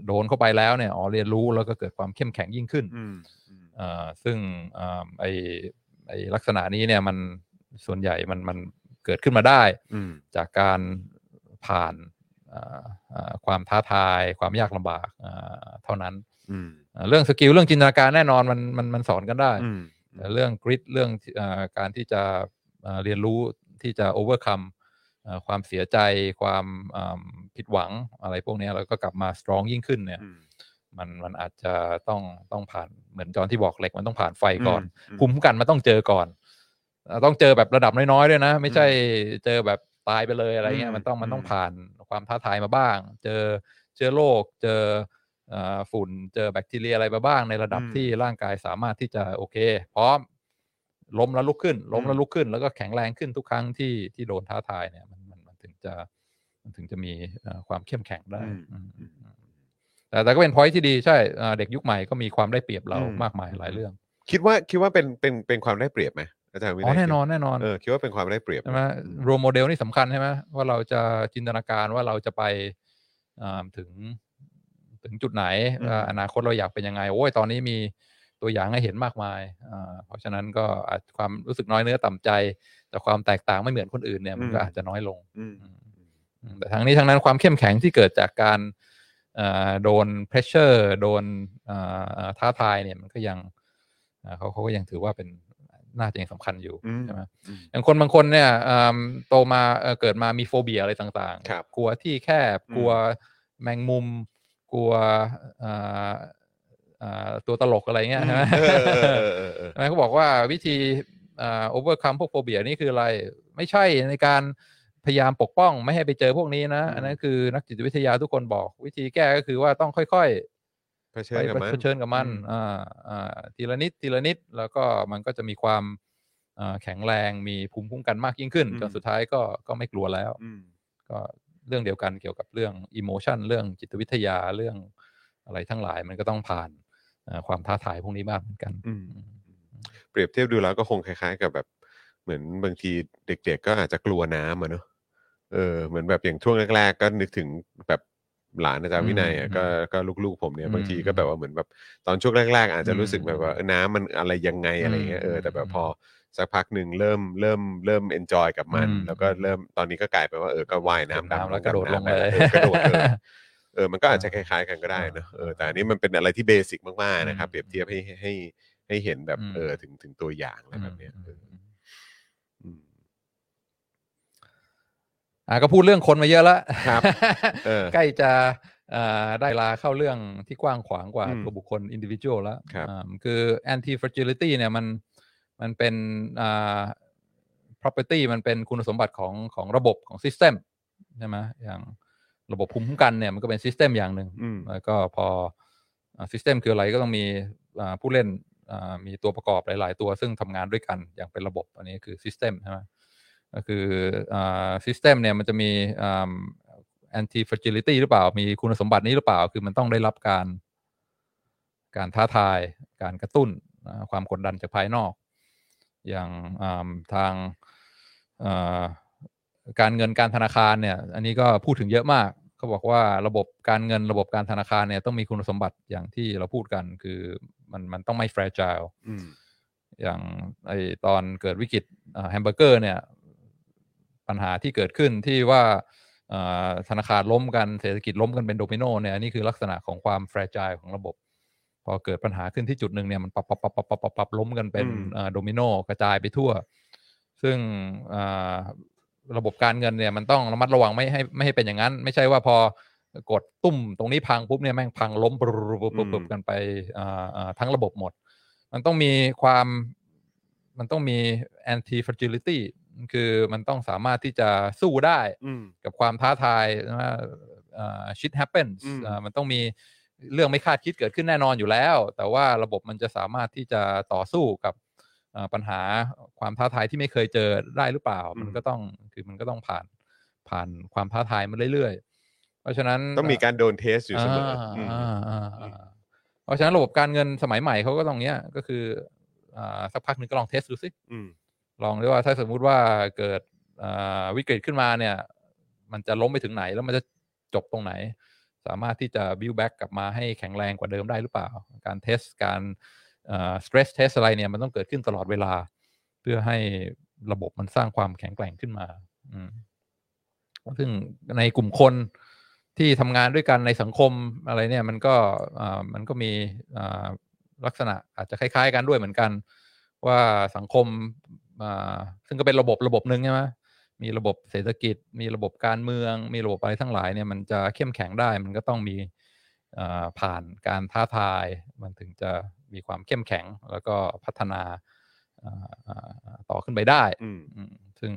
Speaker 3: โดนเข้าไปแล้วเนี่ยอ๋อเรียนรู้แล้วก็เกิดความเข้มแข็งยิ่งขึ้น
Speaker 2: อืมอืม
Speaker 3: อ่าซึ่งอ่าไอไอลักษณะนี้เนี่ยมันส่วนใหญ่มันมันเกิดขึ้นมาได้
Speaker 2: อืม
Speaker 3: จากการผ่านอ่าอ่าความท้าทาย ความยากลำบากอ่าเท่านั้น
Speaker 2: อืม
Speaker 3: อ่าเรื่องสกิลเรื่องจินตนาการแน่นอนมันมันมันสอนกันได้
Speaker 2: อืม
Speaker 3: แต่เรื่องกริดเรื่องอ่าการที่จะอ่าเรียนรู้ที่จะ overcome อ่าความเสียใจ ความอ่าผิดหวังอะไรพวกเนี้ยแล้วก็กลับมา strong ยิ่งขึ้นเนี่ย
Speaker 2: อืม
Speaker 3: มันมันอาจจะต้องต้องผ่านเหมือนจอนที่บอกเหล็กมันต้องผ่านไฟก่อน
Speaker 2: อืม
Speaker 3: ภูมิคุ้มกันมันต้องเจอก่อนเอ่อต้องเจอแบบระดับน้อยๆด้วยนะ ไม่ใช่เจอแบบตายไปเลยอะไรเงี้
Speaker 2: อื
Speaker 3: ย
Speaker 2: ม
Speaker 3: มันต้องมันต้อง
Speaker 2: อืม
Speaker 3: ผ่านความท้าทายมาบ้าง เจอเจอโรคเจอเอ่อฝุ่น เจอแบคทีเรียอะไรมาบ้าง ในระดับที่ร่างกายสามารถที่จะโอเค พร้อมล้มแล้วลุกขึ้น ล้มแล้วลุกขึ้น แล้วก็แข็งแรงขึ้นทุกครั้งที่ที่โดนท้าทายเนี่ยมันมันมันถึงจะมันถึงจะมีเอ่อความเข้มแข็งได้อืมอืมอืมแต่แต่ก็เป็นพอยที่ดีใช่เอ่อเด็กยุคใหม่ก็มีความได้เปรียบเรามากมายหลายเรื่อง
Speaker 2: คิดว่าคิดว่าเป็นเป็นเป็นความได้เปรียบไหม อาจารย์วิ
Speaker 3: อ๋อ
Speaker 2: นัย
Speaker 3: แน่นอนแน่นอน
Speaker 2: เออคิดว่าเป็นความได้เปรียบ
Speaker 3: ใช่ไหมโรโมเดลนี่สำคัญใช่ไหมว่าเราจะจินตนาการว่าเราจะไปอ่าถึงถึงจุดไหนว่าอนาคตเราอยากเป็นยังไงโอ้ยตอนนี้มีตัวอย่างให้เห็นมากมายอ่าเพราะฉะนั้นก็อาจความรู้สึกน้อยเนื้อต่ำใจ แต่ความแตกต่างไม่เหมือนคนอื่นเนี่ยมันก็อาจจะน้อยลง
Speaker 2: อืม
Speaker 3: อืมแต่ทั้งนี้ทั้งนั้นความเข้มแข็งที่เกิดจากการเอ่อโดน pressure โดนเอ่อท้าทายเนี่ยมันก็ยังเอ่อเขาเขาก็ยังถือว่าเป็นน่าจะยังสำคัญอยู่
Speaker 2: อืม
Speaker 3: ใช่ไหม
Speaker 2: อืม
Speaker 3: อย่างคนบางคนเนี่ยเอิ่มโตมาเอ่อเกิดมามีโฟเบียอะไรต่าง
Speaker 2: ครับ
Speaker 3: กลัวที่แคบ
Speaker 2: อืม
Speaker 3: กลัวแมงมุม กลัวเอ่อเอ่อตัวตลกอะไรเงี้ยใช่ไหม
Speaker 2: เออเออเออเออเออ
Speaker 3: ใช่ไหมเขาบอกว่าวิธีโอเวอร์คัมพวกโฟเบียนี่คืออะไร ไม่ใช่ในการพยายามปกป้องไม่ให้ไปเจอพวกนี้นะ
Speaker 2: อืม
Speaker 3: อันนั้นคือนักจิตวิทยาทุกคนบอก วิธีแก้ก็คือว่าต้องค่อย
Speaker 2: เผ
Speaker 3: ๆ
Speaker 2: ชิญ
Speaker 3: ไป
Speaker 2: กับมัน
Speaker 3: เผชิญกับมัน
Speaker 2: อืม
Speaker 3: อ่าอ่าทีละนิดทีละนิดแล้วก็มันก็จะมีความอ่าแข็งแรงมีภูมิคุ้มกันมากยิ่งขึ้นจนสุดท้ายก็ก็ไม่กลัวแล้ว
Speaker 2: อืม
Speaker 3: ก็เรื่องเดียวกันเกี่ยวกับเรื่องอิโมชันเรื่องจิตวิทยาเรื่องอะไรทั้งหลายมันก็ต้องผ่านอ่าความท้าทายพวกนี้บ้างเหมือนกัน
Speaker 2: อืม เปรียบเทียบดูแล้วก็คงคล้ายๆ กับแบบ เหมือนบางทีเด็ก ๆ ก็อาจจะกลัวน้ำอะเนอะเออเหมือนแบบอย่างช่วงแรกๆ ก็นึกถึงแบบหลานอาจารย์วินัยอะ
Speaker 3: อืม
Speaker 2: ก็ก็ลูกๆผมเนี่ย
Speaker 3: อืม
Speaker 2: บางทีก็แบบว่าเหมือนแบบตอนช่วงแรก ๆ อาจจะรู้สึก
Speaker 3: อืม
Speaker 2: แบบว่าเออน้ำมันอะไรยังไงอะไรเงี้ยเออ
Speaker 3: อืม
Speaker 2: แต่แบบพอสักพักหนึ่งเริ่มเริ่มเริ่มเอนจอยกับมัน
Speaker 3: อืม
Speaker 2: แล้วก็เริ่มตอนนี้ก็กลายเป็นว่าเออก็ว่ายน้ำดำ
Speaker 3: น้ำแล้วกระโดดลง
Speaker 2: ไป
Speaker 3: เลย
Speaker 2: เออกระโดดเลย เออ มันก็อาจจะค
Speaker 3: อ่า
Speaker 2: ล้ายๆกันก็ได้นะ
Speaker 3: อ่า
Speaker 2: เออ แต่อันนี้มันเป็นอะไรที่เบสิกมากๆนะครับ
Speaker 3: อืม
Speaker 2: เปรียบเทียบให้ให้ให้เห็นแบบ
Speaker 3: อืม
Speaker 2: เออ ถึงถึงตัวอย่างอะไรแบบเนี้ย
Speaker 3: อืม
Speaker 2: เออ
Speaker 3: อืม
Speaker 2: อืม
Speaker 3: อ่ะก็พูดเรื่องคนมาเยอะแล้ว
Speaker 2: ครับเออ
Speaker 3: ใกล้จะเอ่อได้เวลาเข้าเรื่องที่กว้างขวางกว่า
Speaker 2: อืม
Speaker 3: ตัวบุคคล individual แล้ว
Speaker 2: ครับ
Speaker 3: อ่าคือ anti fragility เนี่ยมันมันเป็นอ่า property มันเป็นคุณสมบัติของของระบบของ system ใช่ไหมอย่างระบบภูมิคุ้มกันเนี่ยมันก็เป็น system อย่างหนึ่ง
Speaker 2: อืม
Speaker 3: แล้วก็พออ่า system คืออะไรก็ต้องมีอ่าผู้เล่นอ่ามีตัวประกอบหลาย ๆ ตัวซึ่งทำงานด้วยกันอย่างเป็นระบบอันนี้คือ system ใช่ไหม ก็คืออ่า system เนี่ยมันจะมีอ่า anti fragility หรือเปล่า มีคุณสมบัตินี้หรือเปล่า คือมันต้องได้รับการ การท้าทาย การกระตุ้นอ่าความกดดันจากภายนอก อย่างอ่าทางอ่าการเงินการธนาคารเนี่ย อันนี้ก็พูดถึงเยอะมาก เขาบอกว่าระบบการเงินระบบการธนาคารเนี่ยต้องมีคุณสมบัติอย่างที่เราพูดกัน คือมันมันต้องไม่ fragile
Speaker 2: อืม
Speaker 3: อย่างไอตอนเกิดวิกฤตอ่าแฮมเบอร์เกอร์เนี่ยปัญหาที่เกิดขึ้นที่ว่าอ่าธนาคารล้มกันเศรษฐกิจล้มกันเป็นโดมิโนเนี่ยอันนี่คือลักษณะของความแฟรจายของระบบ พอเกิดปัญหาขึ้นที่จุดหนึ่งเนี่ยมันปับปับปับปับปับปับปับล้มกันเป็น
Speaker 2: อืม
Speaker 3: อ่าโดมิโนกระจายไปทั่ว ซึ่งอ่าระบบการเงินเนี่ยมันต้องระมัดระวังไม่ให้ไม่ให้เป็นอย่างนั้น ไม่ใช่ว่าพอกดตุ้มตรงนี้พังปุ๊บเนี่ยแม่งพังล้มปุ๊บปุ๊บปุ๊บปุ๊บ
Speaker 2: อืม
Speaker 3: กันไปอ่าอ่าทั้งระบบหมด มันต้องมีความมันต้องมี anti fragility คือมันต้องสามารถที่จะสู้ได้
Speaker 2: อืม
Speaker 3: กับความท้าทายนะอ่า shit happens
Speaker 2: อืม
Speaker 3: อ่ามันต้องมีเรื่องไม่คาดคิดเกิดขึ้นแน่นอนอยู่แล้ว แต่ว่าระบบมันจะสามารถที่จะต่อสู้กับอ่าปัญหาความท้าทายที่ไม่เคยเจอได้หรือเปล่า มันก็ต้องคือมันก็ต้องผ่านผ่านความท้าทายมาเรื่อยๆ เพราะฉะนั้น
Speaker 2: ต้องมีการโดนเทสอยู่เสมออืม
Speaker 3: าอ่าอ่าเพราะฉะนั้นระบบการเงินสมัยใหม่เขาก็ตรงเนี้ยก็คืออ่าสักพักหนึ่งก็ลองเทสดูสิ
Speaker 2: อืม
Speaker 3: ลองดูว่าถ้าสมมุติว่าเกิดอ่าวิกฤตขึ้นมาเนี่ย มันจะล้มไปถึงไหนแล้วมันจะจบตรงไหน สามารถที่จะ build back กลับมาให้แข็งแรงกว่าเดิมได้หรือเปล่า การเทสการเอ่อ stress test อะไรเนี่ยมันต้องเกิดขึ้นตลอดเวลา เพื่อให้ระบบมันสร้างความแข็งแกร่งขึ้นมา อืมซึ่งในกลุ่มคนที่ทำงานด้วยกันในสังคมอะไรเนี่ย มันก็อ่ามันก็มีอ่าลักษณะอาจจะคล้าย ๆ กันด้วยเหมือนกัน ว่าสังคมอ่าซึ่งก็เป็นระบบระบบหนึ่งใช่ไหม มีระบบเศรษฐกิจ มีระบบการเมือง มีระบบอะไรทั้งหลายเนี่ยมันจะเข้มแข็งได้ มันก็ต้องมีเอ่อผ่านการท้าทาย มันถึงจะมีความเข้มแข็ง แล้วก็พัฒนาเอ่อเอ่อต่อขึ้นไปได้
Speaker 2: อืม
Speaker 3: อืมซึ่ง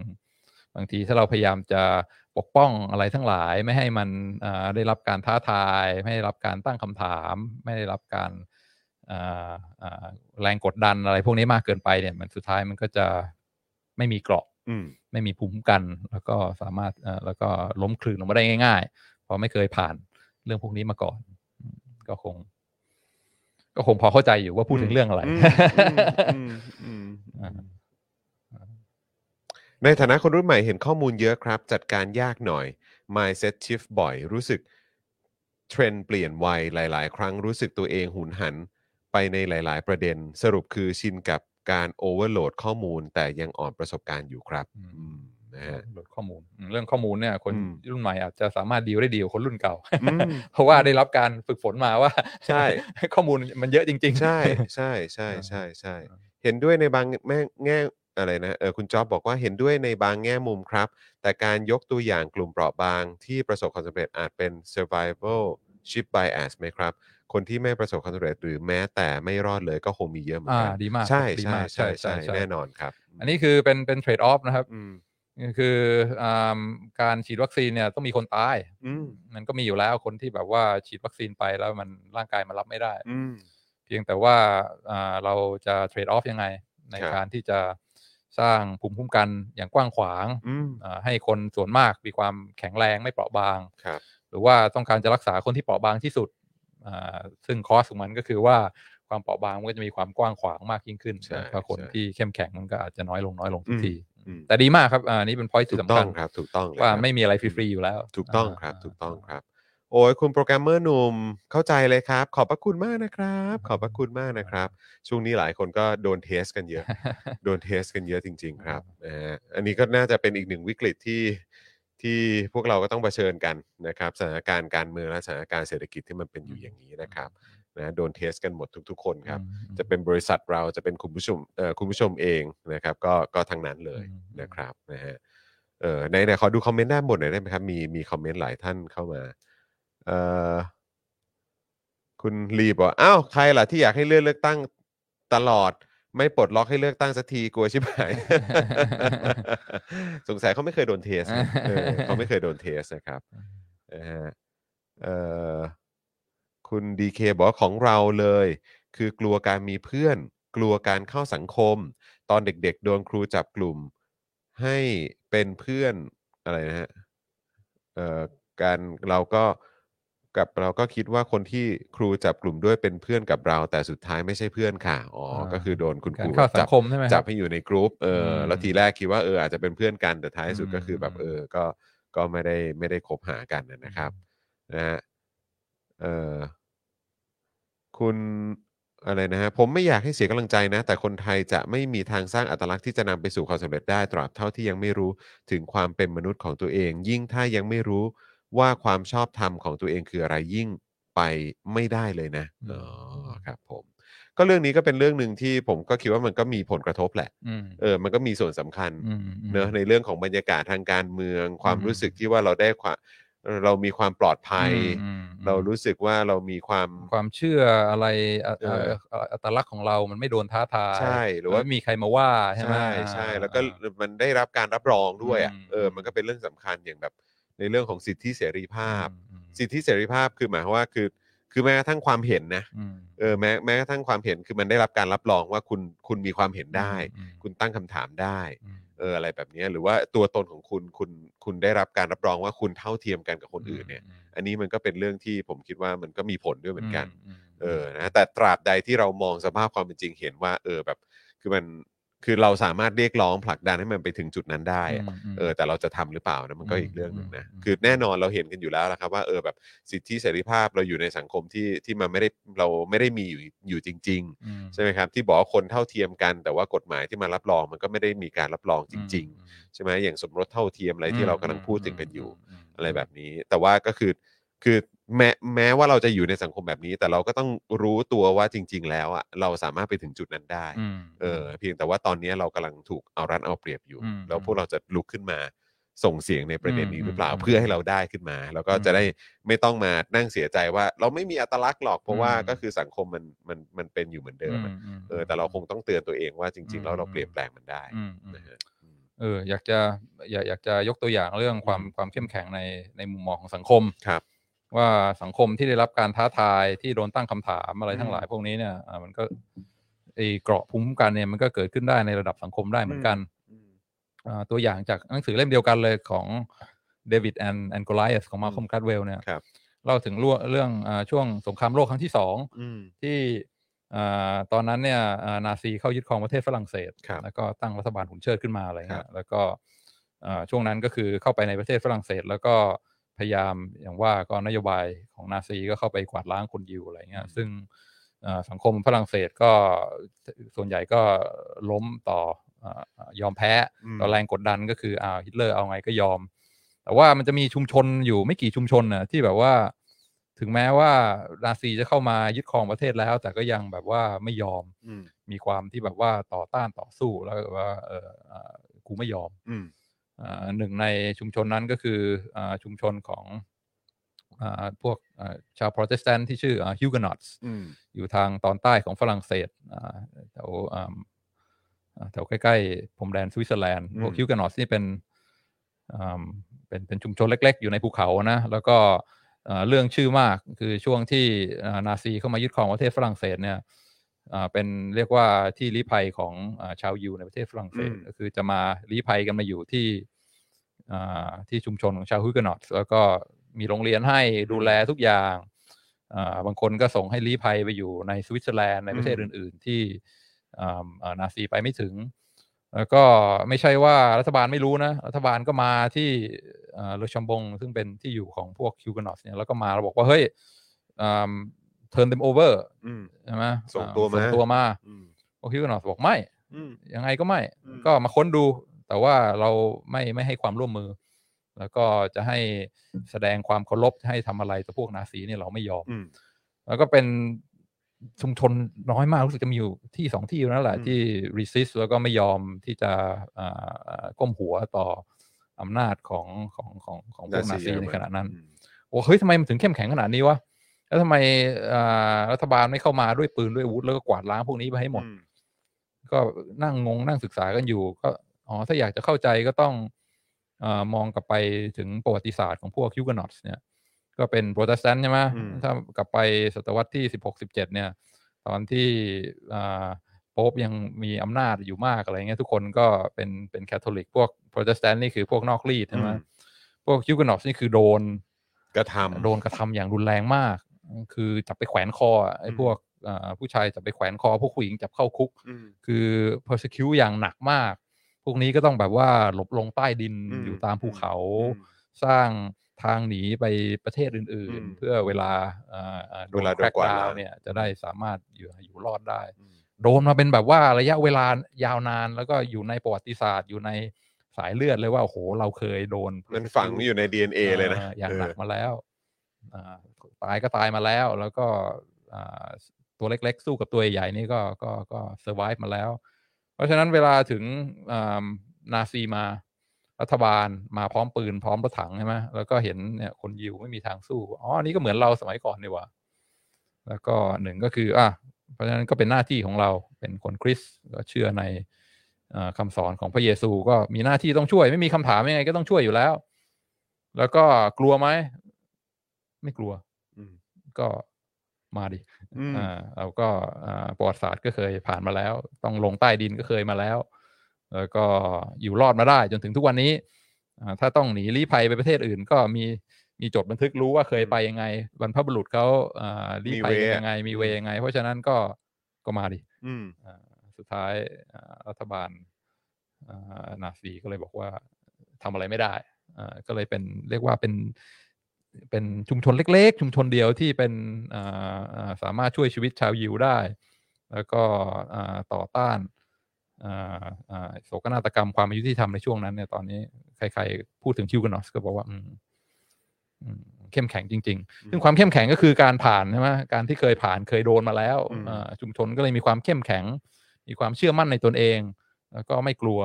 Speaker 3: บางทีถ้าเราพยายามจะปกป้องอะไรทั้งหลาย ไม่ให้มันเอ่อได้รับการท้าทาย ไม่ได้รับการตั้งคำถาม ไม่ได้รับการเอ่อเอ่อแรงกดดันอะไรพวกนี้มากเกินไปเนี่ยมันสุดท้ายมันก็จะไม่มีเกราะ
Speaker 2: อืม
Speaker 3: ไม่มีภูมิคุ้มกัน แล้วก็สามารถเอ่อแล้วก็ล้มคลืนลงมาได้ง่ายๆ เพราะไม่เคยผ่านเรื่องพวกนี้มาก่อนอืมก็คง ก็คงพอเข้าใจอยู่ว่าพูดถึงเรื่องอะไร
Speaker 2: อืมอืมอืมอืม
Speaker 3: อ่า
Speaker 2: ในฐานะคนรุ่นใหม่เห็นข้อมูลเยอะครับ จัดการยากหน่อย mindset shift บ่อย รู้สึกเทรนด์เปลี่ยนไวหลาย ๆ ครั้งรู้สึกตัวเองหุนหันไปในหลาย ๆ ประเด็น สรุปคือชินกับการโอเวอร์โหลดข้อมูล แต่ยังอ่อนประสบการณ์อยู่ครับ
Speaker 3: อืม
Speaker 2: อืมนะฮะ
Speaker 3: ลดข้อมูลอืมเรื่องข้อมูลเนี่ยคน
Speaker 2: อืม
Speaker 3: รุ่นใหม่อาจจะสามารถดีลได้ดีกว่าคนรุ่นเก่า
Speaker 2: อืม
Speaker 3: เพราะว่าได้รับการฝึกฝนมาว่า
Speaker 2: ใช่
Speaker 3: ข้อมูลมันเยอะจริง ๆ
Speaker 2: ใช่ใช่ใช่ใช่ใช่เห็นด้วยในบางแม่แง่อะไรนะเออคุณจ๊อบบอกว่าเห็นด้วยในบางแง่มุมครับ แต่การยกตัวอย่างกลุ่มเปราะบางที่ประสบความสำเร็จอาจเป็น survival ship bias ไหมครับ คนที่ไม่ประสบความสำเร็จหรือแม้แต่ไม่รอดเลยก็คงมีเยอะเหมือน
Speaker 3: อ่า
Speaker 2: กัน
Speaker 3: ดีมาก
Speaker 2: ใช่
Speaker 3: ดี
Speaker 2: ใช่
Speaker 3: มาก
Speaker 2: ใช่ใช่แน่นอนครับ
Speaker 3: อันนี้คือเป็นเป็นเทรดออฟนะครับ
Speaker 2: อืม
Speaker 3: คืออ่าการฉีดวัคซีนเนี่ยต้องมีคนตาย
Speaker 2: อืม
Speaker 3: มันก็มีอยู่แล้วคนที่แบบว่าฉีดวัคซีนไปแล้วมันร่างกายมันรับไม่ได้
Speaker 2: อืม
Speaker 3: เพียงแต่ว่าอ่าเราจะเทรดออฟยังไง ใน
Speaker 2: ครับ
Speaker 3: การที่จะสร้างภูมิคุ้มกันอย่างกว้างขวาง
Speaker 2: อืม
Speaker 3: อ่าให้คนส่วนมากมีความแข็งแรงไม่เปราะบาง
Speaker 2: ครับ
Speaker 3: หรือว่าต้องการจะรักษาคนที่เปราะบางที่สุดอ่าซึ่งคอสของมันก็คือว่าความเปราะบางมันก็จะมีความกว้างขวางมากยิ่งขึ้น
Speaker 2: ใช่
Speaker 3: แล้วก็คน
Speaker 2: ใช่
Speaker 3: ที่เข้มแข็งมันก็อาจจะน้อยลงน้อยลงทุ
Speaker 2: อื
Speaker 3: ก
Speaker 2: ม
Speaker 3: ที
Speaker 2: อืม
Speaker 3: แต่ดีมากครับอาอันนี้เป็น point
Speaker 2: ถู
Speaker 3: ที่
Speaker 2: ก
Speaker 3: สำ
Speaker 2: ต้อ
Speaker 3: คั
Speaker 2: ง
Speaker 3: ญ
Speaker 2: ครับถูกต้องเลย
Speaker 3: ว่า
Speaker 2: ครับ
Speaker 3: ไม่มีอะไรฟรีๆอยู่แล้ว
Speaker 2: ถูกต้องครับ
Speaker 3: า
Speaker 2: ถูกต้องครับ โอ้ยคุณโปรแกรมเมอร์หนุ่มเข้าใจเลยครับ ขอบพระคุณมากนะครับ ขอบพระคุณมากนะครับ ช่วงนี้หลายคนก็โดนเทสกันเย อะ โดนเทสกันเยอะจริง ๆ ครับนะฮะอันนี้ก็น่าจะเป็นอีกหนึ่งวิกฤตที่ที่พวกเราก็ต้องเผชิญกันนะครับสถานการณ์การเมืองและสถานการณ์เศรษฐกิจที่มันเป็นอยู่อย่างนี้นะครับนะโดนเทสกันหมดทุก ๆ คนครับ
Speaker 3: อืม
Speaker 2: จะเป็นบริษัทเราจะเป็นคุณผู้ชมเอ่อคุณผู้ชมเองนะครับ ก็ก็ทั้งนั้นเลย
Speaker 3: อืม
Speaker 2: นะครับนะฮะเออไหนไหนขอดูคอมเมนต์ด้านบนหน่อยได้ไหมครับ มีมีคอมเมนต์หลายท่านเข้ามาเอ่อคุณลีบอกว่าอ้าวใครล่ะที่อยากให้เลื่อนเลือกตั้งตลอด ไม่ปลดล็อกให้เลือกตั้งสักทีกลัวชิบหาย สงสัยเขาไม่เคยโดนเทสนะเออเขาไม่เคยโดนเทสนะครับ นะฮะเอ่อคุณดีเคบอกว่าของเราเลย คือกลัวการมีเพื่อน กลัวการเข้าสังคม ตอนเด็กๆ โดนครูจับกลุ่ม ให้เป็นเพื่อนอะไรนะฮะเอ่อการเราก็กับเราก็คิดว่าคนที่ครูจับกลุ่มด้วยเป็นเพื่อนกับเรา แต่สุดท้ายไม่ใช่เพื่อนค่ะอ๋ออา ก็คือโดนคุณค
Speaker 3: การ
Speaker 2: รู
Speaker 3: เข้าสั
Speaker 2: จั
Speaker 3: งคมใช่ไหมค
Speaker 2: จั
Speaker 3: รั
Speaker 2: บให้อยู่ในกรุ๊ปเอออ
Speaker 3: ม
Speaker 2: แล้วทีแรกคิดว่าเอออาจจะเป็นเพื่อนกันแต่ท้ายสุดก็คือแบบ
Speaker 3: อืม
Speaker 2: เออก็ก็ไม่ได้ไม่ได้คบหากันนะครับ นะฮะเอ่อคุณอะไรนะฮะผมไม่อยากให้เสียกำลังใจนะ แต่คนไทยจะไม่มีทางสร้างอัตลักษณ์ที่จะนำไปสู่ความสำเร็จได้ตราบเท่าที่ยังไม่รู้ถึงความเป็นมนุษย์ของตัวเอง ยิ่งถ้ายังไม่รู้ว่าความชอบธรรมของตัวเองคืออะไรยิ่งไปไม่ได้เลยนะอ๋อครับผมก็เรื่องนี้ก็เป็นเรื่องหนึ่งที่ผมก็คิดว่ามันก็มีผลกระทบแหละ
Speaker 3: อืม
Speaker 2: เออมันก็มีส่วนสำคัญ
Speaker 3: อืมม
Speaker 2: เนอะในเรื่องของบรรยากาศทางการเมือง ความ
Speaker 3: อืม
Speaker 2: รู้สึกที่ว่าเราได้ความเรามีความปลอดภัย
Speaker 3: อืมอืม
Speaker 2: เรารู้สึกว่าเรามีความ
Speaker 3: ความเชื่ออะไรอะ
Speaker 2: เออ
Speaker 3: เอ่ออัตลักษณ์ของเรามันไม่โดนท้าทาย
Speaker 2: ใช่หรือว่า
Speaker 3: ไม่มีใครมาว่าใช่ไหม
Speaker 2: ใช่ใช่
Speaker 3: อ่า
Speaker 2: แล้วก็มันได้รับการรับรองด้วยอ่ะ
Speaker 3: อืม
Speaker 2: เออมันก็เป็นเรื่องสำคัญอย่างแบบ ในเรื่องของสิทธิเสรีภาพ
Speaker 3: อืม
Speaker 2: สิทธิเสรีภาพคือหมายความว่าคือ คือแม้กระทั่งความเห็นนะ
Speaker 3: อืม
Speaker 2: เออแม้แม้กระทั่งความเห็นคือมันได้รับการรับรองว่าคุณคุณมีความเห็นได้
Speaker 3: อืม
Speaker 2: คุณตั้งคำถามได้
Speaker 3: อืม
Speaker 2: เอออะไรแบบเนี้ยหรือว่าตัวตนของคุณคุณคุณได้รับการรับรองว่าคุณเท่าเทียมกันกับคนอื่นเนี่ย อันนี้มันก็เป็นเรื่องที่ผมคิดว่ามันก็มีผลด้วยเหมือนกัน เออนะแต่ตราบใดที่เรามองสภาพความเป็นจริงเห็นว่า เออแบบ คือมันคือเราสามารถเรียกร้องผลักดันให้มันไปถึงจุดนั้นได้อะเออแต่เราจะทำหรือเปล่านะมันก็อีกเรื่องหนึ่งนะ
Speaker 3: อืมอืม
Speaker 2: คือแน่นอนเราเห็นกันอยู่แล้วละครับว่าเออแบบสิทธิเสรีภาพเราอยู่ในสังคมที่ที่มันไม่ได้เราไม่ได้มีอยู่อยู่จริง ๆ ใช่ไหมครับ ที่บอกว่าคนเท่าเทียมกัน แต่ว่ากฎหมายที่มารับรองมันก็ไม่ได้มีการรับรองจริง ๆ ใช่ไหมอย่างสมรสเท่าเทียมอะไรที่เรากำลังพูดถึงกันอยู่ อะไรแบบนี้แต่ว่าก็คือคือแม้แม้ว่าเราจะอยู่ในสังคมแบบนี้ แต่เราก็ต้องรู้ตัวว่าจริง ๆ แล้วอะเราสามารถไปถึงจุดนั้นได้เออเพียงแต่ว่าตอนนี้เรากำลังถูกเอารัดเอาเปรียบอยู่
Speaker 3: อืม
Speaker 2: แล้วพวกเราจะลุกขึ้นมาส่งเสียงในประเด็นนี้
Speaker 3: อืม
Speaker 2: หรือเปล่า
Speaker 3: อืม
Speaker 2: เพื่อให้เราได้ขึ้นมา แล้วก็
Speaker 3: อืม
Speaker 2: จะได้ไม่ต้องมานั่งเสียใจว่า เราไม่มีอัตลักษณ์หรอกเพราะว่า
Speaker 3: อืม
Speaker 2: ก็คือสังคมมันมันมันเป็นอยู่เหมือนเดิมอะเออแต่เราคงต้องเตือนตัวเองว่าจริง ๆ แล้วเราเปลี่ยนแปลงมันได้นะฮะอืม
Speaker 3: เอออยากจะอยากอยากจะยกตัวอย่างเรื่องความความเข้มแข็งในในมุมมองของสังคม
Speaker 2: ครับ
Speaker 3: ว่าสังคมที่ได้รับการท้าทายที่โดนตั้งคำถามอะไร
Speaker 2: อืม
Speaker 3: ทั้งหลายพวกนี้เนี่ยอ่ามันก็ไอ้เกราะภูมิคุ้มกันเนี่ยมันก็เกิดขึ้นได้ในระดับสังคมได้เหมือนกัน
Speaker 2: อืม
Speaker 3: อ่าตัวอย่างจากหนังสือเล่มเดียวกันเลยของเดวิดแอนแอนโกไลสของมาคอมคัตเวลเนี่ย
Speaker 2: ครับ
Speaker 3: เล่าถึงเรื่องเรื่องอ่าช่วงสงครามโลกครั้งที่สอง
Speaker 2: อืม
Speaker 3: ที่ อ่าตอนนั้นเนี่ยอ่านาซีเข้ายึดครองประเทศฝรั่งเศส
Speaker 2: ครับ
Speaker 3: แล้วก็ตั้งรัฐบาลหุ่นเชิดขึ้นมาอะไร
Speaker 2: ครั
Speaker 3: เงี้
Speaker 2: บ
Speaker 3: ยแล้วก็อ่าช่วงนั้นก็คือเข้าไปในประเทศฝรั่งเศส แล้วก็พยายามอย่างว่าก็นโยบายของนาซีก็เข้าไปกวาดล้างคนยิวอะไรเงี้ยซึ่งอ่าสังคมฝรั่งเศสก็ส่วนใหญ่ก็ล้มต่ออ่ายอมแพ้
Speaker 2: อืม
Speaker 3: ต่อแรงกดดันก็คืออ่าฮิตเลอร์เอาไงก็ยอม แต่ว่ามันจะมีชุมชนอยู่ไม่กี่ชุมชนนะที่แบบว่า ถึงแม้ว่านาซีจะเข้ามายึดครองประเทศแล้ว แต่ก็ยังแบบว่าไม่ยอม
Speaker 2: อืม
Speaker 3: มีความที่แบบว่าต่อต้านต่อสู้แล้วก็แบบว่าเอออ่ากูไม่ยอม
Speaker 2: อืม
Speaker 3: อ่าหนึ่งในชุมชนนั้นก็คืออ่าชุมชนของอ่าพวกอ่าชาวโปรเตสแตนต์ที่ชื่อฮิวแกนอตส์
Speaker 2: อืม
Speaker 3: อยู่ทางตอนใต้ของฝรั่งเศสอ่าแถวอ่าอ่าแถวใกล้ๆพรมแดนสวิตเซอร์แลนด์
Speaker 2: อืม
Speaker 3: พวกคิวกานอสนี่เป็นอ่าเป็นเป็นชุมชนเล็ก ๆ อยู่ในภูเขานะ แล้วก็อ่าเรื่องชื่อมากคือช่วงที่อ่านาซีเข้ามายึดครองประเทศฝรั่งเศสเนี่ยอ่าเป็นเรียกว่าที่ลี้ภัยของอาชาวยิวในประเทศฝรั่งเศส ก็คือจะมาลี้ภัยกันมาอยู่ที่อ่าที่ชุมชนของชาวฮิวแกนอตแล้วก็มีโรงเรียนให้ดูแลทุกอย่างอ่าบางคนก็ส่งให้ลี้ภัยไปอยู่ในสวิตเซอร์แลนด์ในประเทศ
Speaker 2: อืม
Speaker 3: อื่น ๆ ที่อ่าอ่านาซีไปไม่ถึง แล้วก็ไม่ใช่ว่ารัฐบาลไม่รู้นะ รัฐบาลก็มาที่อ่าเลอชัมบง ซึ่งเป็นที่อยู่ของพวกฮิวแกนอตเนี่ยแล้วก็มาแล้วบอกว่า เฮ้ยเทิร์นเดมโอเวอร์
Speaker 2: อืม
Speaker 3: ใช่ไหม
Speaker 2: ส่งตัวมา
Speaker 3: ส่งตัวมา
Speaker 2: อืม
Speaker 3: พวกฮิวแกนอตบอกไม่
Speaker 2: อืม
Speaker 3: ยังไงก็ไม่
Speaker 2: อืม
Speaker 3: ก็มาค้นดู แต่ว่าเราไม่ไม่ให้ความร่วมมือ แล้วก็จะให้แสดงความเคารพให้ทำอะไรต่อพวกนาซีเนี่ยเราไม่ยอม
Speaker 2: อืม
Speaker 3: แล้วก็เป็นชุมชนน้อยมากรู้สึกจะมีอยู่ที่สองที่นั่นแหละ
Speaker 2: อืม
Speaker 3: ที่ resist แล้วก็ไม่ยอมที่จะอ่าอ่าก้มหัวต่ออำนาจของของของของพวกนาซีในขณะนั้น
Speaker 2: อืม
Speaker 3: โอ้เฮ้ยทำไมมันถึงเข้มแข็งขนาดนี้วะแล้วทำไมอ่ารัฐบาลไม่เข้ามาด้วยปืนด้วยอาวุธแล้วก็กวาดล้างพวกนี้ไปให้หมด
Speaker 2: อืม
Speaker 3: ก็นั่งงงนั่งศึกษากันอยู่ ก็อ๋อถ้าอยากจะเข้าใจก็ต้องเออมองกลับไปถึงประวัติศาสตร์ของพวกยูกนอตเนี่ย ก็เป็นโปรเตสแตนต์ใช่ไหม
Speaker 2: อืม
Speaker 3: ถ้ากลับไปศตวรรษที่สิบหกสิบเจ็ดเนี่ย ตอนที่อ่าโป๊ปยังมีอำนาจอยู่มากอะไรเงี้ยทุกคนก็เป็นเป็นแคทอลิก พวกโปรเตสแตนต์นี่คือพวกนอกรีดใช่ไหมพวกยูกนอตนี่คือโดน
Speaker 2: กระทำ
Speaker 3: โดนกระทำอย่างรุนแรงมาก คือจับไปแขวนคออะไอ้
Speaker 2: อืม
Speaker 3: พวกอ่าผู้ชายจับไปแขวนคอ พวกผู้หญิงจับเข้าคุก
Speaker 2: อืม
Speaker 3: คือ persecute อย่างหนักมาก พวกนี้ก็ต้องแบบว่าหลบลงใต้ดิน
Speaker 2: อืม
Speaker 3: อยู่ตามภูเขา
Speaker 2: อืม
Speaker 3: สร้างทางหนีไปประเทศอื่น
Speaker 2: อืม
Speaker 3: ๆ เพื่อเวลาอ่าอ่าโด
Speaker 2: เวนลาโด
Speaker 3: แคน รก
Speaker 2: กวาด
Speaker 3: ดาว
Speaker 2: ล้าง
Speaker 3: น์เนี่ยจะได้สามารถอยู่อยู่รอดได้
Speaker 2: อืม
Speaker 3: โดนมาเป็นแบบว่าระยะเวลายาวนาน แล้วก็อยู่ในประวัติศาสตร์อยู่ในสายเลือดเลยว่าโอ้โหเราเคยโดน
Speaker 2: มันฝังอยู่ใน DNA เลยนะ
Speaker 3: าอย่างหนัก
Speaker 2: เออ
Speaker 3: มาแล้วอ่าตายก็ตายมาแล้ว แล้วก็อ่าตัวเล็กๆ สู้กับตัวใหญ่ๆนี่ก็ก็ก็เซอร์ไวมาแล้ว เพราะฉะนั้นเวลาถึงอ่านาซีมารัฐบาลมาพร้อมปืนพร้อมรถถังใช่ไหมแล้วก็เห็นเนี่ยคนยิวไม่มีทางสู้ อ๋ออันนี่ก็เหมือนเราสมัยก่อนนี่หว่า แล้วก็หนึ่งก็คืออ่ะเพราะฉะนั้นก็เป็นหน้าที่ของเราเป็นคนคริสต์ก็เชื่อในเอ่อคำสอนของพระเยซูก็มีหน้าที่ต้องช่วย ไม่มีคำถามยังไงก็ต้องช่วยอยู่แล้ว แล้วก็กลัวไหมไม่กลัว
Speaker 2: อืม
Speaker 3: ก็มาดิ
Speaker 2: อืม
Speaker 3: อ่าเราก็อ่าประวัติศาสตร์ก็เคยผ่านมาแล้ว ต้องลงใต้ดินก็เคยมาแล้ว แล้วก็อยู่รอดมาได้จนถึงทุกวันนี้อ่าถ้าต้องหนีลี้ภัยไปประเทศอื่น ก็มีมีจดบันทึกรู้ว่าเคยไปยังไงบรรพบุรุษเขาอ่าลี้ภัยกันยังไง มีเวยังไง เพราะฉะนั้นก็ก็มาดิ
Speaker 2: อืม
Speaker 3: อ่าสุดท้ายอ่ารัฐบาลอ่านาซีก็เลยบอกว่าทำอะไรไม่ได้อ่าก็เลยเป็นเรียกว่าเป็นเป็นชุมชนเล็ก ๆ ชุมชนเดียวที่เป็นอ่าอ่าสามารถช่วยชีวิตชาวยิวได้ แล้วก็อ่าต่อต้านอ่าอ่าโศกนาฏกรรมความอายุที่ทำในช่วงนั้นเนี่ยตอนนี้ใครๆพูดถึงคิวกันนอสก็บอกว่าอืมอืมเข้มแข็งจริง ๆ ซึ่งความเข้มแข็งก็คือการผ่านใช่ไหมการที่เคยผ่านเคยโดนมาแล้ว
Speaker 2: อืม
Speaker 3: อ่าชุมชนก็เลยมีความเข้มแข็ง มีความเชื่อมั่นในตนเอง แล้วก็ไม่กลัว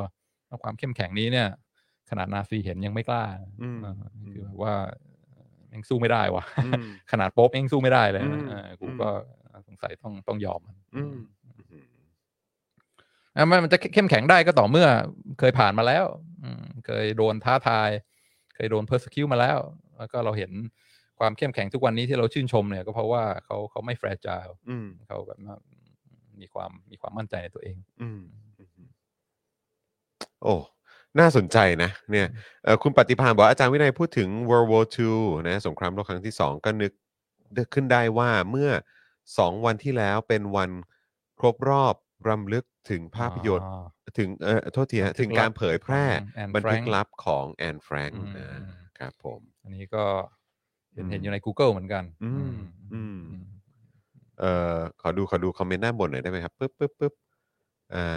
Speaker 3: แล้วความเข้มแข็งนี้เนี่ย ขนาดนาซีเห็นยังไม่กล้า
Speaker 2: อืม
Speaker 3: อ่าคือแบบว่าเองสู้ไม่ได้วะ
Speaker 2: อืม
Speaker 3: ขนาดโป๊ปเองสู้ไม่ได้เลยนะ
Speaker 2: อืม
Speaker 3: อ่ากู
Speaker 2: อืม
Speaker 3: ก็สงสัยต้องต้องยอมมัน
Speaker 2: อืม
Speaker 3: อ่ะมันมันจะเข้มแข็งได้ก็ต่อเมื่อเคยผ่านมาแล้ว อืมเคยโดนท้าทาย เคยโดนเพอร์ซิคิวมาแล้ว แล้วก็เราเห็นความเข้มแข็งทุกวันนี้ที่เราชื่นชมเนี่ยก็เพราะว่าเขาเขาไม่แฟร์จา
Speaker 2: อืม
Speaker 3: เขาแบบว่ามีความมีความมั่นใจในตัวเอง
Speaker 2: อืมโอ้ น่าสนใจนะเนี่ยเอ่อคุณปฏิพานบอกว่าอาจารย์วินัยพูดถึง World War II นะสงครามโลกครั้งที่ 2 ก็นึกขึ้นได้ว่าเมื่อ 2 วันที่แล้วเป็นวัน ครบรอบรำลึกถึงภาพยนตร์
Speaker 3: อ่า
Speaker 2: ถึงเอ่อโทษทีฮะ
Speaker 3: ถึ
Speaker 2: ถึง
Speaker 3: ง
Speaker 2: การเผยแพร่
Speaker 3: ของแอน
Speaker 2: บันทึก
Speaker 3: แฟรงค์
Speaker 2: ลับของแอนแฟรงค์
Speaker 3: อืม
Speaker 2: นะครับผม
Speaker 3: อันนี้ก็เห็น
Speaker 2: อืม
Speaker 3: เห็นอยู่ใน Google เหมือนกัน
Speaker 2: อืม
Speaker 3: อืม
Speaker 2: อืม เอ่อขอดูขอดูคอมเมนต์ด้านบนหน่อยได้ไหมครับปึ๊บปึ๊บปึ๊บอ่า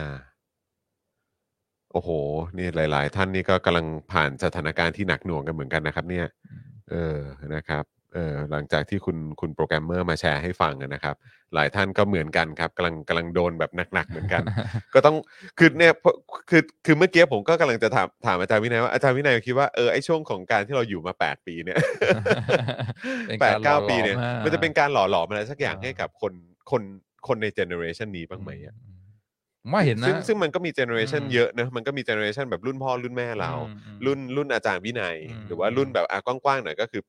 Speaker 2: โอ้โห นี่หลาย ๆ ท่านนี่ก็กำลังผ่านสถานการณ์ที่หนักหน่วงกันเหมือนกันนะครับ เนี่ย เออนะครับเออหลังจากที่คุณคุณโปรแกรมเมอร์มาแชร์ให้ฟังนะครับ หลายท่านก็เหมือนกันครับกำลังกำลังโดนแบบหนัก ๆ เหมือนกัน ก็ต้องคือเนี่ยเพราะคือคือเมื่อกี้ผมก็กำลังจะถามถามอาจารย์วินัยว่าอาจารย์วินัยคิดว่าเออไอช่วงของการที่เราอยู่มา 8 ปีเนี่ย
Speaker 3: น
Speaker 2: แปด
Speaker 3: รหล่
Speaker 2: เก้า
Speaker 3: อ
Speaker 2: ปีเนี่ย
Speaker 3: หอ
Speaker 2: มันจะเป็นการหล่อหลอมอะไรสักอย่าง
Speaker 3: อ่า
Speaker 2: ให้กับคนคนคนในเจเนอเรชันนี้บ้างไหมอะ
Speaker 3: ผมว่าเห็นนะ
Speaker 2: ซึ่งซึ่งมันก็มีเจเนอเรชัน
Speaker 3: อืม
Speaker 2: เยอะนะมันก็มีเจเนอเรชันแบบรุ่นพ่อรุ่นแม่เรา
Speaker 3: อืมอืม
Speaker 2: รุ่นรุ่นอาจารย์วินัย
Speaker 3: อืม
Speaker 2: หรือว่ารุ่นแบบอ่ะกว้างๆหน่อยก็คือ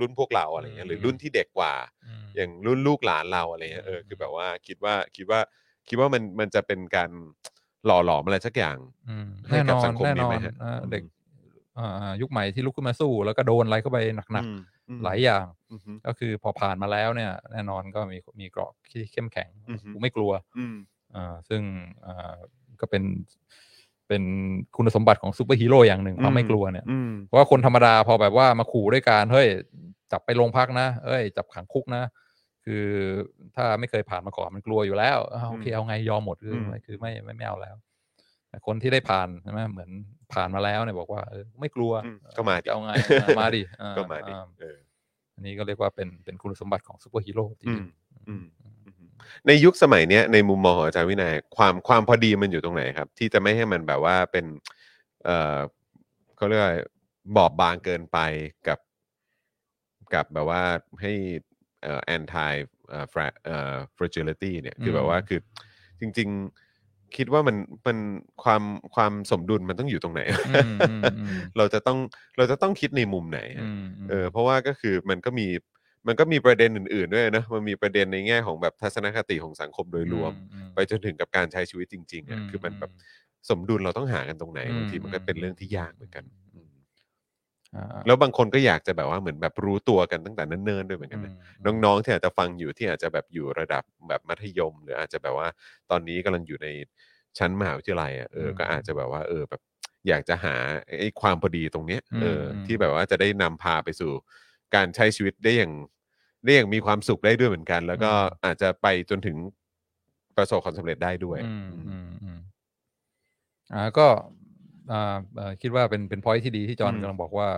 Speaker 2: รุ่นพวกเราอะไรเงี้ยหรือ
Speaker 3: ม
Speaker 2: รุ่นที่เด็กกว่า
Speaker 3: อืม
Speaker 2: อย่างรุ่นลูกหลานเราอะไรเงี้ยเออคือแบบว่าคิดว่าคิดว่าคิดว่ามันมันจะเป็นการหล่อหลอมอะไรสักอย่าง
Speaker 3: อืม
Speaker 2: ให้กับสังคม
Speaker 3: แน่
Speaker 2: นี้
Speaker 3: นอ
Speaker 2: ไหม
Speaker 3: น
Speaker 2: ฮะ
Speaker 3: อ่า
Speaker 2: อืม
Speaker 3: เด็กอ่ายุคใหม่ที่ลุกขึ้นมาสู้ แล้วก็โดนอะไรเข้าไปหนัก
Speaker 2: อืมอืม
Speaker 3: ๆหลายอย่าง
Speaker 2: อือฮึ
Speaker 3: ก็คือพอผ่านมาแล้วเนี่ย แน่นอนก็มีมีเกราะที่เข้มแข็ง
Speaker 2: อือฮึ
Speaker 3: กูไม่กลัว
Speaker 2: อืม
Speaker 3: อ่าซึ่งอ่าก็เป็นเป็นคุณสมบัติของซูเปอร์ฮีโร่อย่างหนึ่งความไม่
Speaker 2: อืม
Speaker 3: กลัวเนี่ย
Speaker 2: อืม
Speaker 3: เพราะว่าคนธรรมดาพอแบบว่ามาขู่ด้วยการเฮ้ยจับไปโรงพักนะเอ้ย จับขังคุกนะ คือถ้าไม่เคยผ่านมาก่อนมันกลัวอยู่แล้วอ้าวโอเค
Speaker 2: อืม
Speaker 3: เอาไงยอมหมดคือ
Speaker 2: อืม
Speaker 3: ไม่คือไม่ไม่ไม่เอาแล้วแต่คนที่ได้ผ่านใช่ไหมเหมือนผ่านมาแล้วเนี่ยบอกว่าเออไม่กลัว
Speaker 2: อืมก็มาดิ
Speaker 3: จะเอาไงเออ มาดิเออ
Speaker 2: ก็มาดิ
Speaker 3: อ่
Speaker 2: เออ
Speaker 3: อันนี้ก็เรียกว่าเป็นเป็นคุณสมบัติของซูเปอร์ฮีโร่ที่
Speaker 2: อืม อืม ในยุคสมัยเนี้ยในมุมมองของอาจารย์วินัยความความพอดีมันอยู่ตรงไหนครับ ที่จะไม่ให้มันแบบว่าเป็น เอ่อเขาเรียกว่าอะไรบอบบางเกินไปกับ กับแบบว่าให้เอ่อ anti เอ่อ fra- เอ่อ fragility เนี่ยคือแบบว่าคือจริง ๆ คิดว่ามันมันความความสมดุลมันต้องอยู่ตรงไหน
Speaker 3: อืมอืมอืม
Speaker 2: เราจะต้องเราจะต้องคิดในมุมไหนอะ
Speaker 3: อืมม
Speaker 2: เออเพราะว่าก็คือมันก็มีมันก็มีประเด็นอื่น ๆ ด้วยนะมันมีประเด็นในแง่ของแบบทัศนคติของสังคมโดยรวม
Speaker 3: อืม
Speaker 2: ไปจนถึงกับการใช้ชีวิตจริงๆอ่ะคือมันแบบสมดุลเราต้องหากันตรงไหนบางทีมันก็เป็นเรื่องที่ยากเหมือนกันอืม
Speaker 3: อ่า
Speaker 2: แล้วบางคนก็อยากจะแบบว่าเหมือนแบบรู้ตัวกันตั้งแต่เนิ่นๆด้วยเหมือนกันนะ
Speaker 3: อืม
Speaker 2: น้องๆที่อาจจะฟังอยู่ที่อาจจะแบบอยู่ระดับแบบมัธยม หรืออาจจะแบบว่าตอนนี้กำลังอยู่ในชั้นมหาวิทยาลัยอ่ะเอออ
Speaker 3: ม
Speaker 2: ก็อาจจะแบบว่า เออแบบ อยากจะหาไอ้ความพอดีตรงเนี้ย
Speaker 3: อืม
Speaker 2: เอออ
Speaker 3: ม
Speaker 2: ที่แบบว่าจะได้นำพาไปสู่ การใช้ชีวิตได้อย่างได้อย่างมีความสุขได้ด้วยเหมือนกัน แล้วก็
Speaker 3: อืม
Speaker 2: อาจจะไปจนถึงประสบความสำเร็จได้ด้วย
Speaker 3: อืม
Speaker 2: อื
Speaker 3: อื
Speaker 2: ม
Speaker 3: มอืมอ่าก็อ่าเอ่อคิดว่าเป็นเป็นพอยที่ดีที่จอห์น
Speaker 2: อืม
Speaker 3: กำลังบอกว่า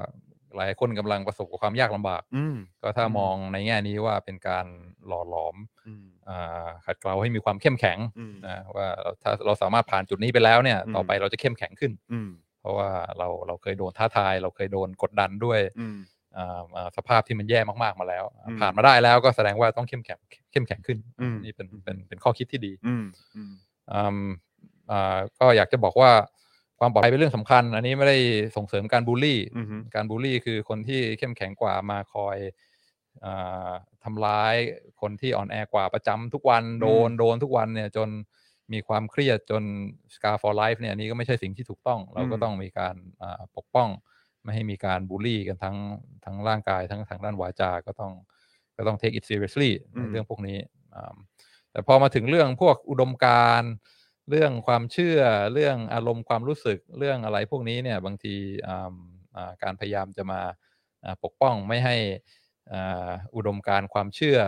Speaker 3: หลายคนกำลังประสบกับความยากลำบาก
Speaker 2: อืม
Speaker 3: ก็ถ้า
Speaker 2: อืม
Speaker 3: มองในแง่นี้ว่าเป็นการหล่อหลอม
Speaker 2: อืม
Speaker 3: อ่าขัดเกลาให้มีความเข้มแข็ง
Speaker 2: อืม
Speaker 3: นะว่าเราถ้าเราสามารถผ่านจุดนี้ไปแล้วเนี่ย
Speaker 2: อืม
Speaker 3: ต่อไปเราจะเข้มแข็งขึ้น
Speaker 2: อืม
Speaker 3: เพราะว่าเราเราเคยโดนท้าทาย เราเคยโดนกดดันด้วย
Speaker 2: อืม
Speaker 3: อ่าอ่าสภาพที่มันแย่มากๆมาแล้ว
Speaker 2: อืม
Speaker 3: ผ่านมาได้แล้วก็แสดงว่าต้องเข้มแข็งเข้มแข็งขึ้น
Speaker 2: อืม
Speaker 3: นี่เป็นเป็นเป็นข้อคิดที่ดี
Speaker 2: อืมอืม
Speaker 3: อืมอ่าก็อยากจะบอกว่าความปลอดภัยเป็นเรื่องสำคัญ อันนี้ไม่ได้ส่งเสริมการบูลลี่
Speaker 2: อือฮึ
Speaker 3: การบูลลี่คือคนที่เข้มแข็งกว่ามาคอยอ่าทำร้ายคนที่อ่อนแอกว่าประจำทุกวันโดนโดนทุกวันเนี่ยจนมีความเครียดจน scar for life เนี่ยอันนี้ก็ไม่ใช่สิ่งที่ถูกต้อง เราก็
Speaker 2: อืม
Speaker 3: ต้องมีการอ่าปกป้อง ไม่ให้มีการบูลลี่กันทั้งทั้งร่างกายทั้งทางด้านวาจาก็ต้องก็ต้อง take it seriously ใน
Speaker 2: อืม
Speaker 3: เรื่องพวกนี้อ่า แต่พอมาถึงเรื่องพวกอุดมการณ์เรื่องความเชื่อเรื่องอารมณ์ความรู้สึกเรื่องอะไรพวกนี้เนี่ยบางทีอ่าอ่าการพยายามจะมาอ่าปกป้องไม่ให้อ่าอุดมการณ์ความเชื่อ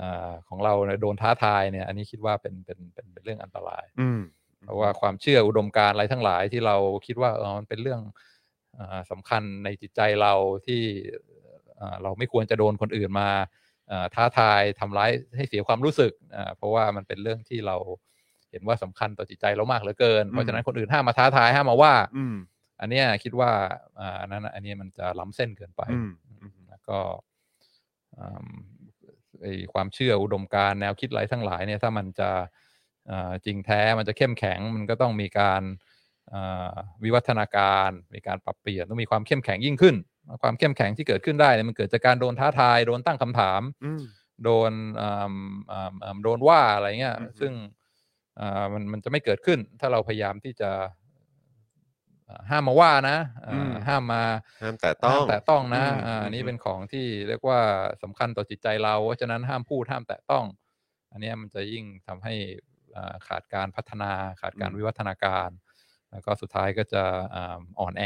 Speaker 3: อาของเราเนี่ยโดนท้าทายเนี่ยอันนี้คิดว่าเป็นเป็นเป็นเป็นเรื่องอันตราย
Speaker 2: อืม
Speaker 3: เพราะว่าความเชื่ออุดมการณ์อะไรทั้งหลายที่เราคิดว่าเออมันเป็นเรื่องอาสำคัญในจิตใจเราที่อ่าเราไม่ควรจะโดนคนอื่นมาอ่าท้าทายทำร้ายให้เสียความรู้สึกอ่าเพราะว่ามันเป็นเรื่องที่เราเห็นว่าสำคัญต่อจิตใจเรามากเหลือเกิน เพราะฉะนั้นคนอื่นห้ามมาท้าทายห้ามมาว่า
Speaker 2: อืม
Speaker 3: อันเนี้ยคิดว่าอ่าอันนั้นอันเนี้ยมันจะล้ำเส้นเกินไป
Speaker 2: อืมอืม
Speaker 3: แล้วก็อืมไอความเชื่ออุดมการณ์แนวคิดอะไรทั้งหลายเนี่ยถ้ามันจะอ่าจริงแท้มันจะเข้มแข็ง มันก็ต้องมีการอ่าวิวัฒนาการ มีการปรับเปลี่ยนต้องมีความเข้มแข็งยิ่งขึ้น ความเข้มแข็งที่เกิดขึ้นได้เนี่ยมันเกิดจากการโดนท้าทาย โดนตั้งคำถาม
Speaker 2: อืม
Speaker 3: โดนอ่าอ่าอ่าโดนว่าอะไรเงี้ย
Speaker 2: อือฮึ
Speaker 3: ซึ่งอ่ามันมันจะไม่เกิดขึ้น ถ้าเราพยายามที่จะอ่าห้ามมาว่านะอ่าห้ามมา
Speaker 2: ห้ามแต่ต้
Speaker 3: ห้า
Speaker 2: อ
Speaker 3: ม
Speaker 2: ง
Speaker 3: แตะต้องนะ
Speaker 2: อืม
Speaker 3: อ่าอัน
Speaker 2: อื
Speaker 3: นี้
Speaker 2: ม
Speaker 3: เป็นของที่เรียกว่าสำคัญต่อจิตใจเราเพราะฉะนั้นห้ามพูดห้ามแตะต้อง อันเนี้ยมันจะยิ่งทำให้ อ่าขาดการพัฒนา ขาดการ
Speaker 2: อืม
Speaker 3: วิวัฒนาการ แล้วก็สุดท้ายก็จะอ่าอ่อนแอ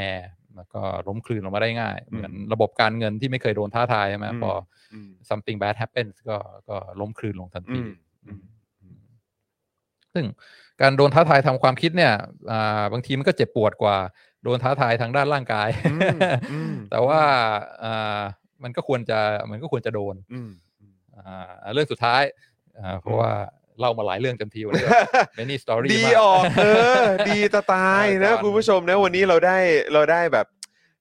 Speaker 3: แล้วก็ล้มคลืนลงมาได้ง่าย เหมือนระบบการเงินที่ไม่เคยโดนท้าทายใช่ไหม
Speaker 2: อืม
Speaker 3: พอ
Speaker 2: อืม
Speaker 3: something bad happens ก็ก็ล้มคลืนลงทัน
Speaker 2: อื
Speaker 3: ที
Speaker 2: มอืม
Speaker 3: ซึ่งการโดนท้าทายทางความคิดเนี่ยอ่าบางทีมันก็เจ็บปวดกว่าโดนท้าทายทางด้านร่างกาย
Speaker 2: อืมอืม
Speaker 3: แต่ว่าอ่ามันก็ควรจะมันก็ควรจะโดน
Speaker 2: อืม
Speaker 3: อ่าเรื่องสุดท้ายอ่าเพราะว่าเล่ามาหลายเรื่องเต็มทีวันนี้ many story
Speaker 2: ดี
Speaker 3: มาก
Speaker 2: ออกเออ ดีจะตาย
Speaker 3: อาจา
Speaker 2: นะ
Speaker 3: รย์
Speaker 2: คุณผู้ชมนะวันนี้เราได้เราได้แบบ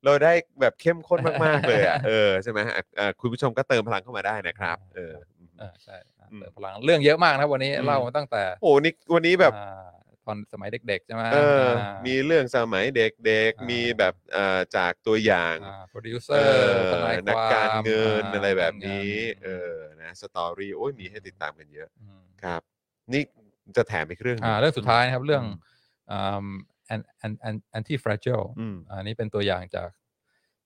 Speaker 2: เราได้แบบเข้มข้นมาก ๆ เลย อ่ะเออใช่ไหมอ่ะอ่ะคุณผู้ชมก็เติมพลังเข้ามาได้นะครับ เออ
Speaker 3: อ่าใช่อ่า
Speaker 2: อืม
Speaker 3: เติมพลังเรื่องเยอะมากนะวันนี้
Speaker 2: อืม
Speaker 3: เล่ามาตั้งแต่
Speaker 2: โอ้โหนี่วันนี้แบบ
Speaker 3: อ่าตอนสมัยเด็กๆใช่ไหม
Speaker 2: เออ
Speaker 3: อ่า
Speaker 2: มีเรื่องสมัยเด็ก
Speaker 3: อ่า
Speaker 2: ๆ
Speaker 3: มี
Speaker 2: มีแบบเอ่อจากตัวอย่าง
Speaker 3: โปรดิวเซ
Speaker 2: เอ
Speaker 3: อร์
Speaker 2: อ
Speaker 3: ทนาย
Speaker 2: นั
Speaker 3: ค
Speaker 2: ก
Speaker 3: วาม
Speaker 2: การเงินา อะไรแบบนี้
Speaker 3: การงิน
Speaker 2: เออนะสตอรี่โอ้ยมีให้ติดตามกันเยอะ
Speaker 3: ม
Speaker 2: ครับ นี่จะแถมอีกเรื่องหนึ่
Speaker 3: อ่าเรื่องสุดท้ายนะครับ เรื่องอ่า an an an anti fragile
Speaker 2: อืม
Speaker 3: อันนี้เป็นตัวอย่างจาก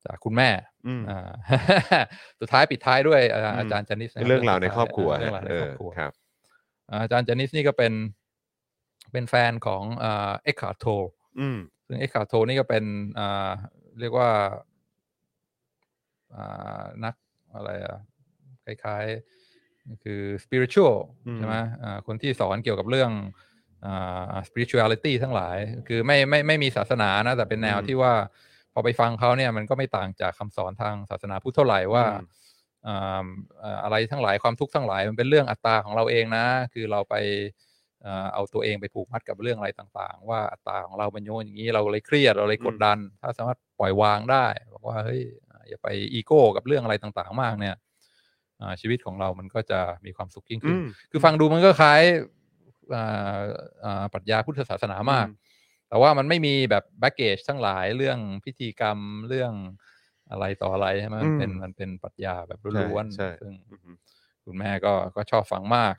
Speaker 3: จากคุณแม่
Speaker 2: อืม
Speaker 3: อ่า สุดท้ายปิดท้ายด้วยอา
Speaker 2: อืม
Speaker 3: อาจารย์จานิสนะคบ
Speaker 2: เรื่องราวในครอบครัว
Speaker 3: เรื่องราวใน
Speaker 2: เอ
Speaker 3: คร
Speaker 2: อ
Speaker 3: อบครัว
Speaker 2: ครับ
Speaker 3: อ่าอาจารย์จานิสนี่ก็เป็นเป็นแฟนของเอ็กคาโท
Speaker 2: อืม
Speaker 3: ซึ่งเอ็กคาโทนี่ก็เป็นอ่าเรียกว่าอ่านักอะไรอะคล้ายๆ คือ spiritual
Speaker 2: อืม
Speaker 3: ใช่ไหมอ่าคนที่สอนเกี่ยวกับเรื่องอ่า spirituality ทั้งหลาย คือไม่ไม่ไม่มีศาสนานะ แต่เป็นแนวที่ว่าพอไปฟังเขาเนี่ยมันก็ไม่ต่างจากคำสอนทางศาสนาพุทธเท่าไหร่ว่าอ่าเอ่ออะไรทั้งหลายความทุกข์ทั้งหลาย มันเป็นเรื่องอัตตาของเราเองนะ คือเราไปเอ่อเอาตัวเองไปผูกมัดกับเรื่องอะไรต่างๆ ว่าอัตตาของเรามันโยนอย่างนี้เราเลยเครียดเราเลยกดดัน ถ้าสามารถปล่อยวางได้บอกว่าเฮ้ยอย่าไปอีโก้กับเรื่องอะไรต่างๆ มากเนี่ยอ่าชีวิตของเรามันก็จะมีความสุขยิ่ง
Speaker 2: อื
Speaker 3: ขึ้น
Speaker 2: ม
Speaker 3: คือฟังดูมันก็คล้ายอ่าอ่าปรัชญาพุทธศาสนามาก
Speaker 2: อืม
Speaker 3: แต่ว่ามันไม่มีแบบแบ็กเกจทั้งหลายเรื่องพิธีกรรมเรื่องอะไรต่ออะไรใช่ไหมมันเป็นมันเป็นปรัชญาแบบล้วน
Speaker 2: ใช่ใช่
Speaker 3: ๆซึ่ง คุณแม่ก็ก็ชอบฟังมาก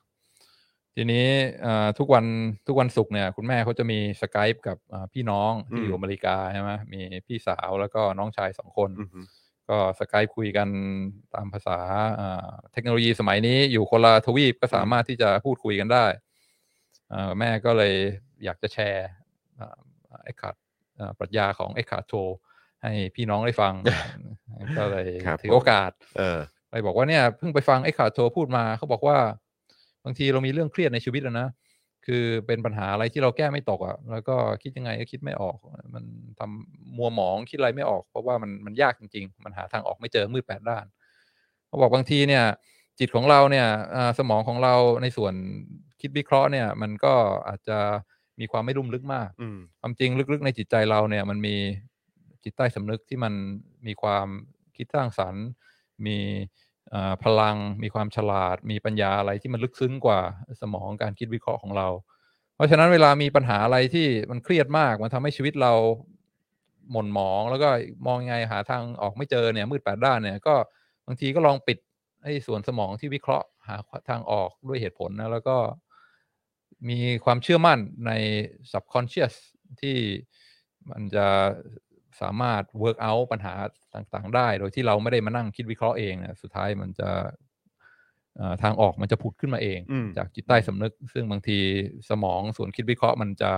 Speaker 3: ทีนี้เอ่อทุกวันทุกวันศุกร์เนี่ย คุณแม่เขาจะมีสกายกับอ่าพี่น้องที่อยู่
Speaker 2: อืม
Speaker 3: อเมริกาใช่ไหมมีพี่สาวแล้วก็น้องชายสองคน
Speaker 2: อือฮึ
Speaker 3: ก็สกายคุยกันตามภาษาอ่าเทคโนโลยีสมัยนี้อยู่คนละทวีปก็สามารถที่จะพูดคุยกันได้อ่าแม่ก็เลยอยากจะแชร์ไอ้ขาดปรัชญาของไอ้ขาดโทให้พี่น้องได้ ฟัง ก็เลย
Speaker 2: ครับ
Speaker 3: ถือ
Speaker 2: ผม
Speaker 3: โอกาส
Speaker 2: เออ
Speaker 3: ไปบอกว่าเนี่ยเพิ่งไปฟังไอ้ข่าวโทรพูดมาเขาบอกว่าบางทีเรามีเรื่องเครียดในชีวิตแล้วนะ คือเป็นปัญหาอะไรที่เราแก้ไม่ตกอะ่ะแล้วก็คิดยังไงก็คิดไม่ออก มันทำมัวหมองคิดอะไรไม่ออก เพราะว่ามันมันยากจริง ๆ มันหาทางออกไม่เจอมืดแปดด้านเขาบอกบางทีเนี่ย จิตของเราเนี่ยอ่าสมองของเราในส่วนคิดวิเคราะห์เนี่ย มันก็อาจจะมีความไม่ลุ่มลึกมาก
Speaker 2: อืม
Speaker 3: ความจริงลึกๆในจิตใจเราเนี่ยมันมีจิตใต้สำนึกที่มันมีความคิดสร้างสรรค์ มีเอ่อพลัง มีความฉลาด มีปัญญาอะไรที่มันลึกซึ้งกว่าสมองการคิดวิเคราะห์ของเรา เพราะฉะนั้นเวลามีปัญหาอะไรที่มันเครียดมาก มันทำให้ชีวิตเราหม่นหมองแล้วก็มองยังไงหาทางออกไม่เจอเนี่ยมืดแปดด้านเนี่ยก็บางทีก็ลองปิดไอ้ส่วนสมองที่วิเคราะห์หาทางออกด้วยเหตุผลนะแล้วก็มีความเชื่อมั่นใน subconscious ที่มันจะสามารถ work out ปัญหาต่างๆ ได้ โดยที่เราไม่ได้มานั่งคิดวิเคราะห์เองเนี่ยสุดท้ายมันจะเอ่อทางออกมันจะผุดขึ้นมาเอง
Speaker 2: อืม
Speaker 3: จากจิตใต้สำนึก ซึ่งบางทีสมองส่วนคิดวิเคราะห์มันจะ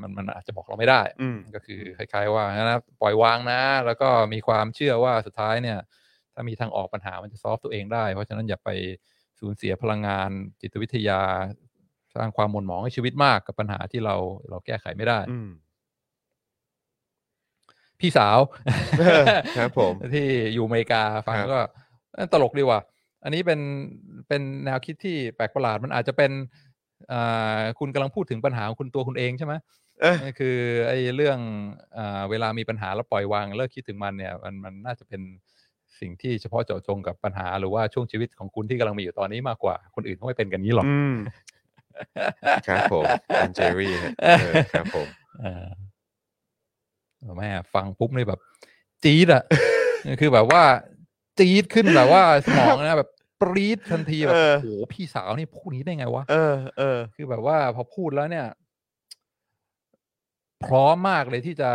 Speaker 3: มันมันอาจจะบอกเราไม่ได้
Speaker 2: อืม
Speaker 3: ก็คือคล้ายๆว่างั้นนะปล่อยวางนะ แล้วก็มีความเชื่อว่าสุดท้ายเนี่ย ถ้ามีทางออกปัญหามันจะซอฟตัวเองได้ เพราะฉะนั้นอย่าไปสูญเสียพลังงานจิตวิทยา สร้างความหม่นหมองให้ชีวิตมากกับปัญหาที่เราเราแก้ไขไม่ได้
Speaker 2: อืม
Speaker 3: พี่สาว
Speaker 2: เออครับผม
Speaker 3: ที่อยู่อเมริกาฟัง
Speaker 2: ครับ
Speaker 3: ก็เอ้ยตลกดีว่ะอันนี้เป็นเป็นแนวคิดที่แปลกประหลาดมันอาจจะเป็นอ่าคุณกำลังพูดถึงปัญหาของคุณตัวคุณเองใช่ไหม
Speaker 2: เอ๊ะ
Speaker 3: นั่นคือไอ้เรื่องอาเวลามีปัญหาแล้วปล่อยวางเลิกคิดถึงมันเนี่ยมันมันน่าจะเป็นสิ่งที่เฉพาะเจาะจงกับปัญหาหรือว่าช่วงชีวิตของคุณที่กำลังมีอยู่ตอนนี้มากกว่าคนอื่นเขาไม่เป็นกันนี้หรอก
Speaker 2: อืม ครับผมคุณเจอรี่ฮะเออครับผม
Speaker 3: เออแม่ฟังปุ๊บเลยแบบ จี๊ดอ่ะ คือแบบว่า จี๊ดขึ้นแบบว่าสมองนะแบบปรี๊ดทันทีแบบ
Speaker 2: เออ
Speaker 3: โอ้โหพี่สาวนี่พูดอย่างนี้ได้ไงวะ
Speaker 2: เออ เออ
Speaker 3: คือแบบว่าพอพูดแล้วเนี่ย พร้อมมากเลยที่จะ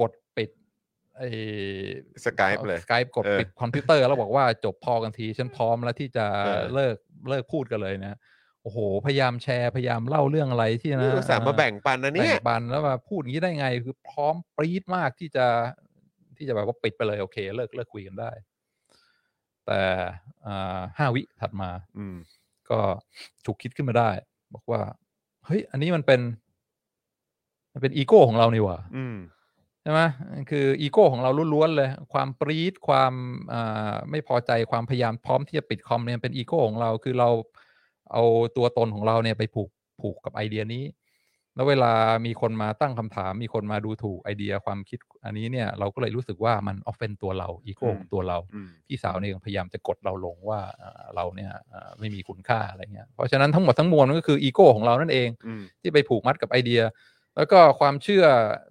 Speaker 3: กดปิดไอ้
Speaker 2: Skype เลย
Speaker 3: สกายกดปิดคอมพิวเตอร์แล้วบอกว่าจบพอกันที ฉันพร้อมแล้วที่จะ
Speaker 2: เออ
Speaker 3: เลิกเลิกพูดกันเลยนะโห โอ้โห พยายามแชร์พยายามเล่าเรื่องอะไรที่
Speaker 2: นี่
Speaker 3: นะ
Speaker 2: อุตส่าห์มาแบ่งปันนะเนี่ย
Speaker 3: แบ่งปันแล้วมาพูดอย่างนี้ได้ไง คือพร้อมปรี๊ดมากที่จะที่จะแบบว่าปิดไปเลยโอเค เลิกเลิกคุยกันได้ แต่อ่าห้าวิถัดมา
Speaker 2: อืม
Speaker 3: ก็ถูกคิดขึ้นมาได้ บอกว่า เฮ้ย อันนี้มันเป็น มันเป็นอีโก้ของเรานี่หว่า
Speaker 2: อืม
Speaker 3: ใช่ไหมคืออีโก้ของเราล้วนๆเลย ความปรีดความอ่าไม่พอใจความพยายามพร้อมที่จะปิดคอมเนี่ยเป็นอีโก้ของเราคือเราเอาตัวตนของเราเนี่ยไปผูกผูกกับไอเดียนี้ แล้วเวลามีคนมาตั้งคำถาม มีคนมาดูถูกไอเดียความคิดอันนี้เนี่ย เราก็เลยรู้สึกว่ามันออฟเฟนตัวเราอีโก้
Speaker 2: อืม
Speaker 3: ของตัวเรา
Speaker 2: อืม
Speaker 3: พี่สาวเนี่ยพยายามจะกดเราลงว่าอ่าเราเนี่ยอ่าไม่มีคุณค่าอะไรเงี้ยเพราะฉะนั้นทั้งหมดทั้งมวลมันก็คืออีโก้ของเรานั่นเอง
Speaker 2: อืม
Speaker 3: ที่ไปผูกมัดกับไอเดีย แล้วก็ความเชื่อ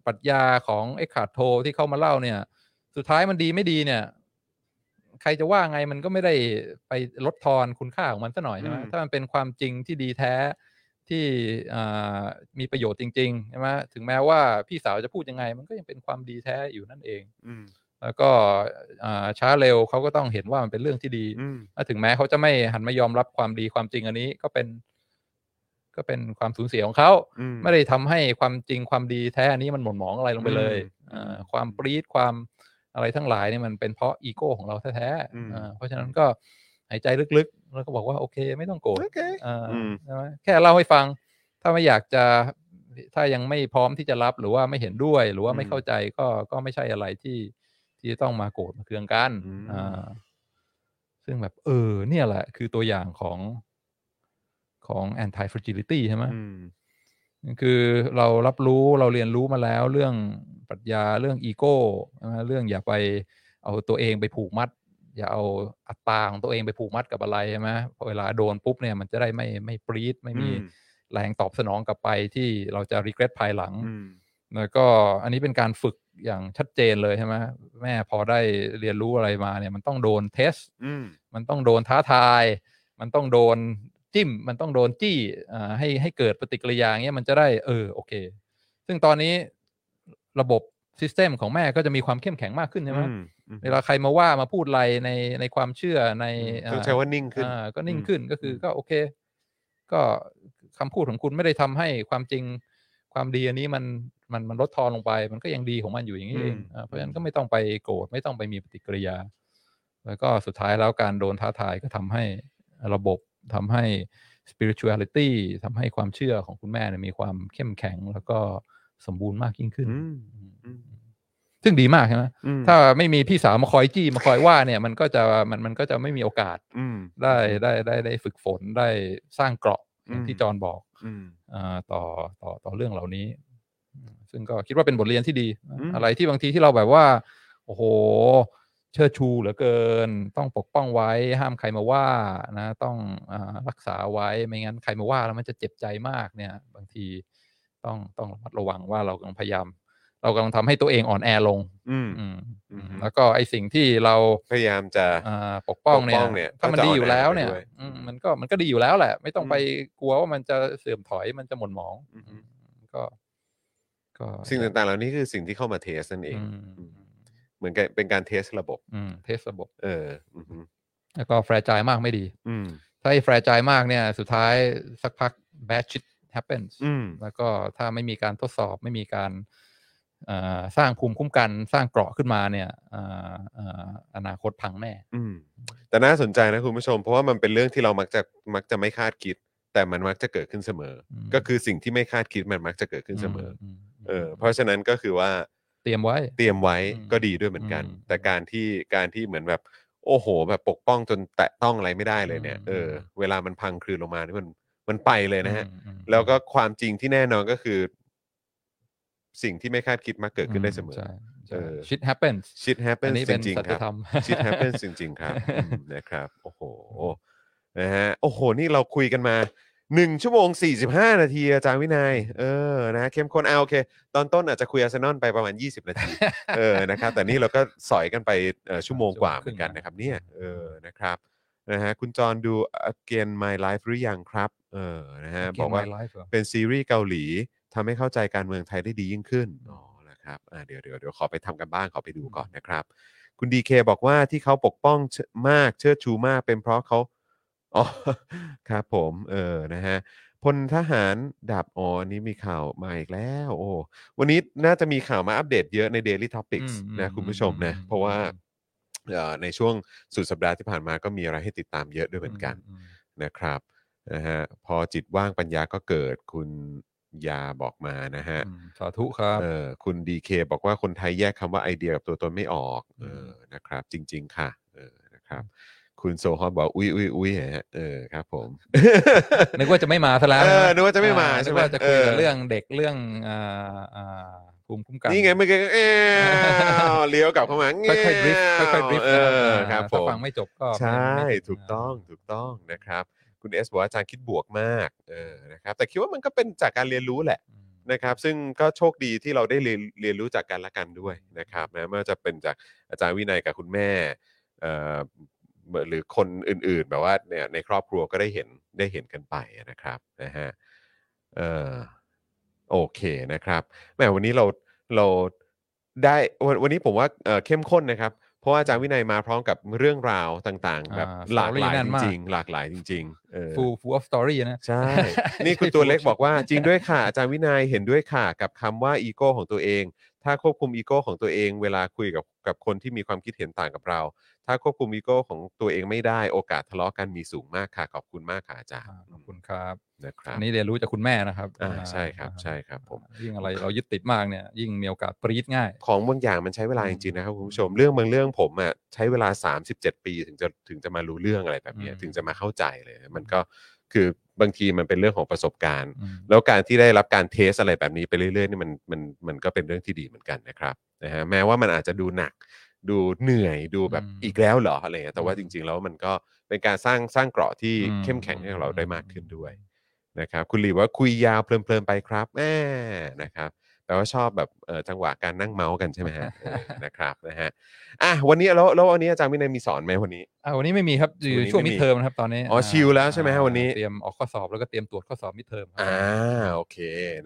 Speaker 3: ปรัชญาของเอ็กขาร์ทโทที่เขามาเล่าเนี่ย สุดท้ายมันดีไม่ดีเนี่ย ใครจะว่าไงมันก็ไม่ได้ไปลดทอนคุณค่าของมันซะหน่อยใช่ไหม
Speaker 2: อืม
Speaker 3: ถ้ามันเป็นความจริงที่ดีแท้ที่อ่ามีประโยชน์จริงๆใช่ไหมถึงแม้ว่าพี่สาวจะพูดยังไง มันก็ยังเป็นความดีแท้อยู่นั่นเอง
Speaker 2: อืม
Speaker 3: แล้วก็อ่าช้าเร็วเขาก็ต้องเห็นว่ามันเป็นเรื่องที่ดี
Speaker 2: อืม
Speaker 3: ถ้าถึงแม้เขาจะไม่หันมายอมรับความดีความจริงอันนี้ก็เป็น ก็เป็นความสูญเสียของเขา
Speaker 2: อืม
Speaker 3: ไม่ได้ทำให้ความจริงความดีแท้อันนี้มันหม่นหมองอะไรลงไปเลย
Speaker 2: อืม
Speaker 3: อ่าความปรีดความอะไรทั้งหลายเนี่ยมันเป็นเพราะอีโก้ของเราแท้
Speaker 2: อืม
Speaker 3: ๆอ่าเพราะฉะนั้นก็หายใจลึกๆ แล้วก็บอกว่าโอเค ไม่ต้องโกรธอ่า
Speaker 2: อืม
Speaker 3: ใช่ไหมแค่เล่าให้ฟัง ถ้าไม่อยากจะถ้ายังไม่พร้อมที่จะรับหรือว่าไม่เห็นด้วย หรือว่าไม่เข้าใจก็ก็ไม่ใช่อะไรที่ที่จะต้องมาโกรธมาเคืองกัน
Speaker 2: อืม
Speaker 3: อ่าซึ่งแบบ เออ เนี่ยแหละ คือตัวอย่างของของ anti fragility ใช่ไหม
Speaker 2: อืม
Speaker 3: คือเรารับรู้เราเรียนรู้มาแล้วเรื่องปรัชญาเรื่องอีโก้นะเรื่องอย่าไปเอาตัวเองไปผูกมัด อย่าเอาอัตตาของตัวเองไปผูกมัดกับอะไรใช่ไหมพอเวลาโดนปุ๊บเนี่ยมันจะได้ไม่ไม่ปรีดไม่มี
Speaker 2: อืม
Speaker 3: แรงตอบสนองกลับไปที่เราจะรีเกรสภายหลัง
Speaker 2: อืม
Speaker 3: แล้วก็อันนี้เป็นการฝึกอย่างชัดเจนเลยใช่ไหมแม่พอได้เรียนรู้อะไรมาเนี่ยมันต้องโดนเทส
Speaker 2: อืม
Speaker 3: มันต้องโดนท้าทาย มันต้องโดนจิ้ม มันต้องโดนจี้อ่าให้ให้เกิดปฏิกิริยาอย่างเงี้ยมันจะได้เออโอเค ซึ่งตอนนี้ระบบซิสเต็มของแม่ก็จะมีความเข้มแข็งมากขึ้นใช่ไหมเวลาใครมาว่ามาพูดอะไรในในความเชื่อในอ่า
Speaker 2: ต้องใช้ว่านิ่งขึ้น
Speaker 3: อ่าก็นิ่งขึ้นก็คืออ
Speaker 2: ม
Speaker 3: ก็โอเค ก็คำพูดของคุณไม่ได้ทำให้ความจริงความดีอันนี้มันมันมันลดทอนลงไป มันก็ยังดีของมันอยู่อย่างนี้เอง
Speaker 2: อืม
Speaker 3: อ่าเพราะฉะนั้นก็ไม่ต้องไปโกรธไม่ต้องไปมีปฏิกิริยา แล้วก็สุดท้ายแล้วการโดนท้าทายก็ทำให้ระบบทำให้ spirituality ทำให้ความเชื่อของคุณแม่เนี่ยมีความเข้มแข็งแล้วก็สมบูรณ์มากยิ่งขึ้น
Speaker 2: อืม
Speaker 3: อืม
Speaker 2: อืม
Speaker 3: ซึ่งดีมากใช่ไหม
Speaker 2: อืม
Speaker 3: ถ้าไม่มีพี่สาวมาคอยจี้มาคอยว่าเนี่ยมันก็จะมันมันก็จะไม่มีโอกาส
Speaker 2: อืม
Speaker 3: ได้ได้ได้ได้ฝึกฝนได้สร้างเกราะอย่างที่
Speaker 2: อืม
Speaker 3: จอห์นบอก
Speaker 2: อืม
Speaker 3: อาต่อต่อต่อเรื่องเหล่านี้อืมซึ่งก็คิดว่าเป็นบทเรียนที่ดีนะ
Speaker 2: อืม
Speaker 3: อะไรที่บางทีที่เราแบบว่า โอ้โห เชิดชูเหลือเกิน ต้องปกป้องไว้ ห้ามใครมาว่านะ ต้องอารักษาไว้ไม่งั้นใครมาว่าแล้วมันจะเจ็บใจมากเนี่ย บางทีต้องต้องระมัดระวังว่าเรากำลังพยายาม เรากำลังทำให้ตัวเองอ่อนแอลง
Speaker 2: อืม
Speaker 3: อืม
Speaker 2: อืม
Speaker 3: แล้วก็ไอสิ่งที่เรา
Speaker 2: พยายามจะ
Speaker 3: อ่าปกป้อง
Speaker 2: ปก
Speaker 3: เนี่
Speaker 2: ป้
Speaker 3: ย
Speaker 2: องเนี่ย
Speaker 3: ถ้ามัน
Speaker 2: ต้อง
Speaker 3: ดี
Speaker 2: จะ
Speaker 3: อยู่แล้วเนี่ย
Speaker 2: เอาแนวไปด้วย
Speaker 3: อืม
Speaker 2: อืม
Speaker 3: มันก็มันก็ดีอยู่แล้วแหละ ไม่ต้อง
Speaker 2: อืม
Speaker 3: ไปกลัวว่ามันจะเสื่อมถอยมันจะหม่นหมอง
Speaker 2: อือฮึ
Speaker 3: ก็ ก็
Speaker 2: สิ่งต่างๆ เหล่านี้คือสิ่งที่เข้ามาเทสนั่นเอง
Speaker 3: อืม
Speaker 2: เหมือนกับเป็นการเทสระบบ
Speaker 3: อืมเทสระบบ
Speaker 2: เออ อืม
Speaker 3: แล้วก็แฟร์จายมากไม่ดี
Speaker 2: อืม
Speaker 3: ถ้าไอ้แฟร์จายมากเนี่ย สุดท้ายสักพัก bad shit happens
Speaker 2: อืม
Speaker 3: แล้วก็ถ้าไม่มีการทดสอบไม่มีการเอ่อสร้างภูมิคุ้มกันสร้างเกราะขึ้นมาเนี่ยอ่าอ่าอนาคตพังแน่
Speaker 2: อืม แต่น่าสนใจนะคุณผู้ชม เพราะว่ามันเป็นเรื่องที่เรามักจะมักจะไม่คาดคิด แต่มันมักจะเกิดขึ้นเสมออ
Speaker 3: ม
Speaker 2: ก็คือสิ่งที่ไม่คาดคิดมันมักจะเกิดขึ้นเสมออ
Speaker 3: ม
Speaker 2: เออ เพราะฉะนั้นก็คือว่า
Speaker 3: เตรียมไว้
Speaker 2: เตรียมไว้
Speaker 3: อืม
Speaker 2: ก็ดีด้วยเหมือนกัน
Speaker 3: อืม
Speaker 2: แต่การที่การที่เหมือนแบบ โอ้โห แบบปกป้องจนแตะต้องอะไรไม่ได้เลยเนี่ย
Speaker 3: อืม
Speaker 2: เออเวลามันพังคลืนลงมานี่มันมันไปเลยนะฮะ
Speaker 3: อืมอืม
Speaker 2: แล้วก็ความจริงที่แน่นอนก็คือ สิ่งที่ไม่คาดคิดมาเกิดขึ้นได้เสมอ
Speaker 3: ใช่
Speaker 2: เอ
Speaker 3: ใช่
Speaker 2: อ
Speaker 3: shit happens
Speaker 2: shit
Speaker 3: อั
Speaker 2: happens
Speaker 3: นี้
Speaker 2: จ
Speaker 3: เป็น
Speaker 2: ริง
Speaker 3: สั
Speaker 2: ๆค
Speaker 3: จ
Speaker 2: รับ
Speaker 3: ธรรม
Speaker 2: shit happens จริงๆครับ อืมนะครับ โอ้โหนะฮะโอ้โห นี่เราคุยกันมาหนึ่งชั่วโมง 45 นาทีอาจารย์วินัย เออนะ เข้มข้นเอาโอเค ตอนต้นอาจจะคุยอาร์เซนอลไปประมาณ 20 นาที เออ นะครับ แต่นี่เราก็สอยกันไปเอ่อชั่วโมงกว่าเหมือนกันนะครับ เนี่ย เออ นะครับนะฮะคุณจรดู Again My Life หรือยังครับ เออ นะฮะ
Speaker 3: Again
Speaker 2: บอกว่า
Speaker 3: My Life เหรอ
Speaker 2: เป็นซีรีส์เกาหลีทำให้เข้าใจการเมืองไทยได้ดียิ่งขึ้น อ๋อนะครับอ่าเดี๋ยวเดี๋ยวเดี๋ยวขอไปทำกันบ้างขอไปดูก่อนนะครับ คุณดีเคบอกว่าที่เขาปกป้องเชิมากเชิดชูมาก เป็นเพราะเขา อ๋ อ ครับผม เออ นะฮะพลทหารดับอ๋ออันนี้มีข่าวมาอีกแล้ว โอ้ วันนี้น่าจะมีข่าวมาอัปเดตเยอะใน Daily Topics
Speaker 3: อืม
Speaker 2: นะคุณผู้ชมนะ
Speaker 3: อืม
Speaker 2: เพราะว่าเอ่อในช่วงสุดสัปดาห์ที่ผ่านมาก็มีอะไรให้ติดตามเยอะด้วยเหมือนกัน
Speaker 3: อืม
Speaker 2: นะครับนะฮะพอจิตว่างปัญญาก็เกิดคุณยาบอกมานะฮะ
Speaker 3: อืมสาธุครับ
Speaker 2: เออคุณดีเคบอกว่าคนไทยแยกคำว่าไอเดียกับตัวตนไม่ออกเออนะครับ จริง ๆ ค่ะเออนะครับ คุณโซฮอตบอกอุ้ยอุ้ยอุ้ยฮะเออครับผม
Speaker 3: นึกว่าจะไม่มาซะแล้ว
Speaker 2: เออ
Speaker 3: ฮ
Speaker 2: นึกว่าจะไม่มา
Speaker 3: อ่
Speaker 2: ใช่ไหม
Speaker 3: นึกว่าจะคุยกับ
Speaker 2: เออ
Speaker 3: เรื่องเด็กเรื่องอ่าอ่าภูมิคุ้มกัน
Speaker 2: นี่ไงเมื่อ กี้ก็เอ้าวเลี้ยวกลับเข้ามา
Speaker 3: ค่อยๆดริฟต์ค่อยๆดริฟต์
Speaker 2: เอ
Speaker 3: นะครับ
Speaker 2: อค
Speaker 3: อ่า
Speaker 2: รับผ
Speaker 3: ถ้าม ฟังไม่จบก็
Speaker 2: ใช่
Speaker 3: ไม่ไม่
Speaker 2: ถูกต้องถูกต้องนะครับ คุณเอสบอกว่าอาจารย์คิดบวกมากเออนะครับแต่คิดว่ามันก็เป็นจากการเรียนรู้แหละ
Speaker 3: อืม
Speaker 2: นะครับ ซึ่งก็โชคดีที่เราได้เรียนเรียนรู้จากกันและกันด้วยนะครับนะไม่ว่าจะเป็นจากอาจารย์วินัยกับคุณแม่เอ่อหรือคนอื่นๆ แบบว่าเนี่ยในครอบครัวก็ได้เห็นได้เห็นกันไปนะครับนะฮะเออโอเคนะครับแหมวันนี้เราเราได้วันวันนี้ผมว่าเอ่อเข้มข้นนะครับ เพราะว่าอาจารย์วินัยมาพร้อมกับเรื่องราวต่างๆ แบบ
Speaker 3: อ่า
Speaker 2: หลากหลาย
Speaker 3: story แน่นมาก
Speaker 2: จริงๆหลากหลายจริงๆเออ
Speaker 3: ฟูฟูออฟสตอรี่นะ
Speaker 2: ใช่ นี่คุณตัวเล็กบอกว่า จริงด้วยค่ะ อาจารย์วินัยเห็นด้วยค่ะ กับคำว่าอีโก้ของตัวเอง ถ้าควบคุมอีโก้ของตัวเอง เวลาคุยกับกับคนที่มีความคิดเห็นต่างกับเรา ถ้าควบคุมอีโก้ของตัวเองไม่ได้โอกาสทะเลาะกันมีสูงมากค่ะ ขอบคุณมากค่ะอาจารย์
Speaker 3: อ่าขอบคุณครับ
Speaker 2: นะครับ
Speaker 3: อันนี้เรียนรู้จากคุณแม่นะครับ
Speaker 2: อ่าใช่ครับ
Speaker 3: อ่า
Speaker 2: ใช่ครับผม
Speaker 3: ยิ่งอะไรเรายึดติดมากเนี่ย ยิ่งมีโอกาสปรีดง่าย
Speaker 2: ของบางอย่างมันใช้เวลาจริงๆนะครับคุณผู้ชมเรื่องบางเรื่องผมอ่ะใช้เวลา 37 ปีถึงจะถึงจะมารู้เรื่องอะไรแบบเนี้ย
Speaker 3: อืม
Speaker 2: ถึงจะมาเข้าใจเลย มันก็คือบางทีมันเป็นเรื่องของประสบการณ์
Speaker 3: อืม
Speaker 2: แล้วการที่ได้รับการเทสอะไรแบบนี้ไปเรื่อยๆนี่มันมันมันก็เป็นเรื่องที่ดีเหมือนกันนะครับนะฮะแม้ว่ามันอาจจะดูหนัก ดูเหนื่อยดูแบบอีกแล้วเหรออะไรเงี้ยแต่ว่าจริง ๆ แล้วมันก็เป็นการสร้างสร้างเกราะที่
Speaker 3: อืม
Speaker 2: เข้มแข็งให้กับเราได้มากขึ้นด้วยนะครับคุณลีบอกว่าคุยยาวเพลินๆไปครับแหมนะครับแปลว่าชอบแบบเอ่อจังหวะการนั่งเมาส์กันใช่ไหมฮะเออนะครับนะฮะอ่ะวันนี้แล้วแล้ววันนี้อาจารย์วินัยมีสอนไหมวันนี้
Speaker 3: อ่าวันนี้ไม่มีครับอยู่ช่วง
Speaker 2: วันนี้ไม่
Speaker 3: มิ
Speaker 2: มี
Speaker 3: ดเทอมนะครับตอนนี้
Speaker 2: อ๋อ
Speaker 3: อ่า
Speaker 2: ชิลแล้วใช่ไหมฮะวันนี้
Speaker 3: เตรียมออกข้อสอบแล้วก็เตรียมตรวจข้อสอบมิดเทอมครับ
Speaker 2: อ่าโอเค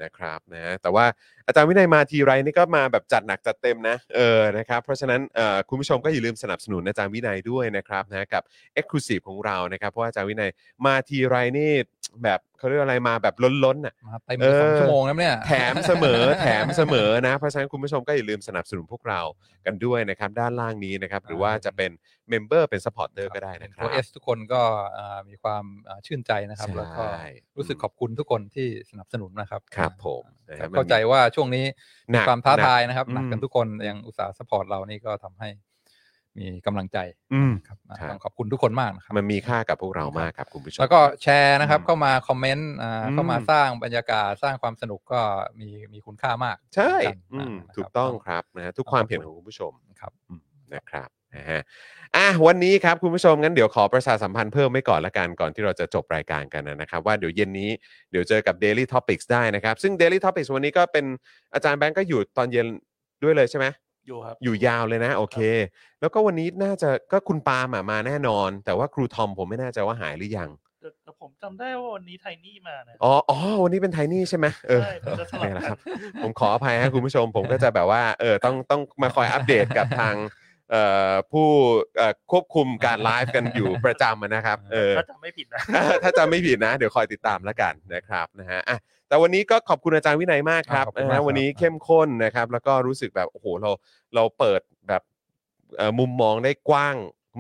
Speaker 2: นะครับนะแต่ว่าอาจารย์วินัยมาทีไรนี่ก็มาแบบจัดหนักจัดเต็มนะเออนะครับเพราะฉะนั้นเอ่อคุณผู้ชมก็อย่าลืมสนับสนุนอาจารย์วินัยด้วยนะครับนะกับ e x c l u s i v e ของเรานะครับเพราะว่าอาจารย์วินัยมาทีไรนี่แบบเขาเรียกอะไรมาแบบล้นๆน่ะ
Speaker 3: มาเต็ม
Speaker 2: เออ
Speaker 3: สองชั่วโมงแล้วเนี่ย
Speaker 2: แถมเสม อ แถมเสมอนะ เพราะฉะนั้นคุณผู้ชมก็อย่าลืมสนับสนุนพวกเรากันด้วยนะครับด้านล่างนี้นะครับหรือว่าจะเป็นเมมเบอร์เป็นสปอร์เตอร์ก็ได้นะครับ
Speaker 3: ตัวเอสทุกคนก็อ่ามีความอ่าชื่นใจนะครับ
Speaker 2: ใช่
Speaker 3: แล้วก็รู้สึกขอบคุณทุกคนที่สนับสนุนนะครับ
Speaker 2: ครับผมนะฮะ
Speaker 3: แต่
Speaker 2: มันมี
Speaker 3: เข้าใจว่าช่วงนี้
Speaker 2: หนั
Speaker 3: มี
Speaker 2: ก
Speaker 3: ความท้าทาย
Speaker 2: หนัก
Speaker 3: นะครับหนัก
Speaker 2: อืม
Speaker 3: กันทุกคนยังอุตสาห์สปอร์ตเรานี่ก็ทำให้มีกำลังใจ
Speaker 2: อืม
Speaker 3: ครับ
Speaker 2: ครับ
Speaker 3: ต้องขอบคุณทุกคนมากนะครับ
Speaker 2: มันมีค่ากับพวกเรามากครับคุณผู้ชม
Speaker 3: แล้วก็แชร์นะครับ
Speaker 2: อืม
Speaker 3: เข้ามาคอมเมนต์อ่า
Speaker 2: อืม
Speaker 3: เข้ามาสร้างบรรยากาศสร้างความสนุกก็มีมีคุณค่ามาก
Speaker 2: ใช่
Speaker 3: เห
Speaker 2: อื
Speaker 3: มือ
Speaker 2: ม
Speaker 3: นนนะครับ
Speaker 2: ถูกต้องครับนะฮะทุก
Speaker 3: ต้อง
Speaker 2: ความเห็น
Speaker 3: ขอ
Speaker 2: ข
Speaker 3: บคุณ
Speaker 2: องคุณผู้ชม
Speaker 3: ครับ
Speaker 2: อืมนะครับนะฮะอ่ะวันนี้ครับคุณผู้ชมงั้นเดี๋ยวขอประชาสัมพันธ์เพิ่มไว้ก่อนละกันก่อนที่เราจะจบรายการกันนะครับว่าเดี๋ยวเย็นนี้เดี๋ยวเจอกับ Daily Topics ได้นะครับ ซึ่ง Daily Topics วันนี้ก็เป็นอาจารย์แบงก์ก็อยู่ตอนเย็นด้วยเลยใช่ไหม
Speaker 4: อยู่ครับ
Speaker 2: อยู่ยาวเลยนะ โอเค แล้วก็วันนี้น่าจะก็คุณปาล์มอะมาแน่นอน แต่ว่าครูทอมผมไม่แน่ใจว่าหายหรือยัง
Speaker 4: แต่ผมจำได้ว่าวันนี้ไทนี่มานะ
Speaker 2: อ๋ออ๋อวันนี้เป็นไทนี่ใช่ไหมเออ
Speaker 4: ใช่ผมจะสลับ
Speaker 2: ไม่ละคน
Speaker 4: กั
Speaker 2: รับ ผมขออภัย ฮะคุณผู้ชมผมก็จะแบบว่าเออต้องต้องมาคอยอัปเดตกับทางเอ่อผู้เอ่อควบคุมการไลฟ์กันอยู่ประจำอะนะครับเอ อ
Speaker 4: ถ้าจำไม่ผิดนะ
Speaker 2: ถ้าจำไม่ผิดนะ เดี๋ยวคอยติดตามแล้วกันนะครับนะฮะอ่ะแต่วันนี้ก็ขอบคุณอาจารย์วินัยมากครับ
Speaker 3: อ่ะขอบคุณ
Speaker 2: นะ
Speaker 3: มา
Speaker 2: ฮะ
Speaker 3: กครับ
Speaker 2: วันนี้เข้มข้นนะครับ แล้วก็รู้สึกแบบโอ้โหเราเราเปิดแบบเอ่อมุมมองได้กว้าง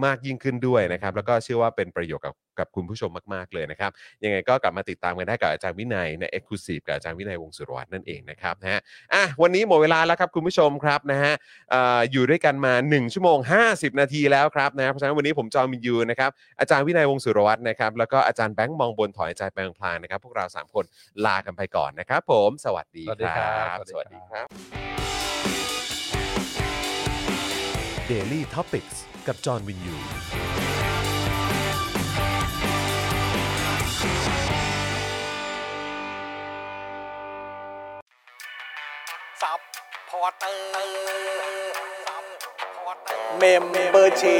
Speaker 2: มากยิ่งขึ้นด้วยนะครับ แล้วก็เชื่อว่าเป็นประโยชน์กับกับคุณผู้ชมมากๆเลยนะครับ ยังไงก็กลับมาติดตามกันได้กับอาจารย์วินัยใน Exclusive กับอาจารย์วินัยวงศ์สุรวัตรนั่นเองนะครับนะฮะอ่ะวันนี้หมดเวลาแล้วครับคุณผู้ชมครับนะฮะ เอ่ออยู่ด้วยกันมา 1 ชั่วโมง 50 นาทีแล้วครับนะเพราะฉะนั้นวันนี้ผมจอมินยูนะครับอาจารย์วินัยวงศ์สุรวัตรนะครับแล้วก็อาจารย์แบงค์มองบนถอยอาจารย์แบงค์พลางนะครับพวกเรา 3 คนลากันไปก่อนนะครับผมสวัสดี
Speaker 3: สวัสดี
Speaker 2: ค
Speaker 3: ครั
Speaker 2: รับ
Speaker 3: บ
Speaker 2: สวัสดีครับ
Speaker 1: Daily Topics กับจอห์นวินยู
Speaker 5: ซับพอร์เตอร์ซับพอร์เตอร์
Speaker 6: เมมเบอร์ชี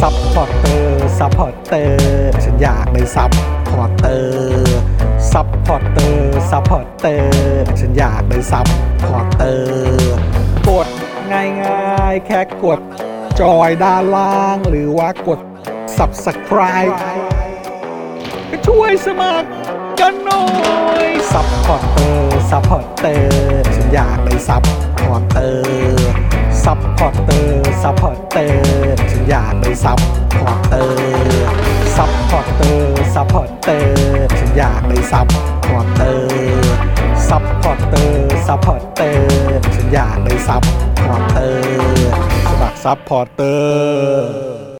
Speaker 6: ซัพพอร์เตอร์ซัพพอร์เตอร์ฉันอยากเป็นซัพพอร์เตอร์ซัพพอร์เตอร์ซัพพอร์เตอร์ฉันอยากเป็นซัพพอร์เตอร์กดง่ายๆ แค่กด จอยด้านล่างหรือว่ากด subscribe ก็ช่วยสมัครกันหน่อย ซัพพอร์เตอร์ ซัพพอร์เตอร์ฉันอยากเป็นซัพพอร์เตอร์ ซัพพอร์เตอร์ ซัพพอร์เตอร์ฉันอยากเป็นซัพพอร์เตอร์ ซัพพอร์เตอร์ ซัพพอร์เตอร์ฉันอยากเป็นซัพพอร์เตอร์ ซัพพอร์เตอร์ ซัพพอร์เตอร์ฉันอยากเป็นซัพพอร์เตอร์ สมัครซัพพอร์เตอร์